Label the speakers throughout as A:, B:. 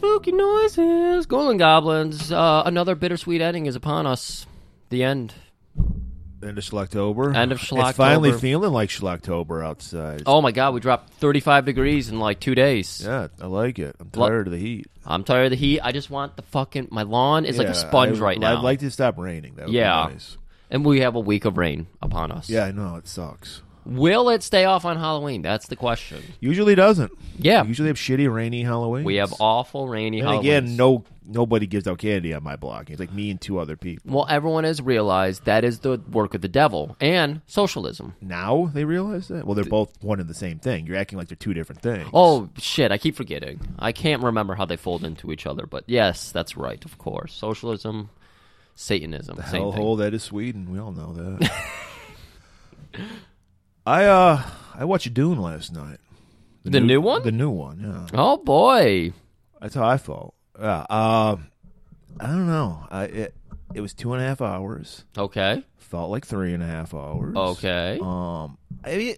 A: Fucking noises. Golden Goblins. Uh, another bittersweet ending is upon us. The end.
B: End of Schlocktober.
A: End of
B: It's finally
A: Schlocktober.
B: feeling like Schlocktober outside.
A: Oh my God, we dropped 35 degrees in like two days.
B: Yeah, I like it. I'm
A: Lo-
B: tired of the heat.
A: I'm tired of the heat. I just want the fucking. My lawn is like
B: Yeah,
A: a sponge
B: I-
A: right now.
B: I'd like to stop raining. That would
A: Yeah.
B: be nice.
A: and we have a week of rain upon us.
B: Yeah, I know it sucks.
A: Will it stay off on Halloween? That's the question.
B: Usually doesn't.
A: Yeah.
B: We usually have shitty rainy Halloween.
A: We have awful rainy
B: And
A: Halloweens.
B: again, no nobody gives out candy on my block. It's like me and two other people.
A: Well, everyone has realized that is the work of the devil and socialism.
B: Now they realize that. Well, they're both one and the same thing. You're acting like they're two different things.
A: Oh shit, I keep forgetting. I can't remember how they fold into each other, but yes, that's right, of course. Socialism, Satanism, same thing.
B: hellhole that is Sweden. We all know that. I uh I watched Dune last night.
A: The new one?
B: The new one. Yeah,
A: Oh boy.
B: that's how I felt. Yeah. Uh, I don't know. I it, it was two and a half hours.
A: Okay.
B: Felt like three and a half hours.
A: Okay.
B: Um. I mean,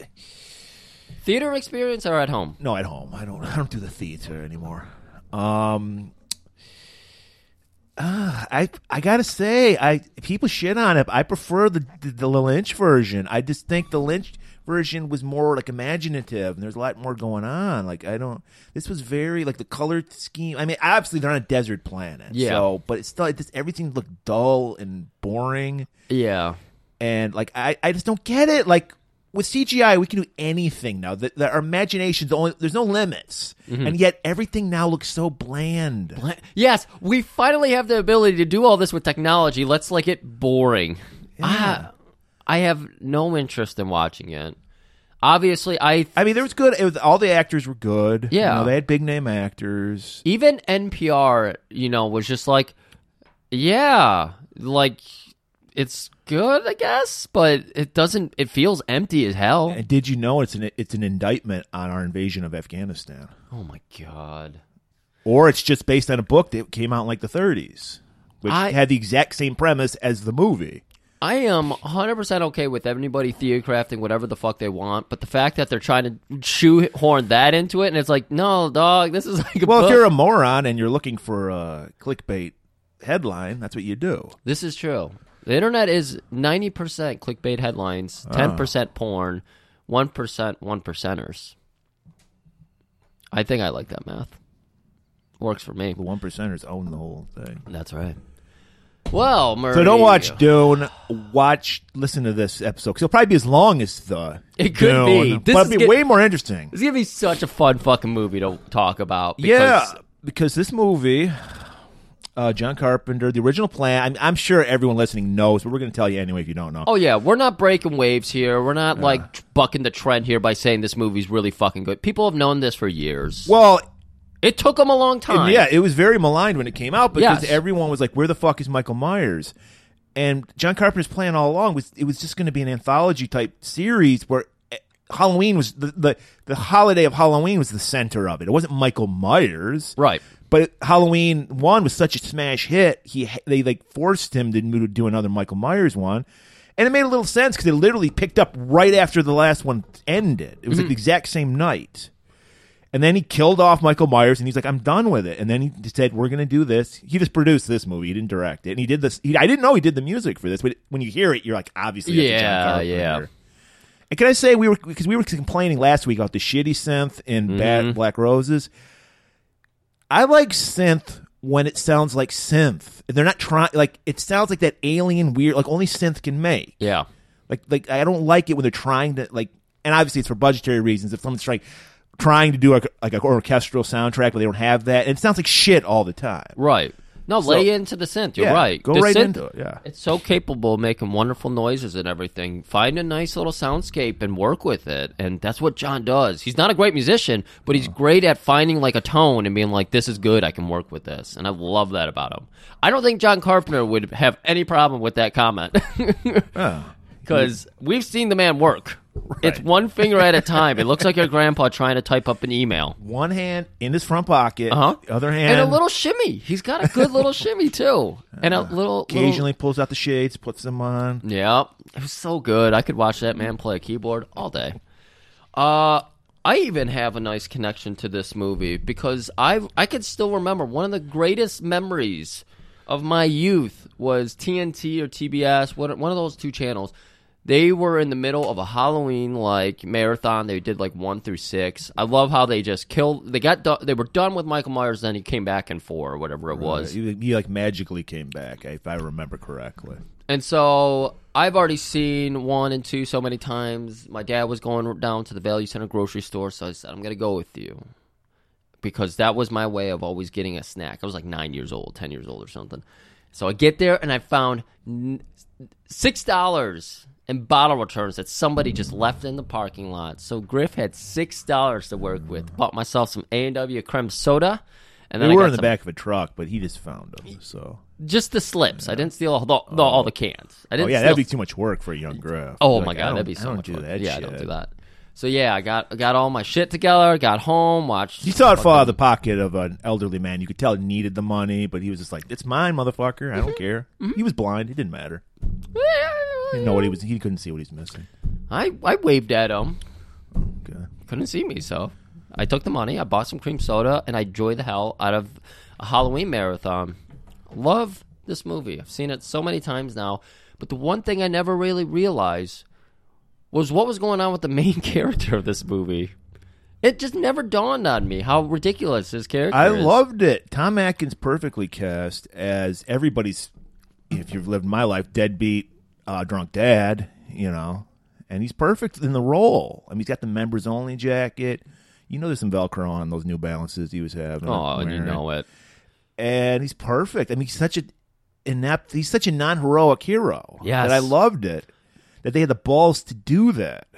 A: Theater experience or at home?
B: no, at home. I don't. I don't do the theater anymore. Um. ah, I I gotta say I people shit on it. I prefer the, the the Lynch version. I just think the Lynch version was more like imaginative and there's a lot more going on. Like I don't. This was very like the color scheme. I mean, obviously they're on a desert planet.
A: Yeah.
B: So, but it's still it just everything looked dull and boring.
A: Yeah.
B: and like I, I just don't get it. Like with CGI, we can do anything now. The, the, our imagination's the only there's no limits, and yet everything now looks so bland.
A: Yes, we finally have the ability to do all this with technology. Let's like it boring. Ah, I have no interest in watching it. Obviously, I
B: I mean, there was good. It was, all the actors were good. You
A: Yeah.
B: know, they had big name actors.
A: even NPR, you know, was just like, yeah, like it's good, I guess, but it doesn't. It feels empty as hell.
B: And did you know it's an it's an indictment on our invasion of Afghanistan,
A: Oh my god.
B: or it's just based on a book that came out in like the 30s, which
A: I-
B: had the exact same premise as the movie.
A: I am 100% okay with anybody theocrafting whatever the fuck they want, but the fact that they're trying to shoehorn that into it, and it's like, no, dog, this is like a
B: Well,
A: book.
B: if you're a moron and you're looking for a clickbait headline, that's what you do.
A: This is true. The internet is 90% clickbait headlines,
B: Ah.
A: 10% porn, 1% one percenters. I think I like that math. Works for me.
B: The one percenters own the whole thing.
A: That's right. Well, Murray.
B: So don't watch Dune. Watch, listen to this episode 'cause it'll probably be as long as the.
A: It could
B: Dune,
A: be. This
B: but
A: is
B: it'll be
A: get-
B: way more interesting.
A: It's going to be such a fun fucking movie to talk about. Because,
B: yeah, because this movie, uh, John Carpenter, the original plan. I'm, I'm sure everyone listening knows, but we're going to tell you anyway if you don't know.
A: Oh, yeah. We're not breaking waves here. We're not like tr- bucking the trend here by saying this movie's really fucking good. People have known this for years.
B: Well,
A: it took them a long time.
B: yeah, it was very maligned when it came out because
A: Yes.
B: everyone was like, "Where the fuck is Michael Myers?" And John Carpenter's plan all along was it was just going to be an anthology type series where eh, Halloween was the, the the holiday of Halloween was the center of it. It wasn't Michael Myers,
A: Right.
B: But Halloween one was such a smash hit. He they like forced him to mo- do another Michael Myers one, and it made a little sense because it literally picked up right after the last one ended. It was
A: Mm-hmm.
B: like the exact same night. And then he killed off Michael Myers, and he's like, "I'm done with it." And then he said, "We're going to do this." He just produced this movie; he didn't direct it. And he did this. He, I didn't know he did the music for this, but when you hear it, you're like, "Obviously, that's a John
A: Yeah,
B: Carpenter.
A: yeah.
B: And can I say we were because we were complaining last week about the shitty synth in
A: Mm-hmm.
B: Bad Black Roses. I like synth when it sounds like synth. They're not trying like it sounds like that alien weird like only synth can make.
A: Yeah.
B: Like like I don't like it when they're trying to like, and obviously it's for budgetary reasons. If someone's like trying to do like like an orchestral soundtrack, but they don't have that, and it sounds like shit all the time.
A: Right. No, lay into the synth. You're
B: yeah,
A: right.
B: go
A: The
B: right
A: synth-
B: into it, yeah.
A: It's so capable of making wonderful noises and everything. Find a nice little soundscape and work with it. And that's what John does. He's not a great musician, but he's great at finding like a tone and being like, this is good. I can work with this. And I love that about him. I don't think John Carpenter would have any problem with that comment. Because we've seen the man work. It's one finger at a time. It looks like your grandpa trying to type up an email.
B: One hand in his front pocket,
A: Uh-huh.
B: the other hand
A: And, a little shimmy. He's got a good little shimmy too. And a little
B: occasionally pulls out the shades, puts them on.
A: Little, yeah, it was so good. I could watch that man play a keyboard all day. Uh, I even have a nice connection to this movie because I I can still remember one of the greatest memories of my youth was TNT or TBS, one one of those two channels. They were in the middle of a Halloween like marathon. They did like one through six. I love how they just killed. They got do- they were done with Michael Myers, then he came back in four or whatever it was.
B: He, he, like magically came back, if I remember correctly.
A: And so I've already seen one and two so many times. My dad was going down to the Value Center grocery store, so I said, I'm going to go with you. Because that was my way of always getting a snack. I was like nine years old, 10 years old or something. So I get there and I found n- $6 in bottle returns that somebody just left in the parking lot. So Griff had $6 to work with. Bought myself some A&W creme soda. And then
B: They
A: I
B: were
A: got
B: in the
A: some-
B: back of a truck, but he just found them. So,
A: Just the slips. I didn't steal all the, the- all the cans. I
B: oh
A: didn't
B: yeah,
A: steal
B: that'd be too much work for a young Griff.
A: Oh
B: Like,
A: my
B: I
A: god,
B: don't-
A: that'd be so
B: I don't
A: much
B: do
A: fun.
B: that.
A: yeah,
B: shit.
A: I don't do that. So yeah, I got got all my shit together, got home, watched.
B: You saw it fall out of the pocket of an elderly man. You could tell he needed the money, but he was just like, "It's mine, motherfucker. I don't
A: Mm-hmm.
B: care." He was blind. It didn't matter. He didn't know what he was. He couldn't see what he's missing.
A: I I waved at him,
B: Okay.
A: couldn't see me, so I took the money, I bought some cream soda, and I enjoyed the hell out of a Halloween marathon. Love this movie. I've seen it so many times now, but the one thing I never really realized was what was going on with the main character of this movie. It just never dawned on me how ridiculous his character
B: I
A: is.
B: loved it. Tom Atkins perfectly cast as everybody's. If you've lived my life, deadbeat, uh, drunk dad, you know, and he's perfect in the role. I mean, he's got the members only jacket. You know, there's some Velcro on those New Balances he was having.
A: Oh, and you
B: wearing.
A: know it.
B: and he's perfect. I mean, he's such a inept. He's such a non-heroic hero.
A: Yes.
B: that I loved it. That they had the balls to do that.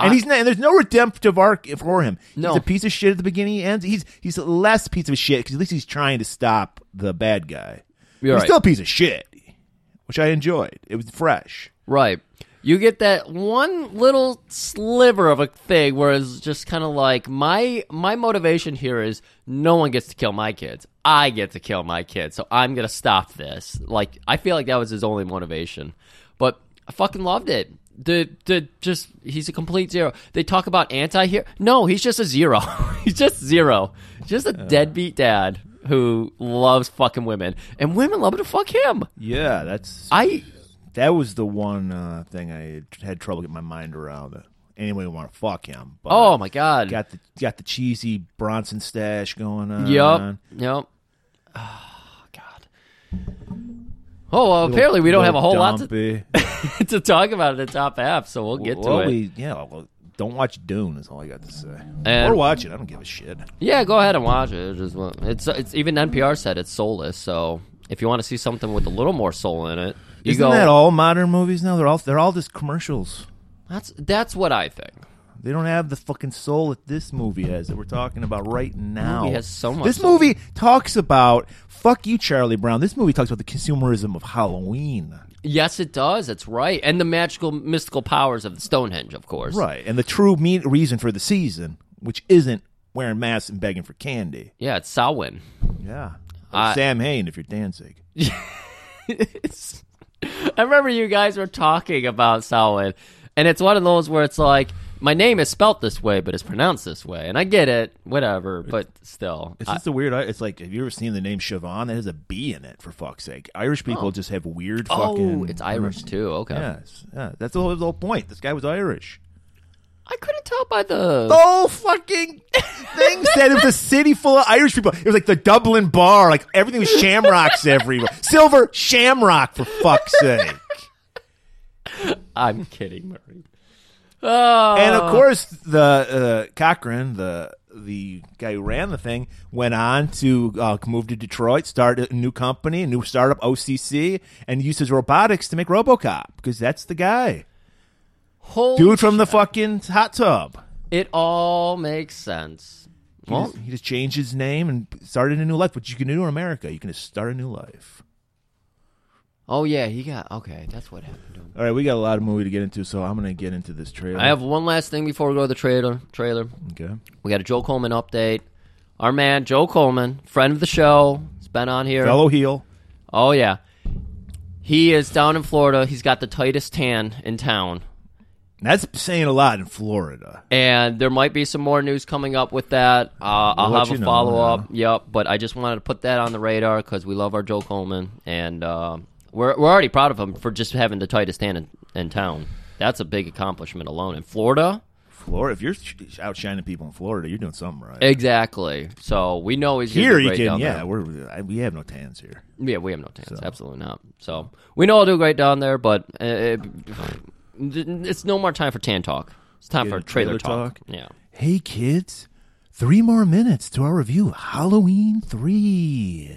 B: And
A: I-
B: he's not. And there's no redemptive arc for him.
A: No.
B: he's a piece of shit at the beginning. He ends. He's he's a less piece of shit because at least he's trying to stop the bad guy.
A: You're
B: he's
A: right.
B: still a piece of shit, which I enjoyed. It was fresh.
A: Right. You get that one little sliver of a thing where it's just kind of like my my motivation here is no one gets to kill my kids. I get to kill my kids. So I'm going to stop this. Like I feel like that was his only motivation. But I fucking loved it. The the just he's a complete zero. They talk about anti-hero. No, he's just a zero. he's just zero. Just a deadbeat dad who loves fucking women and women love to fuck him.
B: Yeah, that's
A: I
B: that was the one uh, thing I had trouble getting my mind around. Anyway, we want to fuck him. But
A: Oh my god.
B: got the got the cheesy Bronson stash going on.
A: Yep. Yep. Oh, God. Oh, well, apparently we don't have a whole lot to,
B: lot
A: to talk about in the top half, so we'll get to
B: well,
A: it.
B: we- yeah, well, don't watch Dune is all I got to say.
A: And-
B: or watch it. I don't give a shit.
A: yeah, go ahead and watch it. It's, just one- it's, it's- even NPR said it's soulless, so if you want to see something with a little more soul in it, you
B: Isn't
A: go.
B: that all modern movies now? They're all they're all just commercials.
A: that's that's what I think.
B: They don't have the fucking soul that this movie has that we're talking about right now.
A: movie has so much
B: This
A: soul.
B: movie talks about fuck you, Charlie Brown. This movie talks about the consumerism of Halloween,
A: Yes, it does. That's right, and the magical, mystical powers of Stonehenge, of course.
B: right? And the true mean reason for the season, which isn't wearing masks and begging for candy.
A: Yeah, it's Samhain.
B: Yeah.
A: I-
B: Sam Hain, if you're Danzig.
A: It's- I remember you guys were talking about Samhain, and it's one of those where it's like my name is spelt this way, but it's pronounced this way, and I get it, whatever. But still,
B: It's
A: I-
B: just a weird. It's like, have you ever seen the name Siobhan? That has a B in it, for fuck's sake. Irish people just have weird fucking.
A: oh, it's Irish too. Okay,
B: Yes. Yeah, that's the whole, the whole point. This guy was Irish.
A: I couldn't tell by the.
B: The whole fucking thing said it was a city full of Irish people. It was like the Dublin bar. Like everything was shamrocks everywhere. Silver shamrock, for fuck's sake.
A: I'm kidding, Murray. Oh,
B: And of course, the uh, Cochran, the the guy who ran the thing, went on to uh, move to Detroit, start a new company, a new startup, OCC, and uses robotics to make RoboCop because that's the guy,
A: holy
B: dude from the fucking hot tub.
A: it all makes sense.
B: He,
A: Well,
B: just, he just changed his name and started a new life. What you can do in America, you can just start a new life.
A: oh yeah, he got okay. That's what happened to him.
B: All right, we got a lot of movie to get into, so I'm gonna get into this trailer.
A: I have one last thing before we go to the trailer. Trailer.
B: okay.
A: We got a Joe Coleman update. Our man Joe Coleman, friend of the show, has been on here.
B: fellow heel.
A: Oh yeah, he is down in Florida. He's got the tightest tan in town.
B: That's saying a lot in Florida.
A: and there might be some more news coming up with that. Uh, I'll
B: let
A: have
B: you
A: a
B: know,
A: follow up. Yep, but I just wanted to put that on the radar because we love our Joe Coleman, and uh, we're we're already proud of him for just having the tightest hand in, in town. That's a big accomplishment alone in Florida.
B: Florida, if you're sh- outshining people in Florida, you're doing something right.
A: Exactly. So we know he's gonna
B: here
A: do
B: you
A: great
B: can,
A: down
B: yeah,
A: there.
B: we're I, we have no tans here.
A: Yeah, we have no chance. Absolutely not. So we know I'll do great down there, but uh, it, it's no more time for tan talk. It's time for
B: Getting
A: trailer,
B: trailer talk.
A: Yeah.
B: Hey kids, three more minutes to our review of Halloween 3.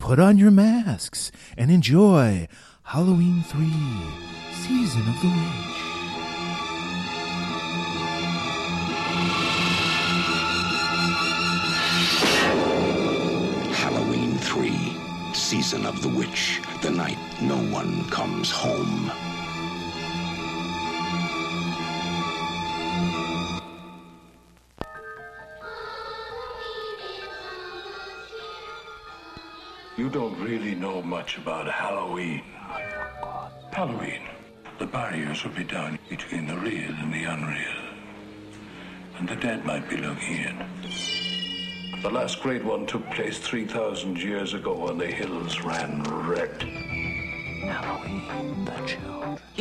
B: Put on your masks and enjoy Halloween 3 Season of the Witch.
C: Halloween 3, Season of the Witch, the night no one comes home.
D: You don't really know much about Halloween. Halloween. The barriers will be down between the real and the unreal. And the dead might be looking in. The last great one took place 3,000 years ago and the hills ran wrecked.
E: You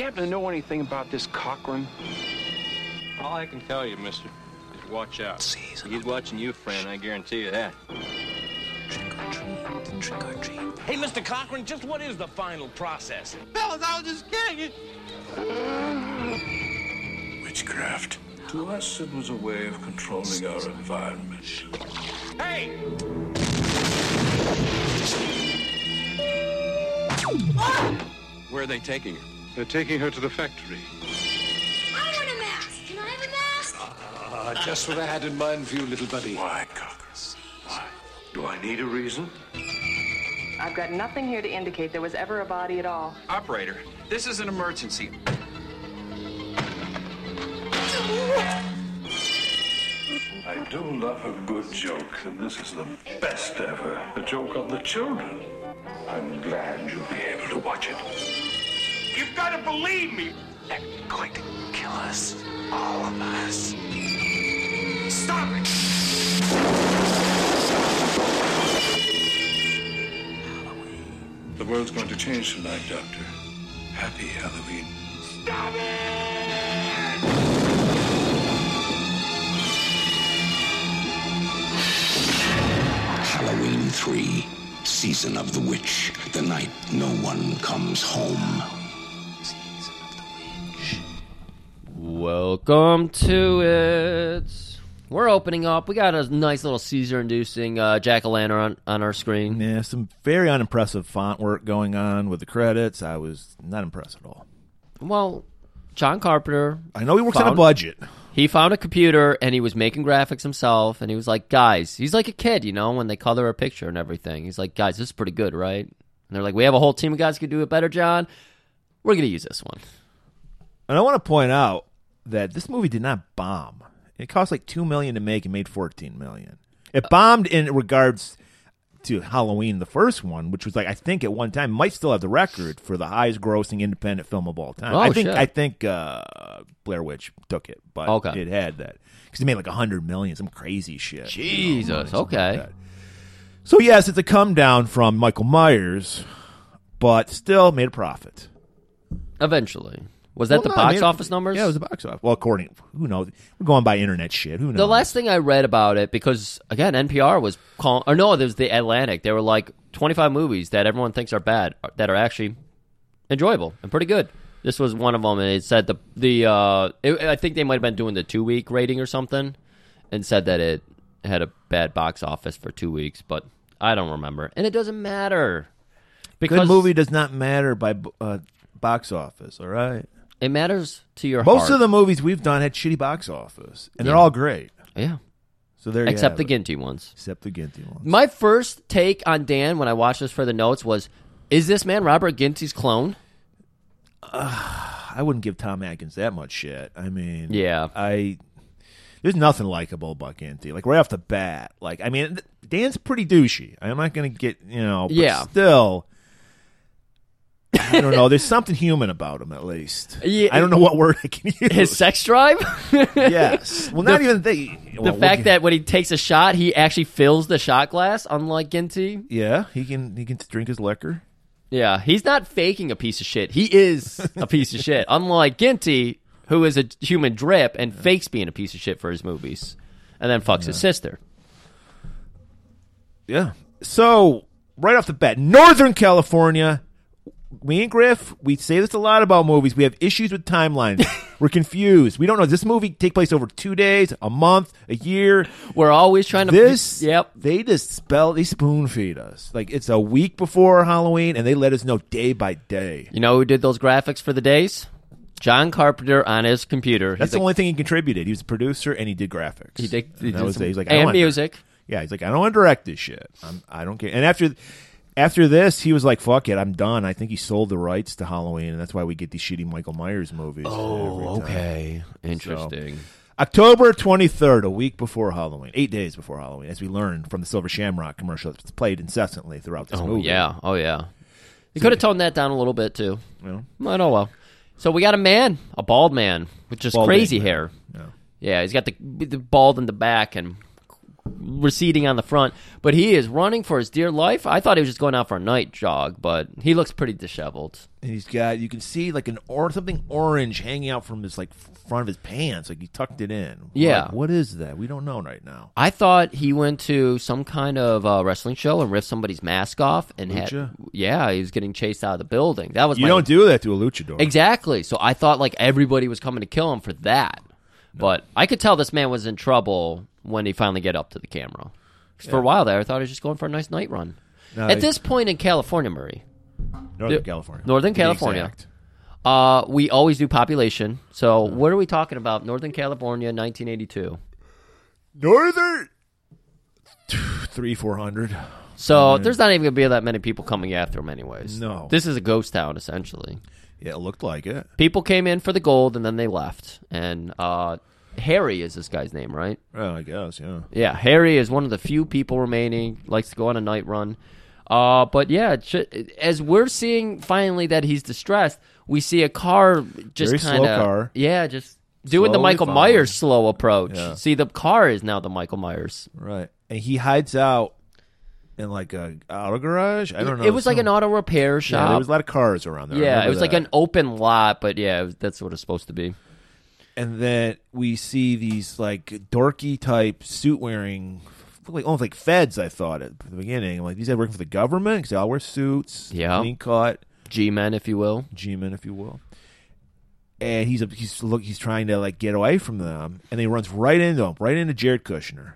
E: happen to know anything about this Cochrane?
F: All I can tell you, mister, is watch out. He's watching you, friend, I guarantee you that.
G: Hey, Mr. Cochran, just what is the final process?
D: Witchcraft. To us, it was a way of controlling our environment.
G: Hey!
F: Where are they taking her?
H: They're taking her to the factory.
I: I want a mask. Can I have a mask?
H: That's what I had in mind for you, little buddy.
D: Why, Cocker? Why? Do I need a reason?
J: I've got nothing here to indicate there was ever a body at all.
G: Operator, this is an emergency.
D: I do love a good joke, and this is the best ever. A joke on the children. I'm glad you'll be able to watch it.
G: You've got to believe me. They're going to kill us. All of us. Stop it!
D: The world's going to change tonight, Doctor. Happy Halloween.
C: Halloween 3, Season of the Witch, the night no one comes home.
A: Welcome to it. We're opening up. We got a nice little Caesar-inducing uh, jack o' lantern on, on our screen.
B: Yeah, some very unimpressive font work going on with the credits. I was not impressed at all.
A: Well, John Carpenter,
B: I know he works on a
A: Found-
B: budget.
A: he found a computer and he was making graphics himself. And he was like, "Guys, he's like a kid, you know, when they color a picture and everything. He's like, guys, this is pretty good, right?" And they're like, "We have a whole team of guys who could do it better, John. We're gonna use this one."
B: And I want to point out that this movie did not bomb. It cost like two million to make and made fourteen million.
A: Uh,
B: It bombed in regards to Halloween, the first one, which was like I think at one time might still have the record for the highest grossing independent film of all time.
A: Oh,
B: I think
A: shit.
B: I think uh, Blair Witch took it, but
A: Okay.
B: it had that because it made like a hundred million, some crazy shit. you know,
A: Jesus,
B: money, something
A: okay.
B: that. so yes, it's a come down from Michael Myers, but still made a profit.
A: Eventually, was that
B: Well,
A: the
B: no, I
A: box
B: mean,
A: office numbers?
B: Yeah, it was the box office. Well, according, who knows? We're going by internet shit. Who knows?
A: The last thing I read about it, because again, NPR was calling, or no, there was the Atlantic. They were like 25 movies that everyone thinks are bad are- that are actually enjoyable and pretty good. This was one of them, and it said the the uh, it, I think they might have been doing the two week rating or something, and said that it had a bad box office for two weeks, but I don't remember, and it doesn't matter
B: good
A: because
B: movie does not matter by uh, box office. All right.
A: it matters to your
B: Most
A: heart.
B: of the movies we've done had shitty box office, and they're
A: Yeah.
B: all great.
A: yeah,
B: So there, you
A: except
B: have
A: the
B: it.
A: Ginty ones.
B: Except the Ginty one.
A: My first take on Dan when I watched this for the notes was, is this man Robert Ginty's clone?
B: I wouldn't give Tom Atkins that much shit. I mean,
A: Yeah.
B: I. There's nothing likable about Ginty. Like right off the bat, like I mean, th- Dan's pretty douchey. I'm not gonna get you know. But
A: Yeah.
B: Still, I don't know. There's something human about him, at least.
A: Yeah.
B: I don't know what word I can use.
A: His sex drive?
B: yes. Well, not even the,
A: the fact that when he takes a shot, he actually fills the shot glass, unlike Ginty.
B: yeah, he can he can drink his liquor.
A: Yeah, he's not faking a piece of shit. He is a piece of shit. Unlike Ginty, who is a human drip and fakes being a piece of shit for his movies, and then fucks his sister.
B: Yeah. So right off the bat, Northern California. Me and Griff, we say this a lot about movies. We have issues with timelines. We're confused. We don't know. Does this movie take place over two days, a month, a year?
A: We're always trying to
B: This,
A: Yep.
B: They just spell, they spoon feed us. Like it's a week before Halloween, and they let us know day by day.
A: You know who did those graphics for the days? John Carpenter on his computer.
B: That's
A: He's
B: the
A: like,
B: only thing he contributed. He was a producer and he did graphics.
A: He did- he
B: And that
A: did
B: was
A: some-
B: it. He's like, I
A: and
B: don't wanna-
A: music.
B: Yeah, he's like, I don't want to direct this shit. I'm, I don't care. And after, after this, he was like, fuck it, I'm done. I think he sold the rights to Halloween, and that's why we get these shitty Michael Myers movies.
A: Oh,
B: every time.
A: okay. Interesting.
B: October 23rd, a week before Halloween, eight days before Halloween, as we learn from the Silver Shamrock commercial that's played incessantly throughout this
A: oh,
B: movie.
A: yeah. Oh, yeah. You could have toned that down a little bit, too.
B: Yeah.
A: But oh well. So we got a man, a bald man, with just
B: Bald
A: crazy
B: man.
A: hair.
B: Yeah.
A: Yeah, he's got the, the bald in the back and receding on the front, but he is running for his dear life. I thought he was just going out for a night jog, but he looks pretty disheveled.
B: And he's got, you can see like an or something orange hanging out from his like front of his pants, like he tucked it in. We're
A: Yeah.
B: like, what is that? We don't know right now.
A: I thought he went to some kind of uh, wrestling show and ripped somebody's mask off and had
B: Lucha?
A: yeah, he was getting chased out of the building. That was
B: You
A: my,
B: don't do that to a luchador.
A: exactly. So I thought like everybody was coming to kill him for that, but I could tell this man was in trouble when he finally get up to the camera. 'Cause For a while there, I thought he was just going for a nice night run.
B: No,
A: At
B: he-
A: this point in California, Murray,
B: Northern
A: Yeah.
B: California.
A: Northern
B: To be
A: California.
B: exact.
A: Uh, we always do population. So what are we talking about? Northern California, 1982.
B: Northern. Three, four hundred.
A: So there's not even gonna be that many people coming after him, anyways.
B: Mm-hmm. No.
A: this is a ghost town essentially.
B: Yeah, it looked like it.
A: People came in for the gold and then they left. And uh, Harry is this guy's name, right?
B: Well, I guess, yeah.
A: Yeah, Harry is one of the few people remaining. Likes to go on a night run. Uh, but yeah, it should, as we're seeing finally that he's distressed, we see a car just
B: Very
A: kind
B: slow car.
A: of yeah, just doing the
B: Slowly
A: Michael
B: following.
A: Myers slow approach.
B: Yeah.
A: See, the car is now the Michael Myers.
B: Right. And he hides out in like a auto garage. I don't know.
A: It was like an
B: some-
A: auto repair
B: Yeah,
A: shop.
B: there was a lot of cars around there. I
A: Yeah, it
B: remember
A: was like
B: that.
A: an open lot, but yeah, it was, that's what it's supposed to be.
B: And then we see these like dorky type suit wearing, like almost like feds. I thought at the beginning, I'm like these guys working for the government because they all wear suits.
A: Yeah.
B: clean cut.
A: G men, if you will.
B: G-man, if you will. And he's a, he's look he's trying to like get away from them, and he runs right into him, right into Jared Kushner.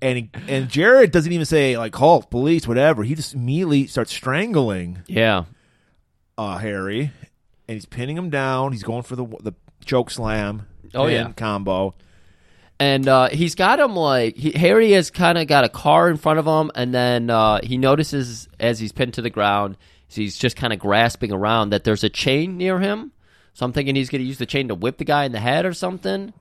B: and he, and Jared doesn't even say like halt, police, whatever. He just immediately starts strangling
A: Yeah,
B: uh, Harry, and he's pinning him down. He's going for the the choke slam.
A: Oh,
B: pin
A: yeah.
B: combo.
A: and uh, he's got him like he, Harry has kind of got a car in front of him, and then uh, he notices as he's pinned to the ground, he's just kind of grasping around that there's a chain near him. So I'm thinking he's going to use the chain to whip the guy in the head or something.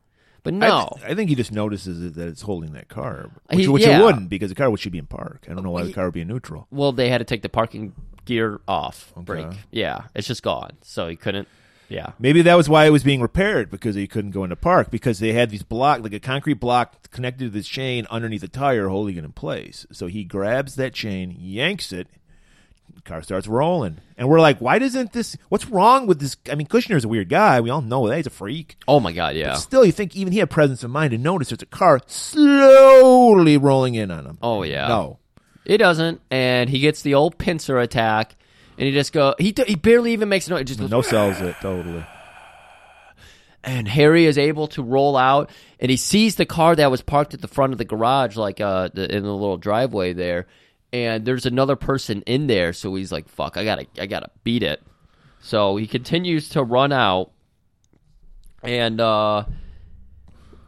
A: But
B: I
A: no,
B: th- I, think he just notices it, that it's holding that car,
A: He-
B: which, which
A: yeah.
B: it wouldn't because the car would should be in park. I don't know why the car would be in neutral.
A: well they had to take the parking gear off brake.
B: Okay.
A: Yeah, it's just gone, so he couldn't. Yeah,
B: Maybe that was why it was being repaired because he couldn't go into park because they had these block like a concrete block connected to this chain underneath the tire holding it in place. So he grabs that chain, yanks it, car starts rolling. And we're like, why doesn't this what's wrong with this I mean Kushner's a weird guy, we all know that he's a freak.
A: Oh my god, yeah.
B: Still you think even he had presence of mind to notice there's a car slowly rolling in on him.
A: Oh, yeah.
B: No.
A: It doesn't, and he gets the old pincer attack, and he just go. He, he barely even makes a noise. It just goes,
B: No sells it totally.
A: and Harry is able to roll out, and he sees the car that was parked at the front of the garage, like uh, the, in the little driveway there, and there's another person in there. So he's like, "Fuck, I gotta, I gotta beat it." So he continues to run out, and uh,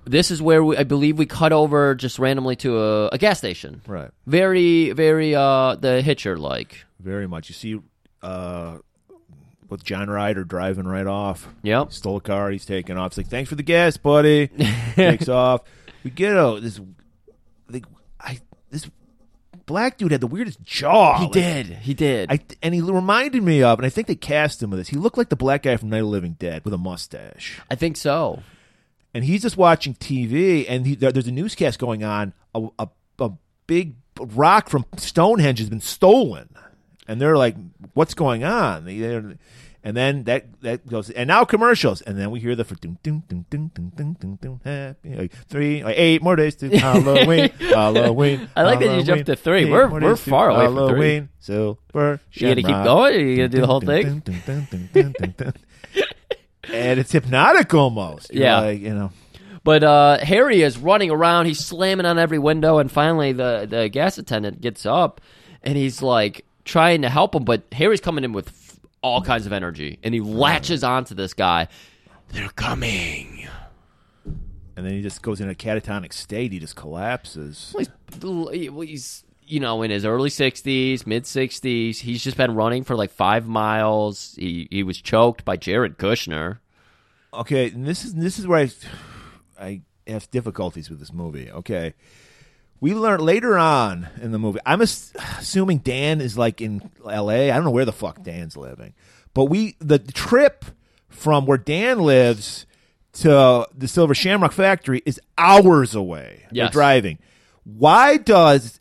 A: this is where we, I believe we cut over just randomly to a, a gas station.
B: Right.
A: Very, very uh, the hitcher like.
B: Very much. You see uh with John Ryder driving right off.
A: Yep.
B: Stole a car, he's taking off. It's like, thanks for the gas, buddy. Takes off. We get out this like I this black dude had the weirdest jaw.
A: He
B: Like,
A: did. He did.
B: I, and he reminded me of, and I think they cast him with this. He looked like the black guy from Night of the Living Dead with a mustache.
A: I think so.
B: and he's just watching TV, and he, there, there's a newscast going on. A, a, a big rock from Stonehenge has been stolen, and they're like, "What's going on?" They- they're- and then that that goes, and now commercials, and then we hear the for dun dun dun dun dun dun dun dun happy like three like eight more days to Halloween Halloween.
A: I like that you jumped to three.
B: Eight
A: We're-
B: more
A: we're
B: days to
A: far away from three.
B: Halloween, silver.
A: You gonna keep
B: shamrock.
A: going, or you gonna do the whole thing?
B: Dun, dun, dun, dun, dun, dun, dun. and it's hypnotic almost. You're
A: Yeah.
B: like, you know.
A: But uh, Harry is running around. He's slamming on every window, and finally the the gas attendant gets up, and he's like trying to help him. But Harry's coming in with f- all kinds of energy, and he latches onto this guy. They're coming.
B: and then he just goes in a catatonic state. He just collapses.
A: Well, he's, well, he's you know in his early sixties, mid sixties. He's just been running for like five miles. He he was choked by Jared Kushner.
B: Okay, and this is this is where I, I have difficulties with this movie. Okay, we learn later on in the movie. I'm ass- assuming Dan is like in L.A. I don't know where the fuck Dan's living, but we the trip from where Dan lives to the Silver Shamrock Factory is hours away. They're
A: Yes.
B: driving. Why does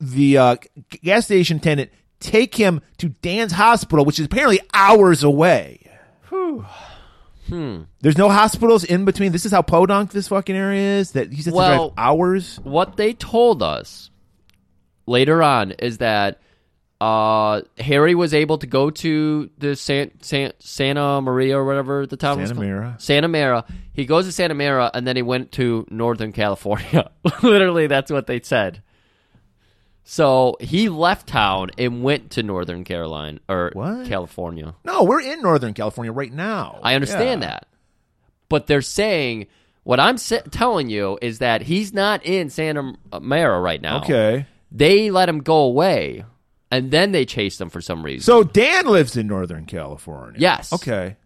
B: the uh, g- gas station attendant take him to Dan's hospital, which is apparently hours away. Hmm. There's no hospitals in between. This is how podunk this fucking area is. That he's has
A: Well-
B: to drive hours.
A: what they told us later on is that uh, Harry was able to go to the San, San, Santa Maria or whatever the town was
B: Santa
A: called.
B: Mira.
A: Santa Mara. He goes to Santa Mara and then he went to Northern California. Literally, that's what they said. So he left town and went to Northern Carolina or
B: What?
A: California.
B: No, we're in Northern California right now.
A: I understand that. But they're saying what I'm sa- telling you is that he's not in Santa Mara right now.
B: Okay.
A: They let him go away and then they chased him for some reason.
B: So Dan lives in Northern California.
A: Yes.
B: Okay.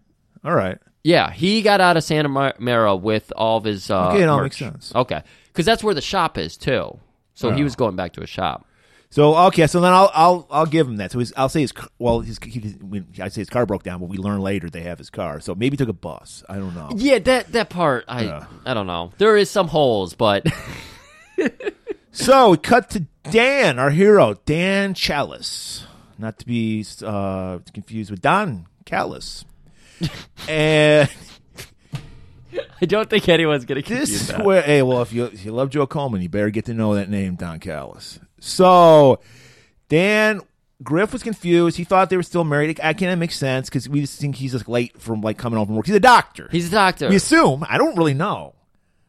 B: All right.
A: yeah, he got out of Santa Mar- Mara with all of his uh
B: Okay, it all
A: merch.
B: makes sense. Oh.
A: Okay. Cuz that's where the shop is too. So he was going back to his shop.
B: So okay. So then I'll I'll I'll give him that. So his, I'll say his c- well his he, when I say his car broke down, but we learn later they have his car. So maybe he took a bus. I don't know.
A: Yeah, that that part I I don't know. There is some holes, but
B: So cut to Dan, our hero, Dan Chalice, not to be uh, confused with Don Callis. and
A: I don't think anyone's going to confuse
B: this is
A: that.
B: where, hey, well, if you if you love Joe Coleman, you better get to know that name, Don Callis. So Dan Griff was confused. He thought they were still married. I can't make sense because we just think he's just late from like coming home from work. He's a doctor.
A: He's a doctor.
B: We assume. I don't really know.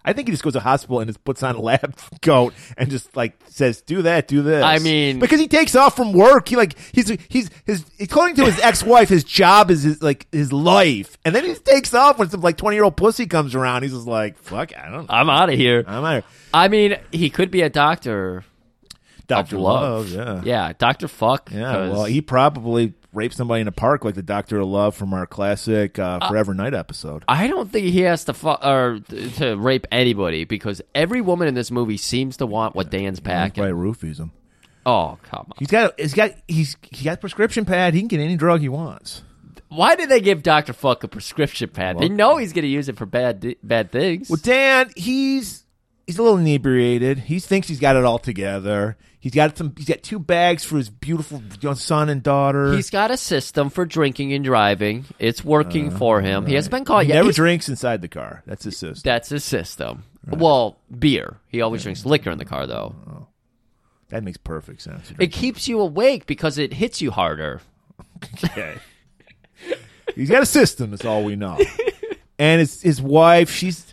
B: I think he just goes to hospital and just puts on a lab coat and just like says, "Do that, do this."
A: I mean-
B: because he takes off from work. He like he's he's his according to his ex wife, his job is his like his life, and then he just takes off when some like twenty year old pussy comes around. He's just like, "Fuck, I don't know."
A: I'm out of here.
B: I'm out.
A: I mean, he could be a doctor
B: Doctor
A: of
B: Love,
A: love.
B: yeah,
A: Yeah, Dr. Fuck.
B: yeah.
A: 'cause-
B: Well, he probably raped somebody in a park like the Doctor of Love from our classic uh, Forever Night episode.
A: I don't think he has to fu- or th- to rape anybody because every woman in this movie seems to want what Dan's packing.
B: Probably roofies him.
A: Oh, come on.
B: He's got he's got he's he got a prescription pad. He can get any drug he wants.
A: Why did they give Dr. Fuck a prescription pad? they know he's going to use it for bad di- bad things.
B: Well, Dan, he's he's a little inebriated. He thinks he's got it all together. He's got some. He's got two bags for his beautiful young son and daughter.
A: He's got a system for drinking and driving. It's working for him. He hasn't been caught
B: Uh, he
A: yet.
B: never
A: oh, He's-
B: drinks inside the car. That's his system.
A: That's his system. Well, beer. He always drinks liquor in the car, though.
B: Oh, That makes perfect sense.
A: It keeps you awake because it hits you harder.
B: Okay. he's got a system. That's all we know. and his his wife, she's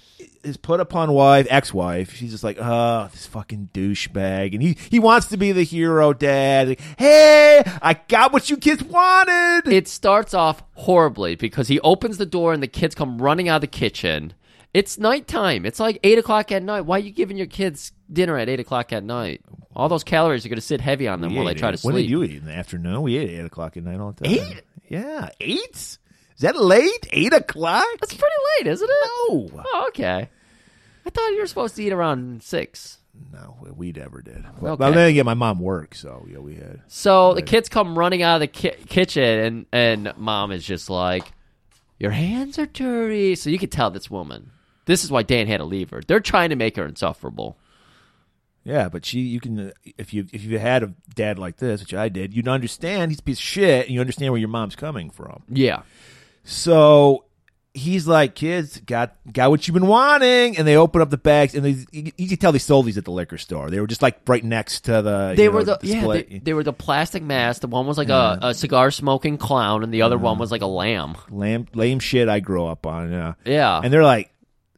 B: his put upon wife, ex wife. She's just like, oh, this fucking douchebag. And he he wants to be the hero dad. Like, hey, I got what you kids wanted.
A: it starts off horribly because he opens the door and the kids come running out of the kitchen. It's nighttime. It's like eight o'clock at night. Why are you giving your kids dinner at eight o'clock at night? All those calories are going to sit heavy on them
B: We
A: while they
B: ate
A: try
B: eight.
A: to
B: When did
A: sleep.
B: you eat in the afternoon? We ate at eight o'clock at night all the time.
A: Eight?
B: Yeah, eight. Is that late? Eight o'clock?
A: That's pretty late, isn't it?
B: No.
A: Oh, okay. I thought you were supposed to eat around six.
B: no, we never did. But,
A: Okay.
B: but then again, my mom worked, so yeah, we had.
A: So the kids come running out of the ki- kitchen, and and mom is just like, "Your hands are dirty." So you could tell this woman. This is why Dan had to leave her. They're trying to make her insufferable.
B: Yeah, but she, you can, if you if you had a dad like this, which I did, you'd understand he's a piece of shit, and you understand where your mom's coming from.
A: Yeah.
B: So he's like, kids, got got what you've been wanting, and they open up the bags, and they, you, you can tell they sold these at the liquor store. They were just like right next to the.
A: They
B: you
A: were
B: know,
A: the yeah,
B: display.
A: they, they were the plastic mask. The one was like a, a cigar smoking clown, and the
B: Uh-huh.
A: other one was like a lamb.
B: lame lame shit I grew up on. Yeah,
A: Yeah.
B: and they're like,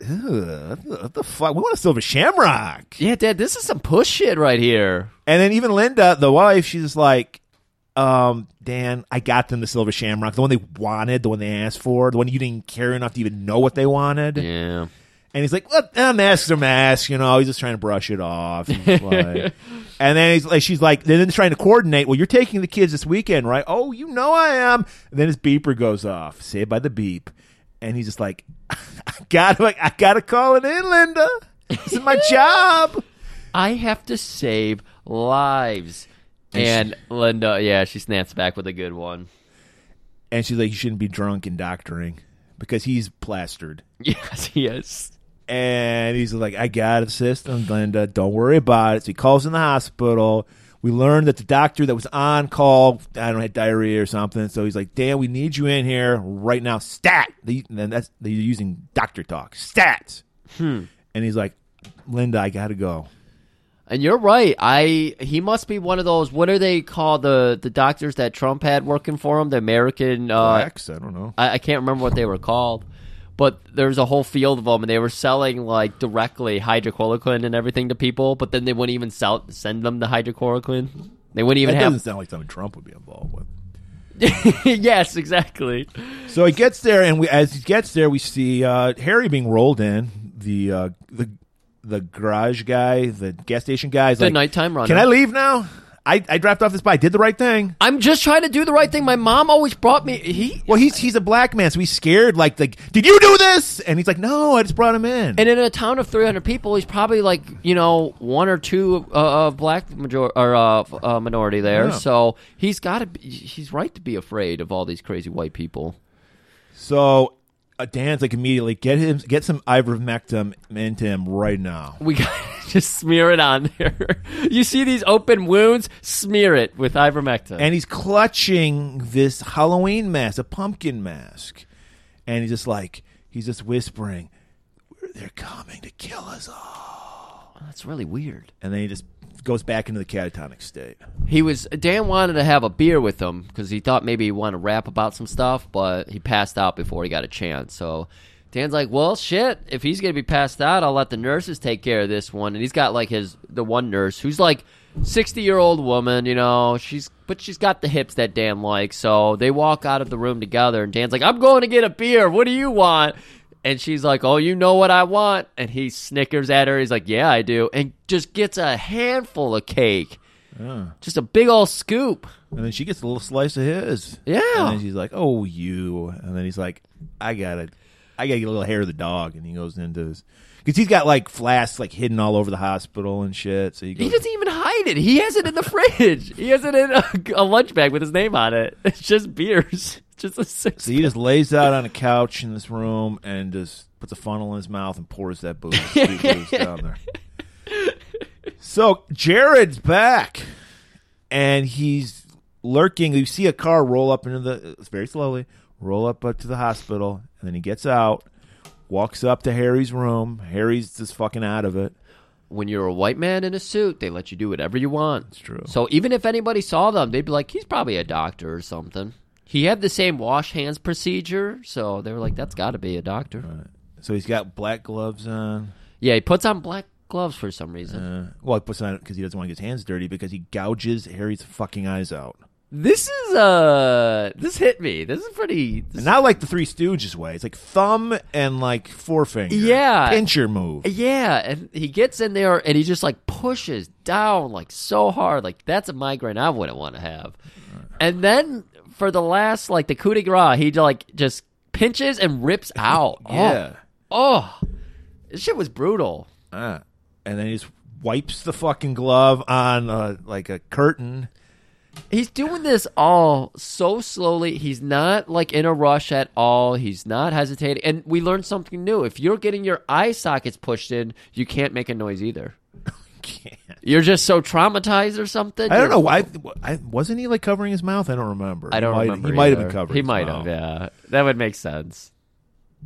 B: "Ugh, what the fuck? We want a silver shamrock.
A: Yeah, Dad, this is some push shit right here.
B: And then even Linda, the wife, she's just like, um, Dan, I got them the Silver Shamrock, the one they wanted, the one they asked for, the one you didn't care enough to even know what they wanted.
A: Yeah.
B: And he's like, well, eh, masks are masks, you know. He's just trying to brush it off. He's like- and then he's like, she's like, then they're trying to coordinate. Well, you're taking the kids this weekend, right? Oh, you know I am. And then his beeper goes off, saved by the beep. And he's just like, I gotta, I gotta call it in, Linda. This is my job.
A: I have to save lives. And Linda, yeah, she snaps back with a good one.
B: And she's like, you shouldn't be drunk and doctoring because he's plastered.
A: Yes, yes.
B: And he's like, I got a system, Linda. Don't worry about it. So he calls in the hospital. We learned that the doctor that was on call, I don't know, had diarrhea or something. So he's like, Dan, we need you in here right now. Stat. They, and that's they're using doctor talk. Stats.
A: Hmm.
B: And he's like, Linda, I gotta go.
A: And you're right. I he must be one of those. What are they called? The the doctors that Trump had working for him, the American. Uh,
B: X, I don't know.
A: I, I can't remember what they were called, but there's a whole field of them, and they were selling like directly hydrochloroquine and everything to people. But then they wouldn't even sell send them the hydrochloroquine. They wouldn't
B: That
A: even
B: doesn't
A: have.
B: sound like something Trump would be involved with.
A: yes, exactly.
B: So he gets there, and we as he gets there, we see uh, Harry being rolled in the uh, the the garage guy, the gas station guy. is
A: The
B: like,
A: nighttime runner.
B: Can I leave now? I, I dropped off this bike. Did the right thing.
A: I'm just trying to do the right thing. My mom always brought me. He
B: Well, he's he's a black man, so he's scared. Like, like, did you do this? And he's like, no, I just brought him in.
A: and in a town of 300 people, he's probably like you know one or two uh, uh, black major or uh, f- uh, minority there.
B: Yeah.
A: So he's got to. be He's right to be afraid of all these crazy white people.
B: so uh, Dan's like immediately get him get some ivermectin into him right now.
A: We got to just smear it on there. you see these open wounds? Smear it with ivermectin.
B: And he's clutching this Halloween mask, a pumpkin mask. And he's just like, he's just whispering, they're coming to kill us all.
A: Oh, That's really weird.
B: And then he just goes back into the catatonic state.
A: He was Dan wanted to have a beer with him because he thought maybe he wanted to rap about some stuff, but he passed out before he got a chance. So Dan's like, "Well, shit. If he's gonna be passed out, I'll let the nurses take care of this one." And he's got like his the one nurse who's like sixty year old woman, you know. She's but she's got the hips that Dan likes. So they walk out of the room together, and Dan's like, "I'm going to get a beer. What do you want?" And she's like, "Oh, you know what I want?" And he snickers at her. He's like, "Yeah, I do," and just gets a handful of cake just a big old scoop.
B: And then she gets a little slice of his.
A: Yeah.
B: And then she's like, oh, you. And then he's like, I gotta, I gotta get a little hair of the dog. And he goes into this. Because he's got like flasks like hidden all over the hospital and shit. So he goes,
A: He doesn't even hide it. He has it in the fridge. He has it in a, a lunch bag with his name on it. It's just beers. Just a six.
B: So he just lays out on a couch in this room and just puts a funnel in his mouth and pours that booze, sweet booze down there. So Jared's back, and he's lurking. You see a car roll up into the it's very slowly, roll up uh, to the hospital, and then he gets out, walks up to Harry's room. Harry's just fucking out of it.
A: When you're a white man in a suit, they let you do whatever you want. It's
B: true.
A: So even if anybody saw them, they'd be like, he's probably a doctor or something. He had the same wash hands procedure, so they were like, that's got to be a doctor.
B: So he's got black gloves on.
A: Yeah, he puts on black gloves for some reason.
B: Uh, well, he puts it on because he doesn't want to get his hands dirty because he gouges Harry's fucking eyes out.
A: This is uh, this hit me. This is pretty. This
B: And not like the Three Stooges way. It's like thumb and like forefinger.
A: Yeah.
B: Pincher move.
A: Yeah, and he gets in there and he just like pushes down like so hard. Like that's a migraine I wouldn't want to have. And then for the last like the coup de grace, he like just pinches and rips out.
B: Yeah.
A: Oh, oh. this shit was brutal.
B: Ah. And then he just wipes the fucking glove on uh like a curtain.
A: He's doing this all so slowly. He's not like in a rush at all. He's not hesitating. And we learned something new. If you're getting your eye sockets pushed in, you can't make a noise either. You're just so traumatized or something.
B: I don't
A: You're-
B: know why. I, wasn't he like covering his mouth? I don't remember.
A: I don't
B: He might-
A: remember.
B: He might have been
A: either.
B: covering.
A: He
B: his
A: might have.
B: mouth.
A: Yeah, that would make sense.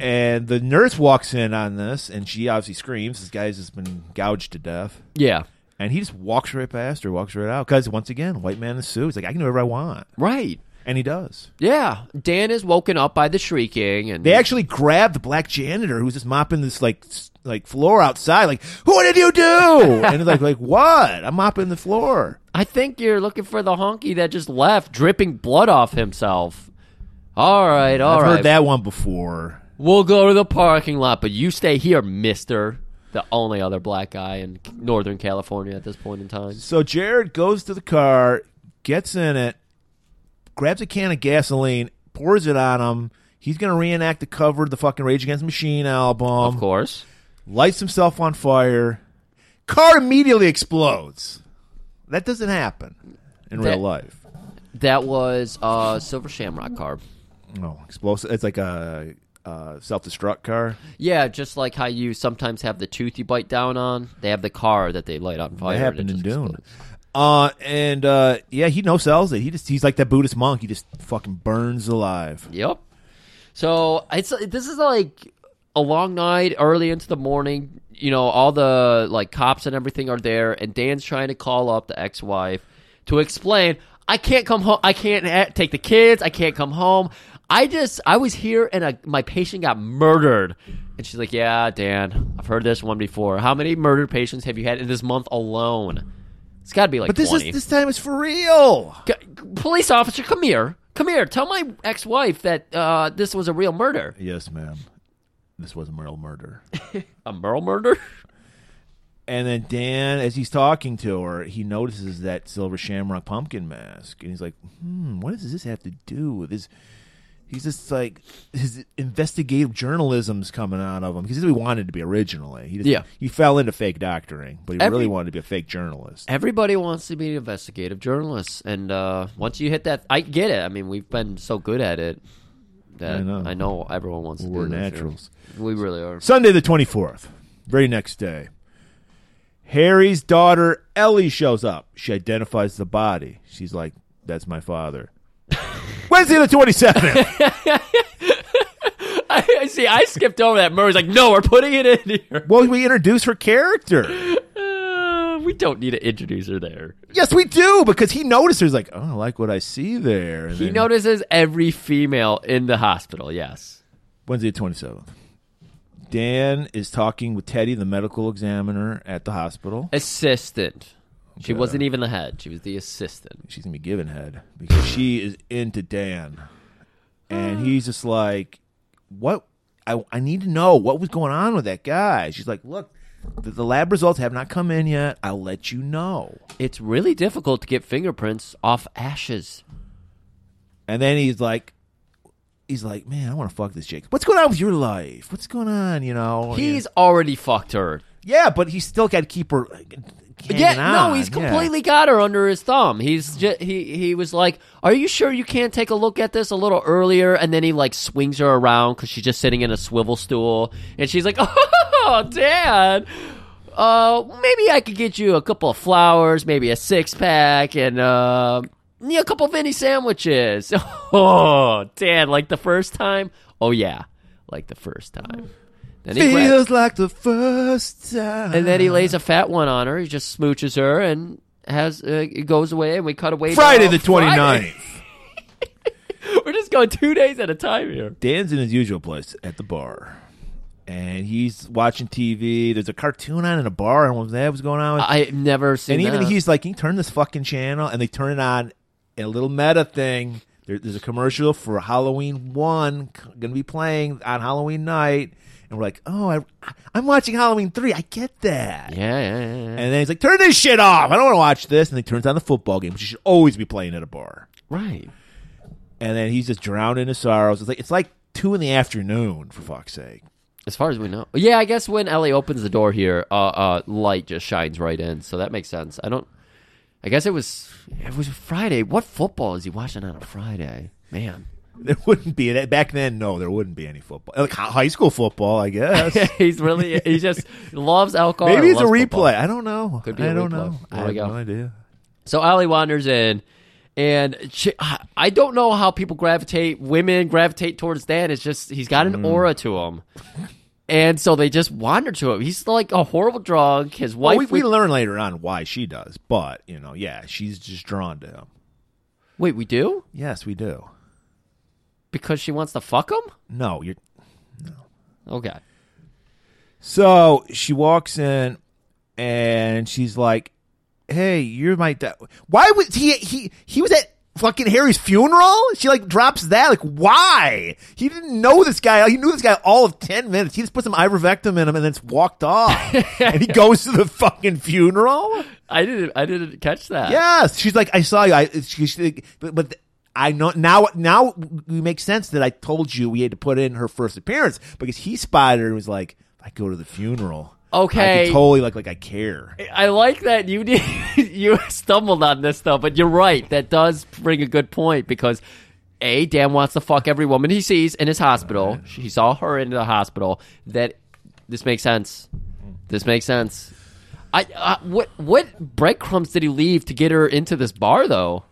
B: And the nurse walks in on this, and she obviously screams. This guy's just been gouged to death.
A: Yeah.
B: And he just walks right past her, walks right out. Because once again, white man in a suit. He's like, I can do whatever I want,
A: Right.
B: and he does.
A: Yeah. Dan is woken up by the shrieking, and
B: They actually grabbed the black janitor who's just mopping this like s- like floor outside. Like, what did you do? and he's like, like what? I'm mopping the floor.
A: I think you're looking for the honky that just left, dripping blood off himself. All right, all
B: I've
A: right.
B: heard that one before.
A: We'll go to the parking lot, but you stay here, Mister. The only other black guy in Northern California at this point in time.
B: So Jared goes to the car, gets in it, grabs a can of gasoline, pours it on him. He's going to reenact the cover of the fucking Rage Against the Machine
A: Of
B: album,
A: course.
B: lights himself on fire. Car immediately explodes. That doesn't happen in
A: That-
B: real life.
A: That was uh, Silver Shamrock Carb.
B: No, Oh, explosive. It's like a uh, self destruct car.
A: Yeah, just like how you sometimes have the tooth you bite down on, they have the car that they light on fire.
B: That
A: and it
B: happened in
A: just
B: Dune.
A: explodes.
B: Uh, and uh, yeah, he no sells it. He just he's like that Buddhist monk. He just fucking burns alive.
A: Yep. So it's this is like a long night, early into the morning. You know, all the like cops and everything are there, and Dan's trying to call up the ex-wife to explain. I can't come home. I can't ha- take the kids. I can't come home. I just I was here and a, my patient got murdered. And she's like, "Yeah, Dan, I've heard this one before. How many murdered patients have you had in this month alone? It's got to be like
B: But this
A: 20.
B: is this time is for real.
A: C- police officer, come here. Come here. Tell my ex-wife that uh, this was a real murder.
B: Yes, ma'am. This was a real murder.
A: A Merle murder?
B: and then Dan, as he's talking to her, he notices that silver shamrock pumpkin mask, and he's like, "Hmm, what does this have to do with his?" He's just like his investigative journalism's coming out of him because he wanted to be originally. He just,
A: Yeah.
B: he fell into fake doctoring, but he
A: Every-
B: really wanted to be a fake journalist.
A: Everybody wants to be an investigative journalist, and uh, once you hit that, I get it. I mean, we've been so good at it that I know,
B: I know.
A: everyone wants
B: We're
A: to. do this here.
B: naturals.
A: We really are.
B: Sunday the 24th, very next day. Harry's daughter Ellie shows up. She identifies the body. She's like, "That's my father." Wednesday the 27th.
A: I, I see. I skipped over that. Murray's like, "No, we're putting it in here.
B: well, we introduce her character.
A: Uh, we don't need to introduce her there."
B: Yes, we do because he notices like, "Oh, I like what I see there." And
A: He
B: then
A: notices every female in the hospital. Yes.
B: Wednesday the 27th. Dan is talking with Teddy, the medical examiner at the hospital.
A: Assistant. She wasn't even the head. She was the assistant.
B: she's gonna be giving head because she is into Dan, and he's just like, "What? I I need to know what was going on with that guy." She's like, "Look, the, the lab results have not come in yet. I'll let you know."
A: It's really difficult to get fingerprints off ashes.
B: And then he's like, "He's like, man, I want to fuck this Jake. What's going on with your life? What's going on? You know?"
A: He's already fucked her.
B: yeah, but he's still got to keep her. like, hanging
A: yeah, no,
B: on.
A: he's
B: Yeah.
A: completely got her under his thumb. He's just, he he was like, "Are you sure you can't take a look at this a little earlier?" And then he like swings her around because she's just sitting in a swivel stool, and she's like, "Oh, Dad, uh, maybe I could get you a couple of flowers, maybe a six pack, and uh, yeah, a couple of Vinnie sandwiches." oh, Dad, like the first time? Oh yeah, like the first time. Then he grabs-
B: Feels like the first time.
A: and then he lays a fat one on her. He just smooches her and has uh, it goes away. And we cut away.
B: Friday
A: now.
B: the
A: Friday.
B: 29th. ninth.
A: We're just going two days at a time here.
B: Dan's in his usual place at the bar, and he's watching TV. There's a cartoon on in a bar, and what that was going on. With,
A: I've never seen.
B: and even
A: that.
B: he's like, "Can you turn this fucking channel?" And they turn it on. A little meta thing. There, there's a commercial for Halloween One going to be playing on Halloween night, and we're like, "Oh, I, I'm watching Halloween Three. I get that."
A: yeah, yeah, yeah, yeah.
B: And then he's like, "Turn this shit off. I don't want to watch this." And he turns on the football game, which you should always be playing at a bar
A: right.
B: and then he's just drowning in his sorrows. It's like it's like two in the afternoon for fuck's sake.
A: As far as we know, yeah, I guess when Ellie opens the door here, uh, uh, light just shines right in, so that makes sense. I don't. I guess it was it was Friday. What football is he watching on a Friday? Man,
B: There wouldn't be that back then. No, there wouldn't be any football. Like hi- high school football, I guess.
A: he's really he just loves alcohol.
B: Maybe
A: and
B: it's a
A: loves
B: replay.
A: football.
B: I don't know.
A: Could be
B: I
A: a
B: don't
A: replay.
B: know. I
A: There
B: have
A: we go.
B: no idea.
A: So Allie wanders in, and she, I don't know how people gravitate. Women gravitate towards that. It's just he's got
B: Mm.
A: an aura to him, and so they just wander to him. He's like a horrible drunk. His wife.
B: Well, Oh, we, we learn later on why she does, but you know, yeah, she's just drawn to him.
A: wait, we do
B: Yes, we do.
A: because she wants to fuck him. Oh,
B: No, you're
A: Okay.
B: So she walks in and she's like, "Hey, you're my dad." Why was he he he was at fucking Harry's funeral? She like drops that. Like, why? He didn't know this guy. He knew this guy all of ten minutes. He just put some ivermectin in him and then walked off. and he goes to the fucking funeral.
A: I didn't. I didn't catch that.
B: Yes, she's like, I saw you. I she, she, but, but I know now. Now it makes sense that I told you we had to put in her first appearance because he spotted her and was like, I go to the funeral. I
A: Okay.
B: can totally like like I care.
A: I like that you did, you stumbled on this though, but you're right. That does bring a good point because a Dan wants to fuck every woman he sees in his hospital. He saw her in the hospital. That this makes sense. This makes sense. I uh, what what breadcrumbs did he leave to get her into this bar though?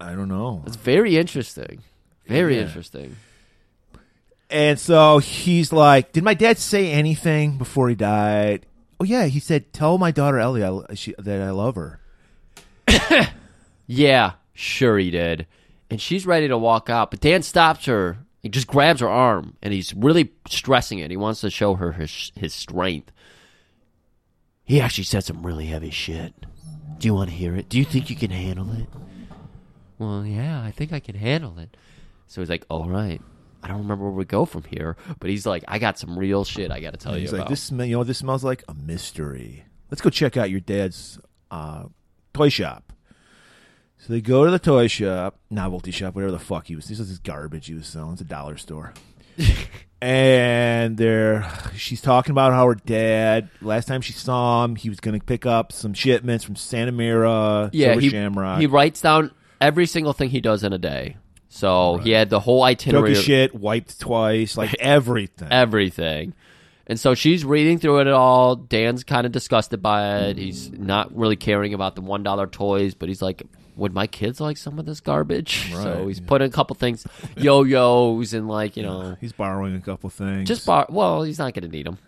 B: I don't know.
A: It's very interesting. Very interesting.
B: And so he's like, "Did my dad say anything before he died?" Oh yeah, he said, "Tell my daughter Ellie I, she, that I love her."
A: Yeah, sure he did. And she's ready to walk out, but Dan stops her. He just grabs her arm, and he's really stressing it. He wants to show her his, his strength. He actually said some really heavy shit. Do you want to hear it? Do you think you can handle it? Well, yeah, I think I can handle it. So he's like, all right. I don't remember where we go from here, but he's like, I got some real shit I got to tell you
B: He's like,
A: about.
B: "This sm- you know what this smells like a mystery. Let's go check out your dad's uh, toy shop." So they go to the toy shop, novelty shop, whatever the fuck he was. This is his garbage he was selling. It's a dollar store. and they're she's talking about how her dad last time she saw him, he was going to pick up some shipments from Santa Mira,
A: yeah,
B: Silver
A: he,
B: Shamrock.
A: he writes down every single thing he does in a day. So he had the whole
B: took
A: itinerary.
B: his shit, wiped twice, like everything.
A: everything. And so she's reading through it all. Dan's kind of disgusted by it. He's not really caring about the one dollar toys, but he's like, "Would my kids like some of this garbage?" so
B: Right,
A: he's
B: yeah.
A: putting a couple things, yo yos, and like you know,
B: He's borrowing a couple things.
A: just bar. Well, he's not going to need them.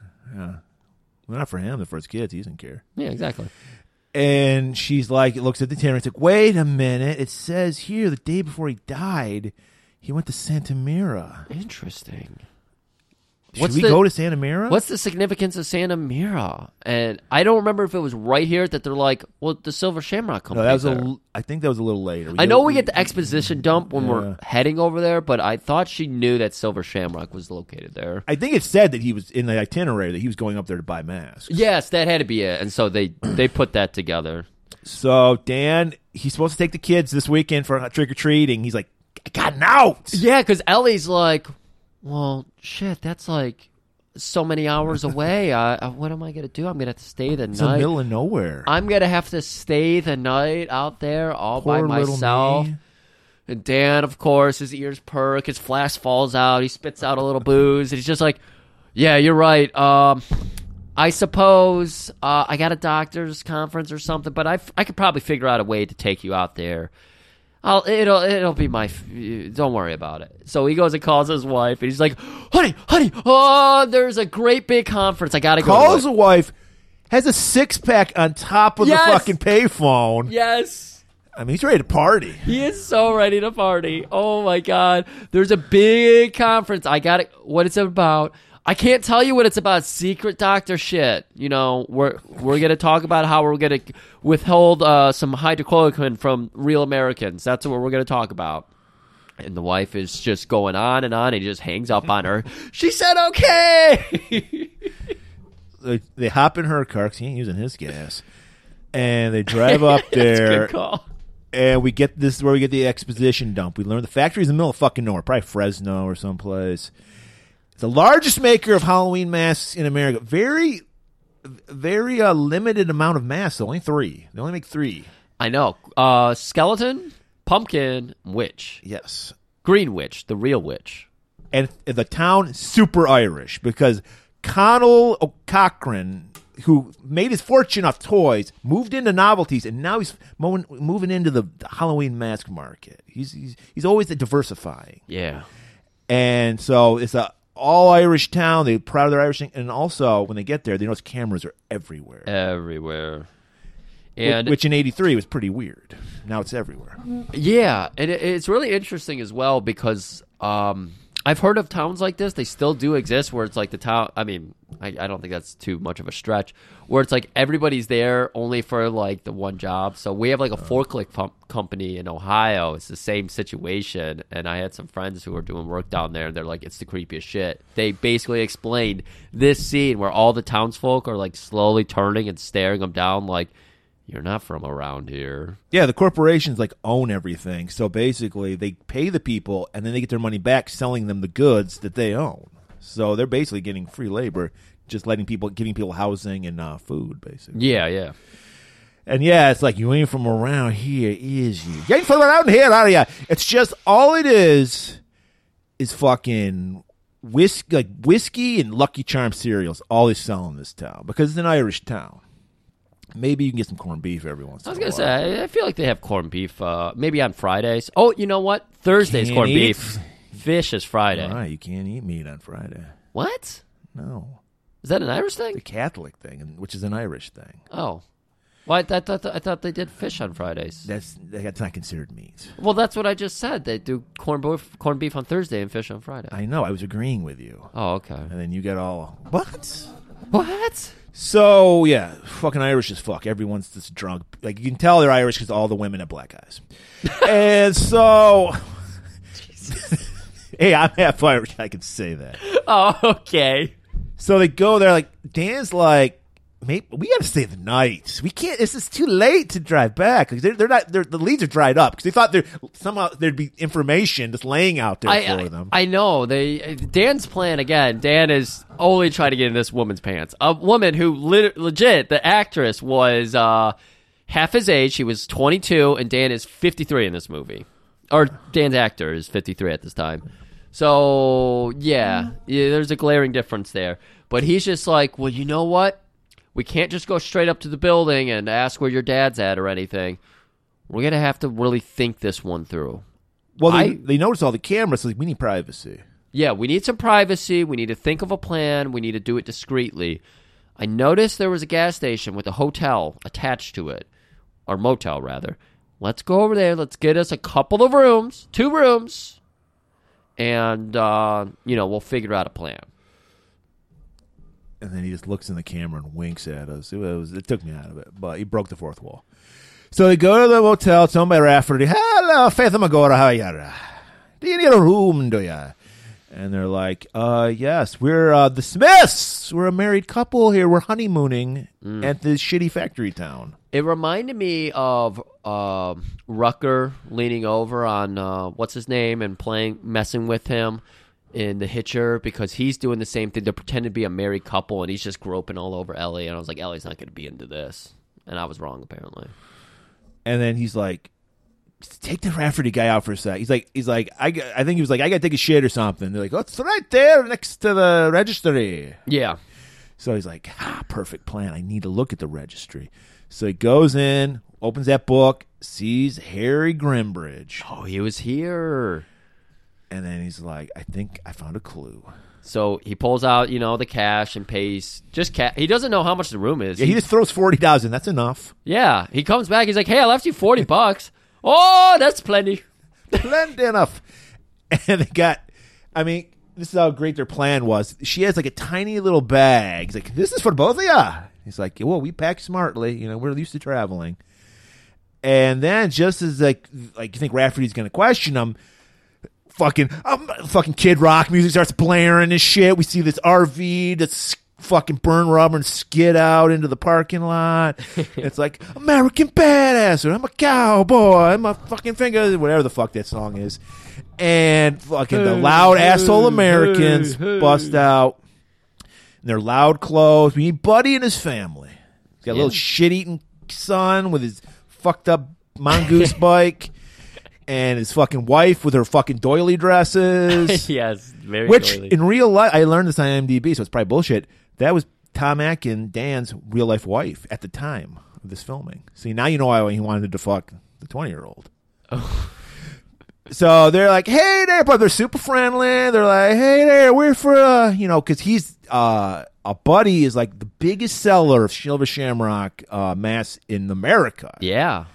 B: well, not for him, but for his kids, he doesn't care.
A: Yeah, exactly.
B: and she's like, it looks at the tenor. It's like, wait a minute. It says here the day before he died, he went to Santa Mira.
A: Interesting.
B: Should
A: What's
B: we
A: the-
B: go to Santa Mira?
A: What's the significance of Santa Mira? And I don't remember if it was right here that they're like, "Well, the Silver Shamrock
B: no,
A: Company."
B: that was a. l- I think that was a little later.
A: I know we get the exposition dump when
B: Yeah.
A: we're heading over there, but I thought she knew that Silver Shamrock was located there.
B: I think it said that he was in the itinerary that he was going up there to buy masks.
A: Yes, that had to be it, and so they they put that together.
B: So Dan, he's supposed to take the kids this weekend for trick or treating. He's like, I got an out.
A: Yeah, because Ellie's like, "Well, shit, that's like so many hours away. I, I, what am I gonna do? I'm gonna have to stay the
B: It's in the
A: night.
B: middle of nowhere.
A: I'm gonna have to stay the night out there all by
B: Poor little
A: myself."
B: me.
A: And Dan, of course, his ears perk, his flask falls out, he spits out a little booze, and he's just like, Yeah, you're right. Um, I suppose uh, I got a doctor's conference or something, but I, f- I could probably figure out a way to take you out there. I'll, it'll it'll be my. F- don't worry about it. So he goes and calls his wife, and he's like, "Honey, honey, oh, there's a great big conference. I gotta go."
B: Calls
A: to
B: a
A: it."
B: wife, has a six pack on top of
A: Yes.
B: the fucking payphone.
A: Yes.
B: I mean, he's ready to party.
A: He is so ready to party. Oh my god. There's a big conference. I got it what it's about. I can't tell you what it's about. Secret doctor shit. You know, we're we're gonna talk about how we're gonna withhold uh, some hydrochloroquine from real Americans. That's what we're gonna talk about. And the wife is just going on and on, and he just hangs up on her. She said, "Okay."
B: they, they hop in her car because he ain't using his gas, and they drive up there,
A: Good call.
B: and we get this is where we get the exposition dump. We learn the factory's in the middle of fucking nowhere, probably Fresno or someplace. the largest maker of Halloween masks in America. Very, very uh, limited amount of masks. though. Only three. They only make three.
A: I know. Uh, skeleton, pumpkin, witch.
B: Yes.
A: Green witch, the real witch.
B: and the town super Irish because Connell O'Cochran, who made his fortune off toys, moved into novelties, and now he's mo- moving into the Halloween mask market. He's he's, he's always diversifying,
A: Yeah.
B: and so it's a all Irish town. They're proud of their Irish thing, and also when they get there, they notice cameras are everywhere,
A: Everywhere.
B: whi-
A: And
B: which in '83 was pretty weird. Now it's everywhere.
A: Yeah, and it, it's really interesting as well because um, I've heard of towns like this. They still do exist where it's like the town. I mean, I, I don't think that's too much of a stretch. Where it's like everybody's there only for like the one job. So we have like a forklift pump company in Ohio. It's the same situation. And I had some friends who were doing work down there, and they're like, "It's the creepiest shit." They basically explained this scene where all the townsfolk are like slowly turning and staring them down, like. You're not from around here.
B: Yeah, the corporations like own everything. So basically, they pay the people and then they get their money back selling them the goods that they own. So they're basically getting free labor, just letting people, giving people housing and uh, food, basically.
A: Yeah, yeah.
B: And yeah, it's like, you ain't from around here, is you? You ain't from around here, are ya? It's just all it is is fucking whiskey, like whiskey and Lucky Charm cereals. All they sell in this town because it's an Irish town. Maybe you can get some corned beef every once
A: I was
B: in a
A: gonna
B: while.
A: say, I- I feel like they have corned beef. Uh, maybe on Fridays. Oh, you know what? Thursday's
B: Can't
A: corned
B: eat.
A: beef. Fish is Friday.
B: All right, you can't eat meat on Friday.
A: What?
B: No,
A: Is that an Irish thing?
B: the Catholic thing, and- which is an Irish thing.
A: Oh, well, I, th- I, thought I thought they did fish on Fridays.
B: That's that's not considered meat.
A: Well, that's what I just said. They do corned beef, corned beef on Thursday and fish on Friday.
B: I know. I was agreeing with you,
A: Oh, okay.
B: and then you get all what?
A: What?
B: So yeah, fucking Irish as fuck. Everyone's just drunk. Like you can tell they're Irish because all the women have black eyes, and so. hey, I'm half Irish. I can say that.
A: Oh, okay.
B: So they go there. Like Dan's like, maybe we got to stay the night. We can't. This is too late to drive back. Like, they're, they're not. They're, the leads are dried up because they thought there somehow there'd be information just laying out there
A: I,
B: for
A: I
B: them.
A: I know they Dan's plan again. Dan is only trying to get in this woman's pants. A woman who lit legit the actress was uh, half his age. She was 22, and Dan is 53 in this movie. Or Dan's actor is 53 at this time. So yeah, yeah there's a glaring difference there. But he's just like, well, you know what? We can't just go straight up to the building and ask where your dad's at or anything. We're gonna have to really think this one through.
B: well, they,
A: I-
B: they notice all the cameras. so, Like we need privacy.
A: Yeah, we need some privacy. We need to think of a plan. We need to do it discreetly. I noticed there was a gas station with a hotel attached to it, or motel, rather. Let's go over there. Let's get us a couple of rooms, two rooms, and, uh, you know, we'll figure out a plan.
B: and then he just looks in the camera and winks at us. It was it took me out of it, but he broke the fourth wall. So they go to the motel. It's owned by Rafferty. Hello, Faith Magora, how ya? Do you need a room? Do ya? And they're like, uh, yes, we're uh, the Smiths. We're a married couple here. We're honeymooning at this shitty factory town.
A: It reminded me of um Rucker leaning over on uh, what's his name and playing, messing with him in The Hitcher because he's doing the same thing. They pretend to be a married couple and he's just groping all over Ellie. And I was like, Ellie's not going to be into this. And I was wrong apparently.
B: And then he's like, take the Rafferty guy out for a sec. He's like, he's like, I, got- I think he was like, I got to take a shit or something. They're like, oh, it's right there next to the registry.
A: Yeah,
B: So he's like, ah, perfect plan. I need to look at the registry. So he goes in, opens that book, sees Harry Grimbridge,
A: oh, he was here.
B: and then he's like, I think I found a clue.
A: So he pulls out, you know, the cash and pays just cash. He doesn't know how much the room is.
B: Yeah, he just throws forty thousand. That's enough.
A: yeah, he comes back. He's like, "Hey, I left you forty bucks. oh, that's plenty."
B: Plenty enough. And they got, I mean, this is how great their plan was. She has like a tiny little bag. He's like, this is for both of ya. He's like, well, we pack smartly. You know, we're used to traveling. And then just as like, like you think Rafferty's going to question him, fucking, um, fucking Kid Rock music starts blaring and shit. We see this RV that's fucking burn rubber and skid out into the parking lot. it's like American badass, or I'm a cowboy, my fucking fingers, whatever the fuck that song is. And fucking the
K: Hey,
B: loud
K: hey,
B: asshole Americans
K: hey, hey.
B: bust out. And they're loud clothes. We need Buddy and his family. He's got a little
K: Yeah.
B: shit eating son with his fucked up mongoose bike. And his fucking wife with her fucking doily dresses.
A: Yes, very
B: Which
A: doily.
B: in real life, I learned this on IMDb, so it's probably bullshit. That was Tom Atkin, Dan's real life wife at the time of this filming. See, now you know why he wanted to fuck the 20 year old.
A: Oh.
B: So they're like, hey there, but they're super friendly. They're like, hey there, we're for, uh, you know, because he's, uh, a buddy is like the biggest seller of Silver Shamrock uh, mass in America.
A: Yeah.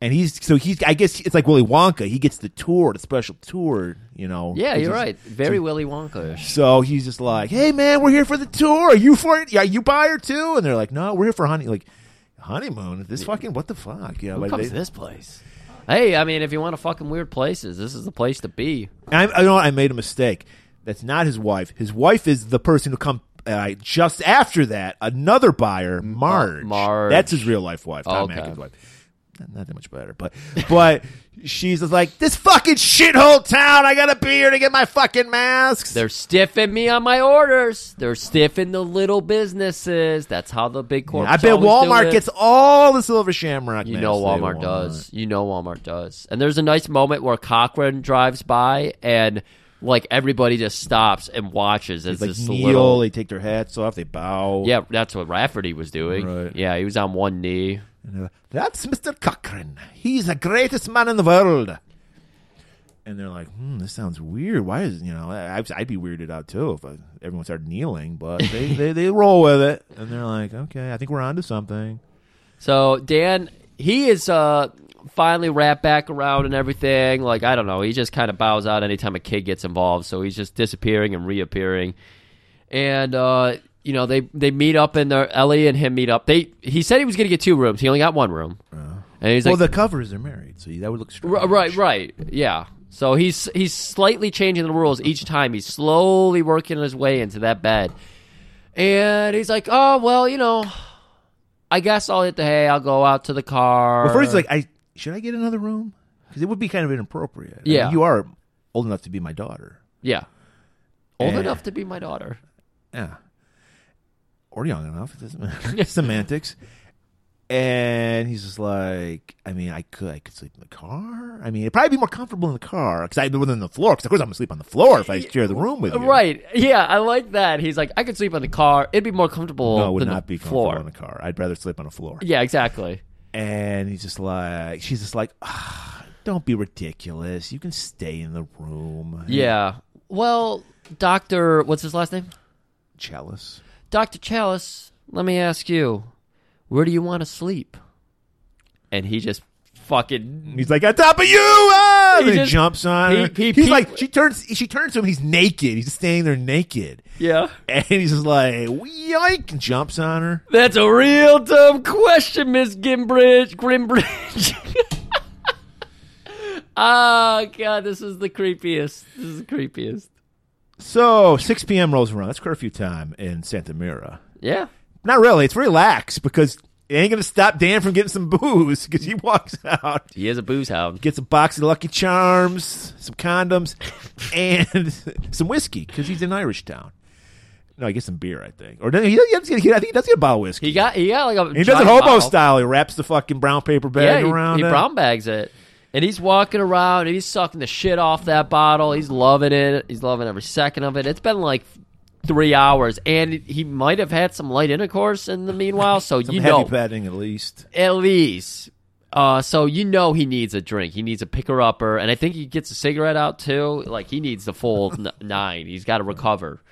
B: And he's, so he's, I guess it's like Willy Wonka. He gets the tour, the special tour, you know.
A: Yeah,
B: He's
A: you're
B: just-
A: right. Very
B: so-
A: Willy Wonka-ish.
B: so he's just like, "Hey man, we're here for the tour. Are you for it? Yeah, you buyer too?" And they're like, "No, we're here for honey like honeymoon. This fucking what the fuck? You know,
A: Who
B: like
A: comes
B: they-
A: to this place? Hey, I mean, if you want to fucking weird places, this is the place to be.
B: And I, I know I made a mistake. That's not his wife. His wife is the person who come uh, just after that. Another buyer, Marge.
A: uh, Marge.
B: That's his real life wife. Tom
A: Okay.
B: Atkins' wife. Not, not that much better, but but she's just like this fucking shithole town. I gotta be here to get my fucking masks.
A: They're stiffing me on my orders. They're stiffing the little businesses. That's how the big corps.
B: I bet Walmart gets all the silver shamrock.
A: You
B: masks
A: know
B: they
A: Walmart
B: want.
A: does. You know Walmart does. And there's a nice moment where Cochran drives by and like everybody just stops and watches as
B: Like
A: this
B: kneel,
A: little
B: they take their hats off, they bow.
A: Yeah, that's what Rafferty was doing.
B: Right.
A: Yeah, he was on one knee.
B: That's Mr. Cochran. He's the greatest man in the world. And they're like, hmm, this sounds weird. Why is you know? I, I'd- I'd be weirded out too if I, everyone started kneeling, but they, they they roll with it, and they're like, okay, I think we're onto something.
A: So Dan, he is uh finally wrapped back around and everything. Like I don't know, he just kind of bows out anytime a kid gets involved. So he's just disappearing and reappearing. And uh, you know they they meet up in their Ellie and him meet up. They he said he was going to get two rooms. He only got one room. And he's
B: well,
A: like,
B: the covers are married, so that would look strange.
A: R- right, right, yeah. So he's he's slightly changing the rules each time. He's slowly working his way into that bed, and he's like, "Oh well, you know, I guess I'll hit the hay. I'll go out to the car."
B: Well, first he's like, I should I get another room? Because it would be kind of inappropriate. I mean,
A: Yeah.
B: you are old enough to be my daughter.
A: "Yeah, old
B: Eh.
A: enough to be my daughter."
B: Yeah. Or young enough. It doesn't matter. Semantics. And he's just like, I mean, I could, I could sleep in the car. I mean, it'd probably be more comfortable in the car because I than on the floor. Because of course I'm gonna sleep on the floor if I share the room with you.
A: Right? Yeah, I like that. He's like, "I could sleep on the car. It'd be more comfortable."
B: No, it would
A: than
B: not
A: the
B: be comfortable
A: floor.
B: in the car. I'd rather sleep on a floor.
A: Yeah, exactly.
B: And he's just like, she's just like, ah, don't be ridiculous. You can stay in the room.
A: Yeah. Well, Doctor, what's his last name?
B: Chalice.
A: Dr. Chalice, let me ask you, where do you want to sleep? And he just fucking.
B: He's like, on top of you! Ah!
A: He
B: And he
A: just-
B: jumps on
A: he-
B: her.
A: he-
B: he's
A: he-
B: like, she turns, she turns to him. He's naked. He's just standing there naked.
A: Yeah.
B: And he's just like, yoink, and jumps on her.
A: That's a real dumb question, Miss Gimbridge. Grimbridge. oh, God, this is the creepiest. This is the creepiest.
B: So 6 p.m. rolls around. That's curfew time in Santa Mira.
A: Yeah.
B: Not really. It's relaxed because it ain't going to stop Dan from getting some booze because he walks out,
A: He is a booze hound.
B: gets a box of Lucky Charms, some condoms, and some whiskey because he's in Irish town. No, he gets some beer, I think. Or no, he, he, does get- he, I think he does get a bottle of whiskey.
A: He got, he got like a.
B: He does it
A: giant
B: hobo
A: bottle.
B: style. He wraps the fucking brown paper
A: Yeah,
B: bag
A: he,
B: around
A: he
B: it.
A: brown bags it. And he's walking around and he's sucking the shit off that bottle. He's loving it. He's loving every second of it. It's been like three hours. And he might have had some light intercourse in the meanwhile. So
B: Some
A: you
B: heavy
A: know,
B: padding at least.
A: at least. Uh, so you know he needs a drink. He needs a picker upper. And I think he gets a cigarette out too. Like he needs the full n- nine. He's got to recover.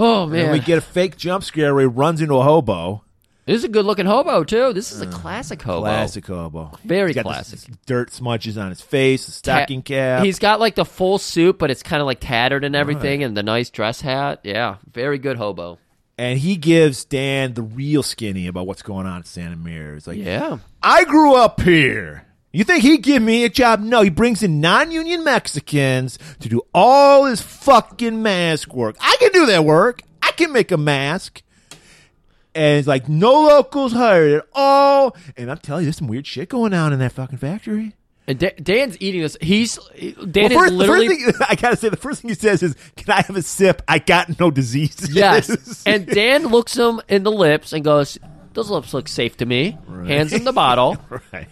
A: Oh,
B: And
A: man.
B: we get a fake jump scare where he runs into a hobo.
A: this is a good looking hobo too. This is a classic hobo.
B: Uh, Classic hobo.
A: Very
B: He's got
A: classic.
B: This dirt smudges on his face, a
A: ta-
B: stocking cap.
A: He's got like the full suit, but it's kind of like tattered and everything, and the nice dress hat. Yeah, very good hobo.
B: and he gives Dan the real skinny about what's going on at Santa Mira. It's like,
A: Yeah,
B: I grew up here. You think he'd give me a job? No, he brings in non-union Mexicans to do all his fucking mask work. I can do that work. I can make a mask. And it's like no locals hired at all. And I'm telling you, there's some weird shit going on in that fucking factory.
A: And Da- Dan's eating this. He's Dan
B: Well,
A: is literally
B: the first thing, I gotta say, the first thing he says is, "Can I have a sip? I got no diseases."
A: Yes. and Dan looks him in the lips and goes, Those lips look safe to me. Hands him the bottle.
B: right.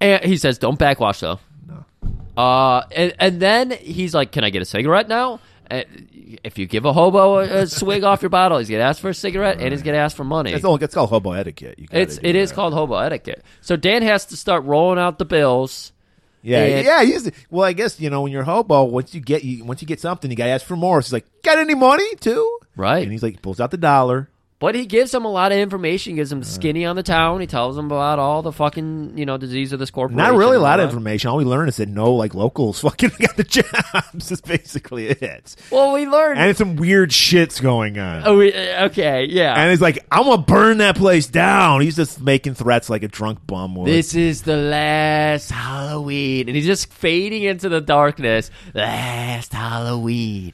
A: And he says, Don't backwash though. No. Uh, and, and then he's like, Can I get a cigarette now? And if you give a hobo a, a swig off your bottle, he's going to ask for a cigarette and he's going to ask for money.
B: That's all. That's called hobo etiquette. You gotta
A: it's
B: do
A: it is
B: that.
A: called hobo etiquette. So Dan has to start rolling out the bills.
B: Yeah,
A: and-
B: yeah. He's, well, I guess you know when you're a hobo, once you get you, once you get something, you gotta ask for more. So he's like, "Got any money too?"
A: Right.
B: And he's like, pulls out the dollar.
A: But he gives him a lot of information. Gives him skinny on the town. He tells him about all the fucking you know disease of this corporation.
B: Not really a lot of
A: information.
B: information. All we learned is that no, like locals fucking got the jobs. Is basically it.
A: Well, we learned.
B: And some weird shits going on.
A: oh, we, uh, okay, yeah.
B: And he's like, I'm gonna burn that place down. He's just making threats like a drunk bum would.
A: this is the last Halloween, and he's just fading into the darkness. Last Halloween.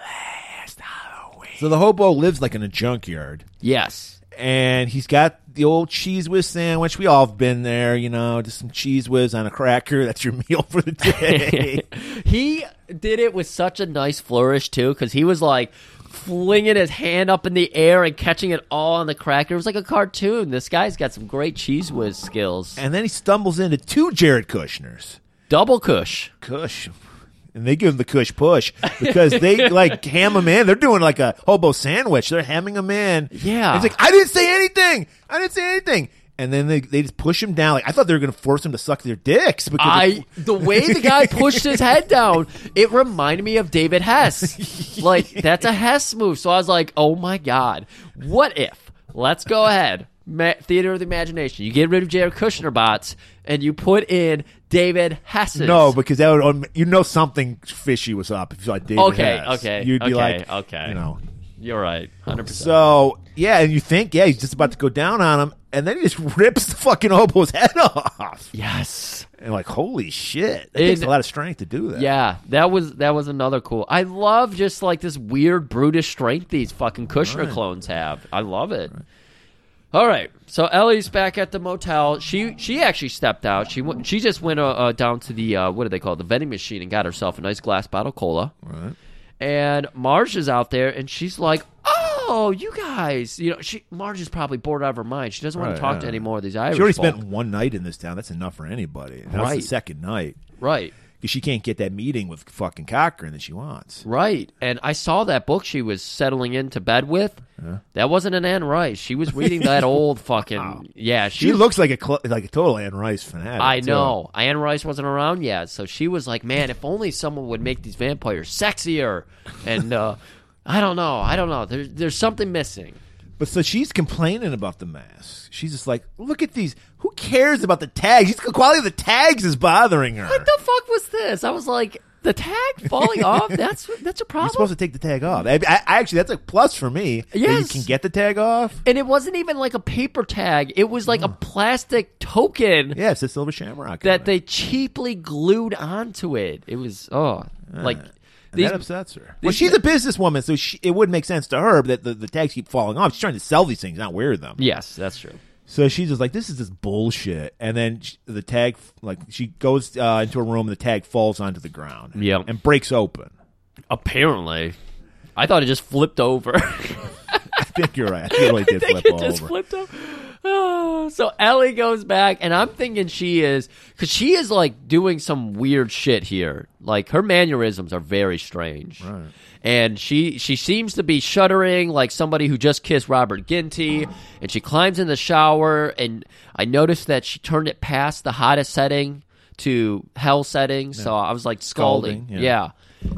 A: Last Halloween.
B: so the hobo lives like in a junkyard,
A: Yes.
B: and he's got the old cheese whiz sandwich. We all have been there, you know, just some cheese whiz on a cracker. That's your meal for the day.
A: he did it with such a nice flourish too, because he was like flinging his hand up in the air and catching it all on the cracker. It was like a cartoon. This guy's got some great cheese whiz skills.
B: and then he stumbles into two Jared Kushners.
A: Double Kush.
B: Kush. And they give him the Kush push because they like ham him in. They're doing like a hobo sandwich. They're hamming him in.
A: Yeah.
B: He's like, I didn't say anything. I didn't say anything. And then they, they just push him down. Like I thought they were going to force him to suck their dicks. Because
A: I the way the guy pushed his head down, it reminded me of David Hess. Like that's a Hess move. So I was like, oh my god, what if? Let's go ahead. Ma- Theater of the imagination. You get rid of Jared Kushner bots and you put in David Hess's.
B: no, because that would um, you know something fishy was up if you saw David.
A: Okay,
B: Hess.
A: okay,
B: You'd be
A: okay,
B: like,
A: okay.
B: you know.
A: you're right, hundred percent.
B: So yeah, and you think yeah he's just about to go down on him, and then he just rips the fucking hobo's head off.
A: Yes,
B: And like holy shit, that
A: In-
B: takes a lot of strength to do that.
A: yeah, that was that was another cool. I love just like this weird brutish strength these fucking Kushner clones have. I love it. All right, so Ellie's back at the motel. She she actually stepped out. She went, she just went uh, uh, down to the uh, what do they call it, the vending machine and got herself a nice glass bottle cola. Right. And Marge is out there, and she's like, "Oh, you guys, you know." She Marge is probably bored out of her mind. She doesn't want
B: Right,
A: to talk
B: yeah.
A: to any more of these Irish.
B: She already
A: folk.
B: spent one night in this town. That's enough for anybody. That's the
A: Right.
B: second night.
A: right.
B: 'Cause she can't get that meeting with fucking Cochran that she wants.
A: Right. And I saw that book she was settling into bed with. That wasn't an Anne Rice. She was reading that old fucking. Yeah, she,
B: She, looks like a cl- like a total Anne Rice fanatic.
A: I
B: too.
A: know. Anne Rice wasn't around yet. So she was like, man, if only someone would make these vampires sexier. And uh, I don't know. I don't know. There's, there's something missing.
B: But so she's complaining about the masks. She's just like, look at these. Who cares about the tags? She's- The quality of the tags is bothering her.
A: What the fuck was this? I was like, the tag falling off? That's that's a problem.
B: You're supposed to take the tag off. I, I- I actually, that's a plus for me. that you
A: Yes.
B: can get the tag off.
A: and it wasn't even like a paper tag. It was like a plastic token.
B: Yeah, it's a silver shamrock.
A: that
B: on it.
A: they cheaply glued onto it. It was oh, like
B: And
A: these,
B: that upsets her.
A: these-
B: Well, she's a businesswoman, so she, it would make sense to her that the, the tags keep falling off. She's trying to sell these things, not wear them.
A: yes, that's true.
B: So she's just like, "This is just bullshit." And then sh the tag, like, she goes uh, into a room, and the tag falls onto the ground,
A: Yep.
B: and breaks open.
A: Apparently, I thought it just flipped over.
B: I think you're right. I think it really
A: I
B: did
A: think
B: flip
A: it
B: all
A: just
B: over.
A: flipped over. Oh, so Ellie goes back, and I'm thinking she is because she is like doing some weird shit here. Like her mannerisms are very strange, and she she seems to be shuddering like somebody who just kissed Robert Ginty. And she climbs in the shower, and I noticed that she turned it past the hottest setting to hell setting. So I was like scalding,
B: Scalding,
A: yeah.
B: yeah.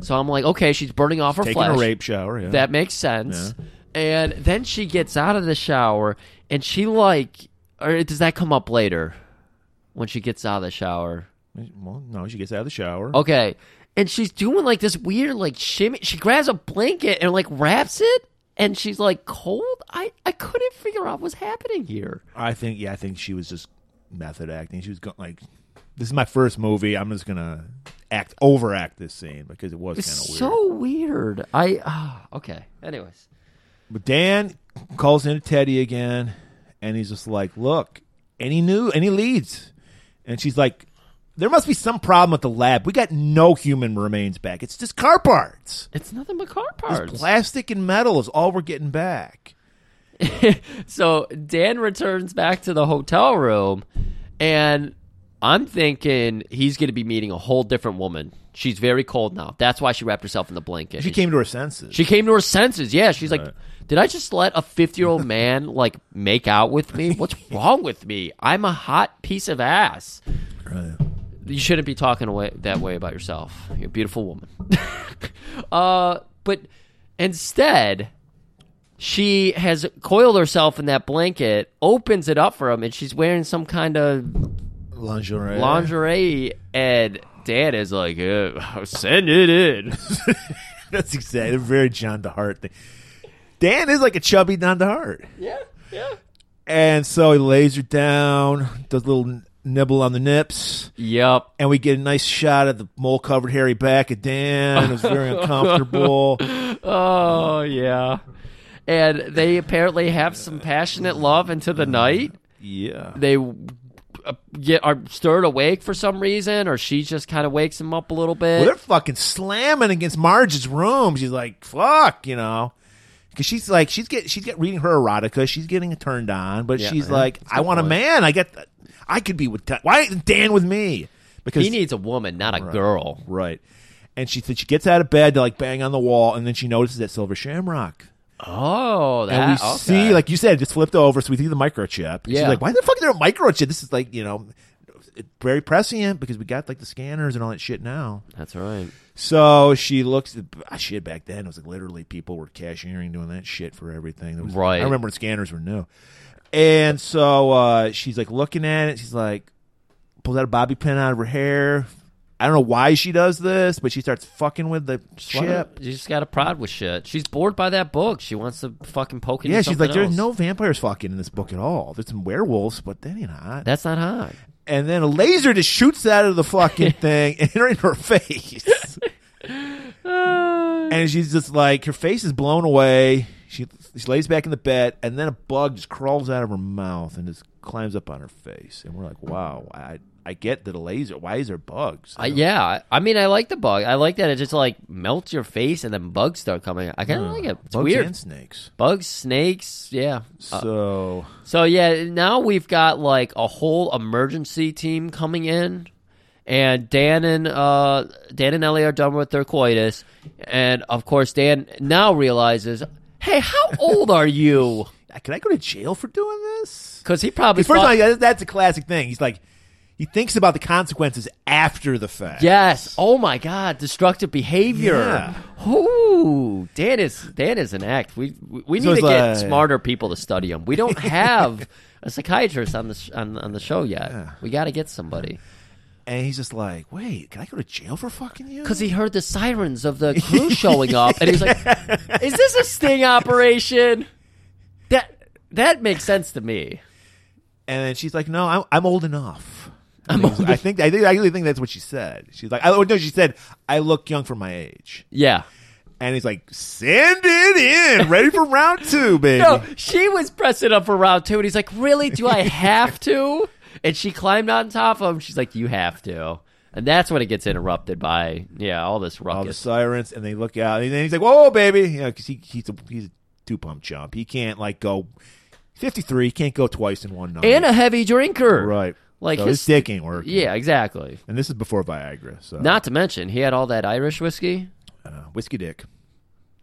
A: So I'm like, okay, she's burning off her
B: Taking
A: flesh.
B: a rape shower. Yeah.
A: That makes sense. And then she gets out of the shower and she like or does that come up later when she gets out of the shower?
B: well, no, she gets out of the shower.
A: Okay. And she's doing like this weird like shimmy she grabs a blanket and like wraps it and she's like cold? I I couldn't figure out what's happening here.
B: I think, yeah, I think she was just method acting. She was going like, "This is my first movie. I'm just gonna act overact this scene because it was kind
A: It's
B: of weird."
A: so weird. I ah, okay. Anyways.
B: But Dan calls in to Teddy again, and he's just like, "Look," and he knew, and he leads, and she's like, "There must be some problem at the lab. We got no human remains back. It's just car parts.
A: It's nothing but car
B: It's
A: parts.
B: plastic and metal is all we're getting back."
A: so Dan returns back to the hotel room, and I'm thinking he's going to be meeting a whole different woman. She's very cold now. That's why she wrapped herself in the blanket.
B: She came to her senses.
A: She came to her senses. Yeah, she's like, did I just let a 50 year old man like make out with me? What's wrong with me? I'm a hot piece of ass. You shouldn't be talking away that way about yourself. You're a beautiful woman. uh, but instead, she has coiled herself in that blanket, opens it up for him, and she's wearing some kind of
B: lingerie.
A: lingerie. And Dan is like, "Uh, send it in.
B: That's exactly very John DeHart thing. Dan is like a chubby John DeHart.
A: yeah, yeah.
B: And so he lays her down, does a little nibble on the nips,
A: Yep.
B: and we get a nice shot of the mole covered hairy back of Dan. It was very uncomfortable.
A: Oh yeah. And they apparently have some passionate love into the night.
B: Yeah.
A: They uh, get are stirred awake for some reason, or she just kind of wakes him up a little bit.
B: Well, they're fucking slamming against Marge's room. She's like, "Fuck," you know, because she's like, she's get, she's get reading her erotica. She's getting turned on, but
A: Yeah,
B: she's
A: yeah.
B: like, "I want a man. I get, I could be with why isn't Dan with me?" Because
A: he needs a woman, not a girl.
B: Right. And she she gets out of bed to like bang on the wall, and then she notices that silver shamrock.
A: Oh, that
B: And we
A: okay.
B: see, like you said, it just flipped over, so we see the microchip. And She's
A: Yeah.
B: like, why the fuck is there a microchip? This is like, you know, very prescient because we got like the scanners and all that shit now.
A: that's right.
B: So she looks. ah, Shit, back then it was like literally people were cashiering, doing that shit for everything. There was-
A: Right.
B: I remember when scanners were new. And so uh, she's like looking at it. She's like pulls out a bobby pin out of her hair. I don't know why she does this, but she starts fucking with the chip.
A: She just got a prod with shit. She's bored by that book. She wants to fucking poke into
B: Yeah, she's
A: something
B: like, there's
A: else.
B: no vampires fucking in this book at all. There's some werewolves, but that ain't hot.
A: That's not hot.
B: and then a laser just shoots out of the fucking thing and right in her face. and she's just like, her face is blown away. She, she lays back in the bed, and then a bug just crawls out of her mouth and just climbs up on her face. And we're like, wow, I, I get that a laser. Why is there bugs?
A: I, yeah, I mean, I like the bug. I like that it just like melts your face and then bugs start coming. out. I kind of like it. It's
B: Bugs
A: weird. Uh,
B: and snakes.
A: Bugs, snakes, yeah.
B: So
A: So yeah, now we've got like a whole emergency team coming in, and Dan and uh, Dan and Ellie are done with their coitus, and of course Dan now realizes, hey, how old are you?
B: can I go to jail for doing this?
A: Because he probably
B: First of
A: thought-
B: all, yeah, that's a classic thing. He's like, he thinks about the consequences after the fact.
A: yes, oh my God, destructive behavior.
B: Yeah.
A: Ooh, Dan is Dan is an act. We we, we
B: So uh,
A: need to
B: it's
A: get
B: like-
A: smarter people to study him. We don't have a psychiatrist on the sh- on on the show yet. We got to get somebody.
B: And he's just like, wait, can I go to jail for fucking you?
A: because he heard the sirens of the crew showing up, and he's like, "Is this a sting operation?" That that makes sense to me.
B: And then she's like, "No, I'm, I'm old enough." i I think I think I really think that's what she said. She's like, "I oh, no," she said, "I look young for my age."
A: Yeah.
B: And he's like, "Send it in, ready for round two, baby."
A: No, she was pressing up for round two, and he's like, "Really? Do I have to?" And she climbed on top of him. She's like, "You have to." And that's when it gets interrupted by yeah, all this
B: All the
A: ruckus.
B: sirens, and they look out, and then he's like, "Whoa, baby," you know, because he he's a he's a two pump chump. He can't like go fifty three. Can't go twice in one night.
A: and a heavy drinker,
B: right,
A: Like
B: So
A: his,
B: his, dick ain't working.
A: yeah, exactly.
B: and this is before Viagra. So
A: Not to mention he had all that Irish whiskey.
B: uh, whiskey dick.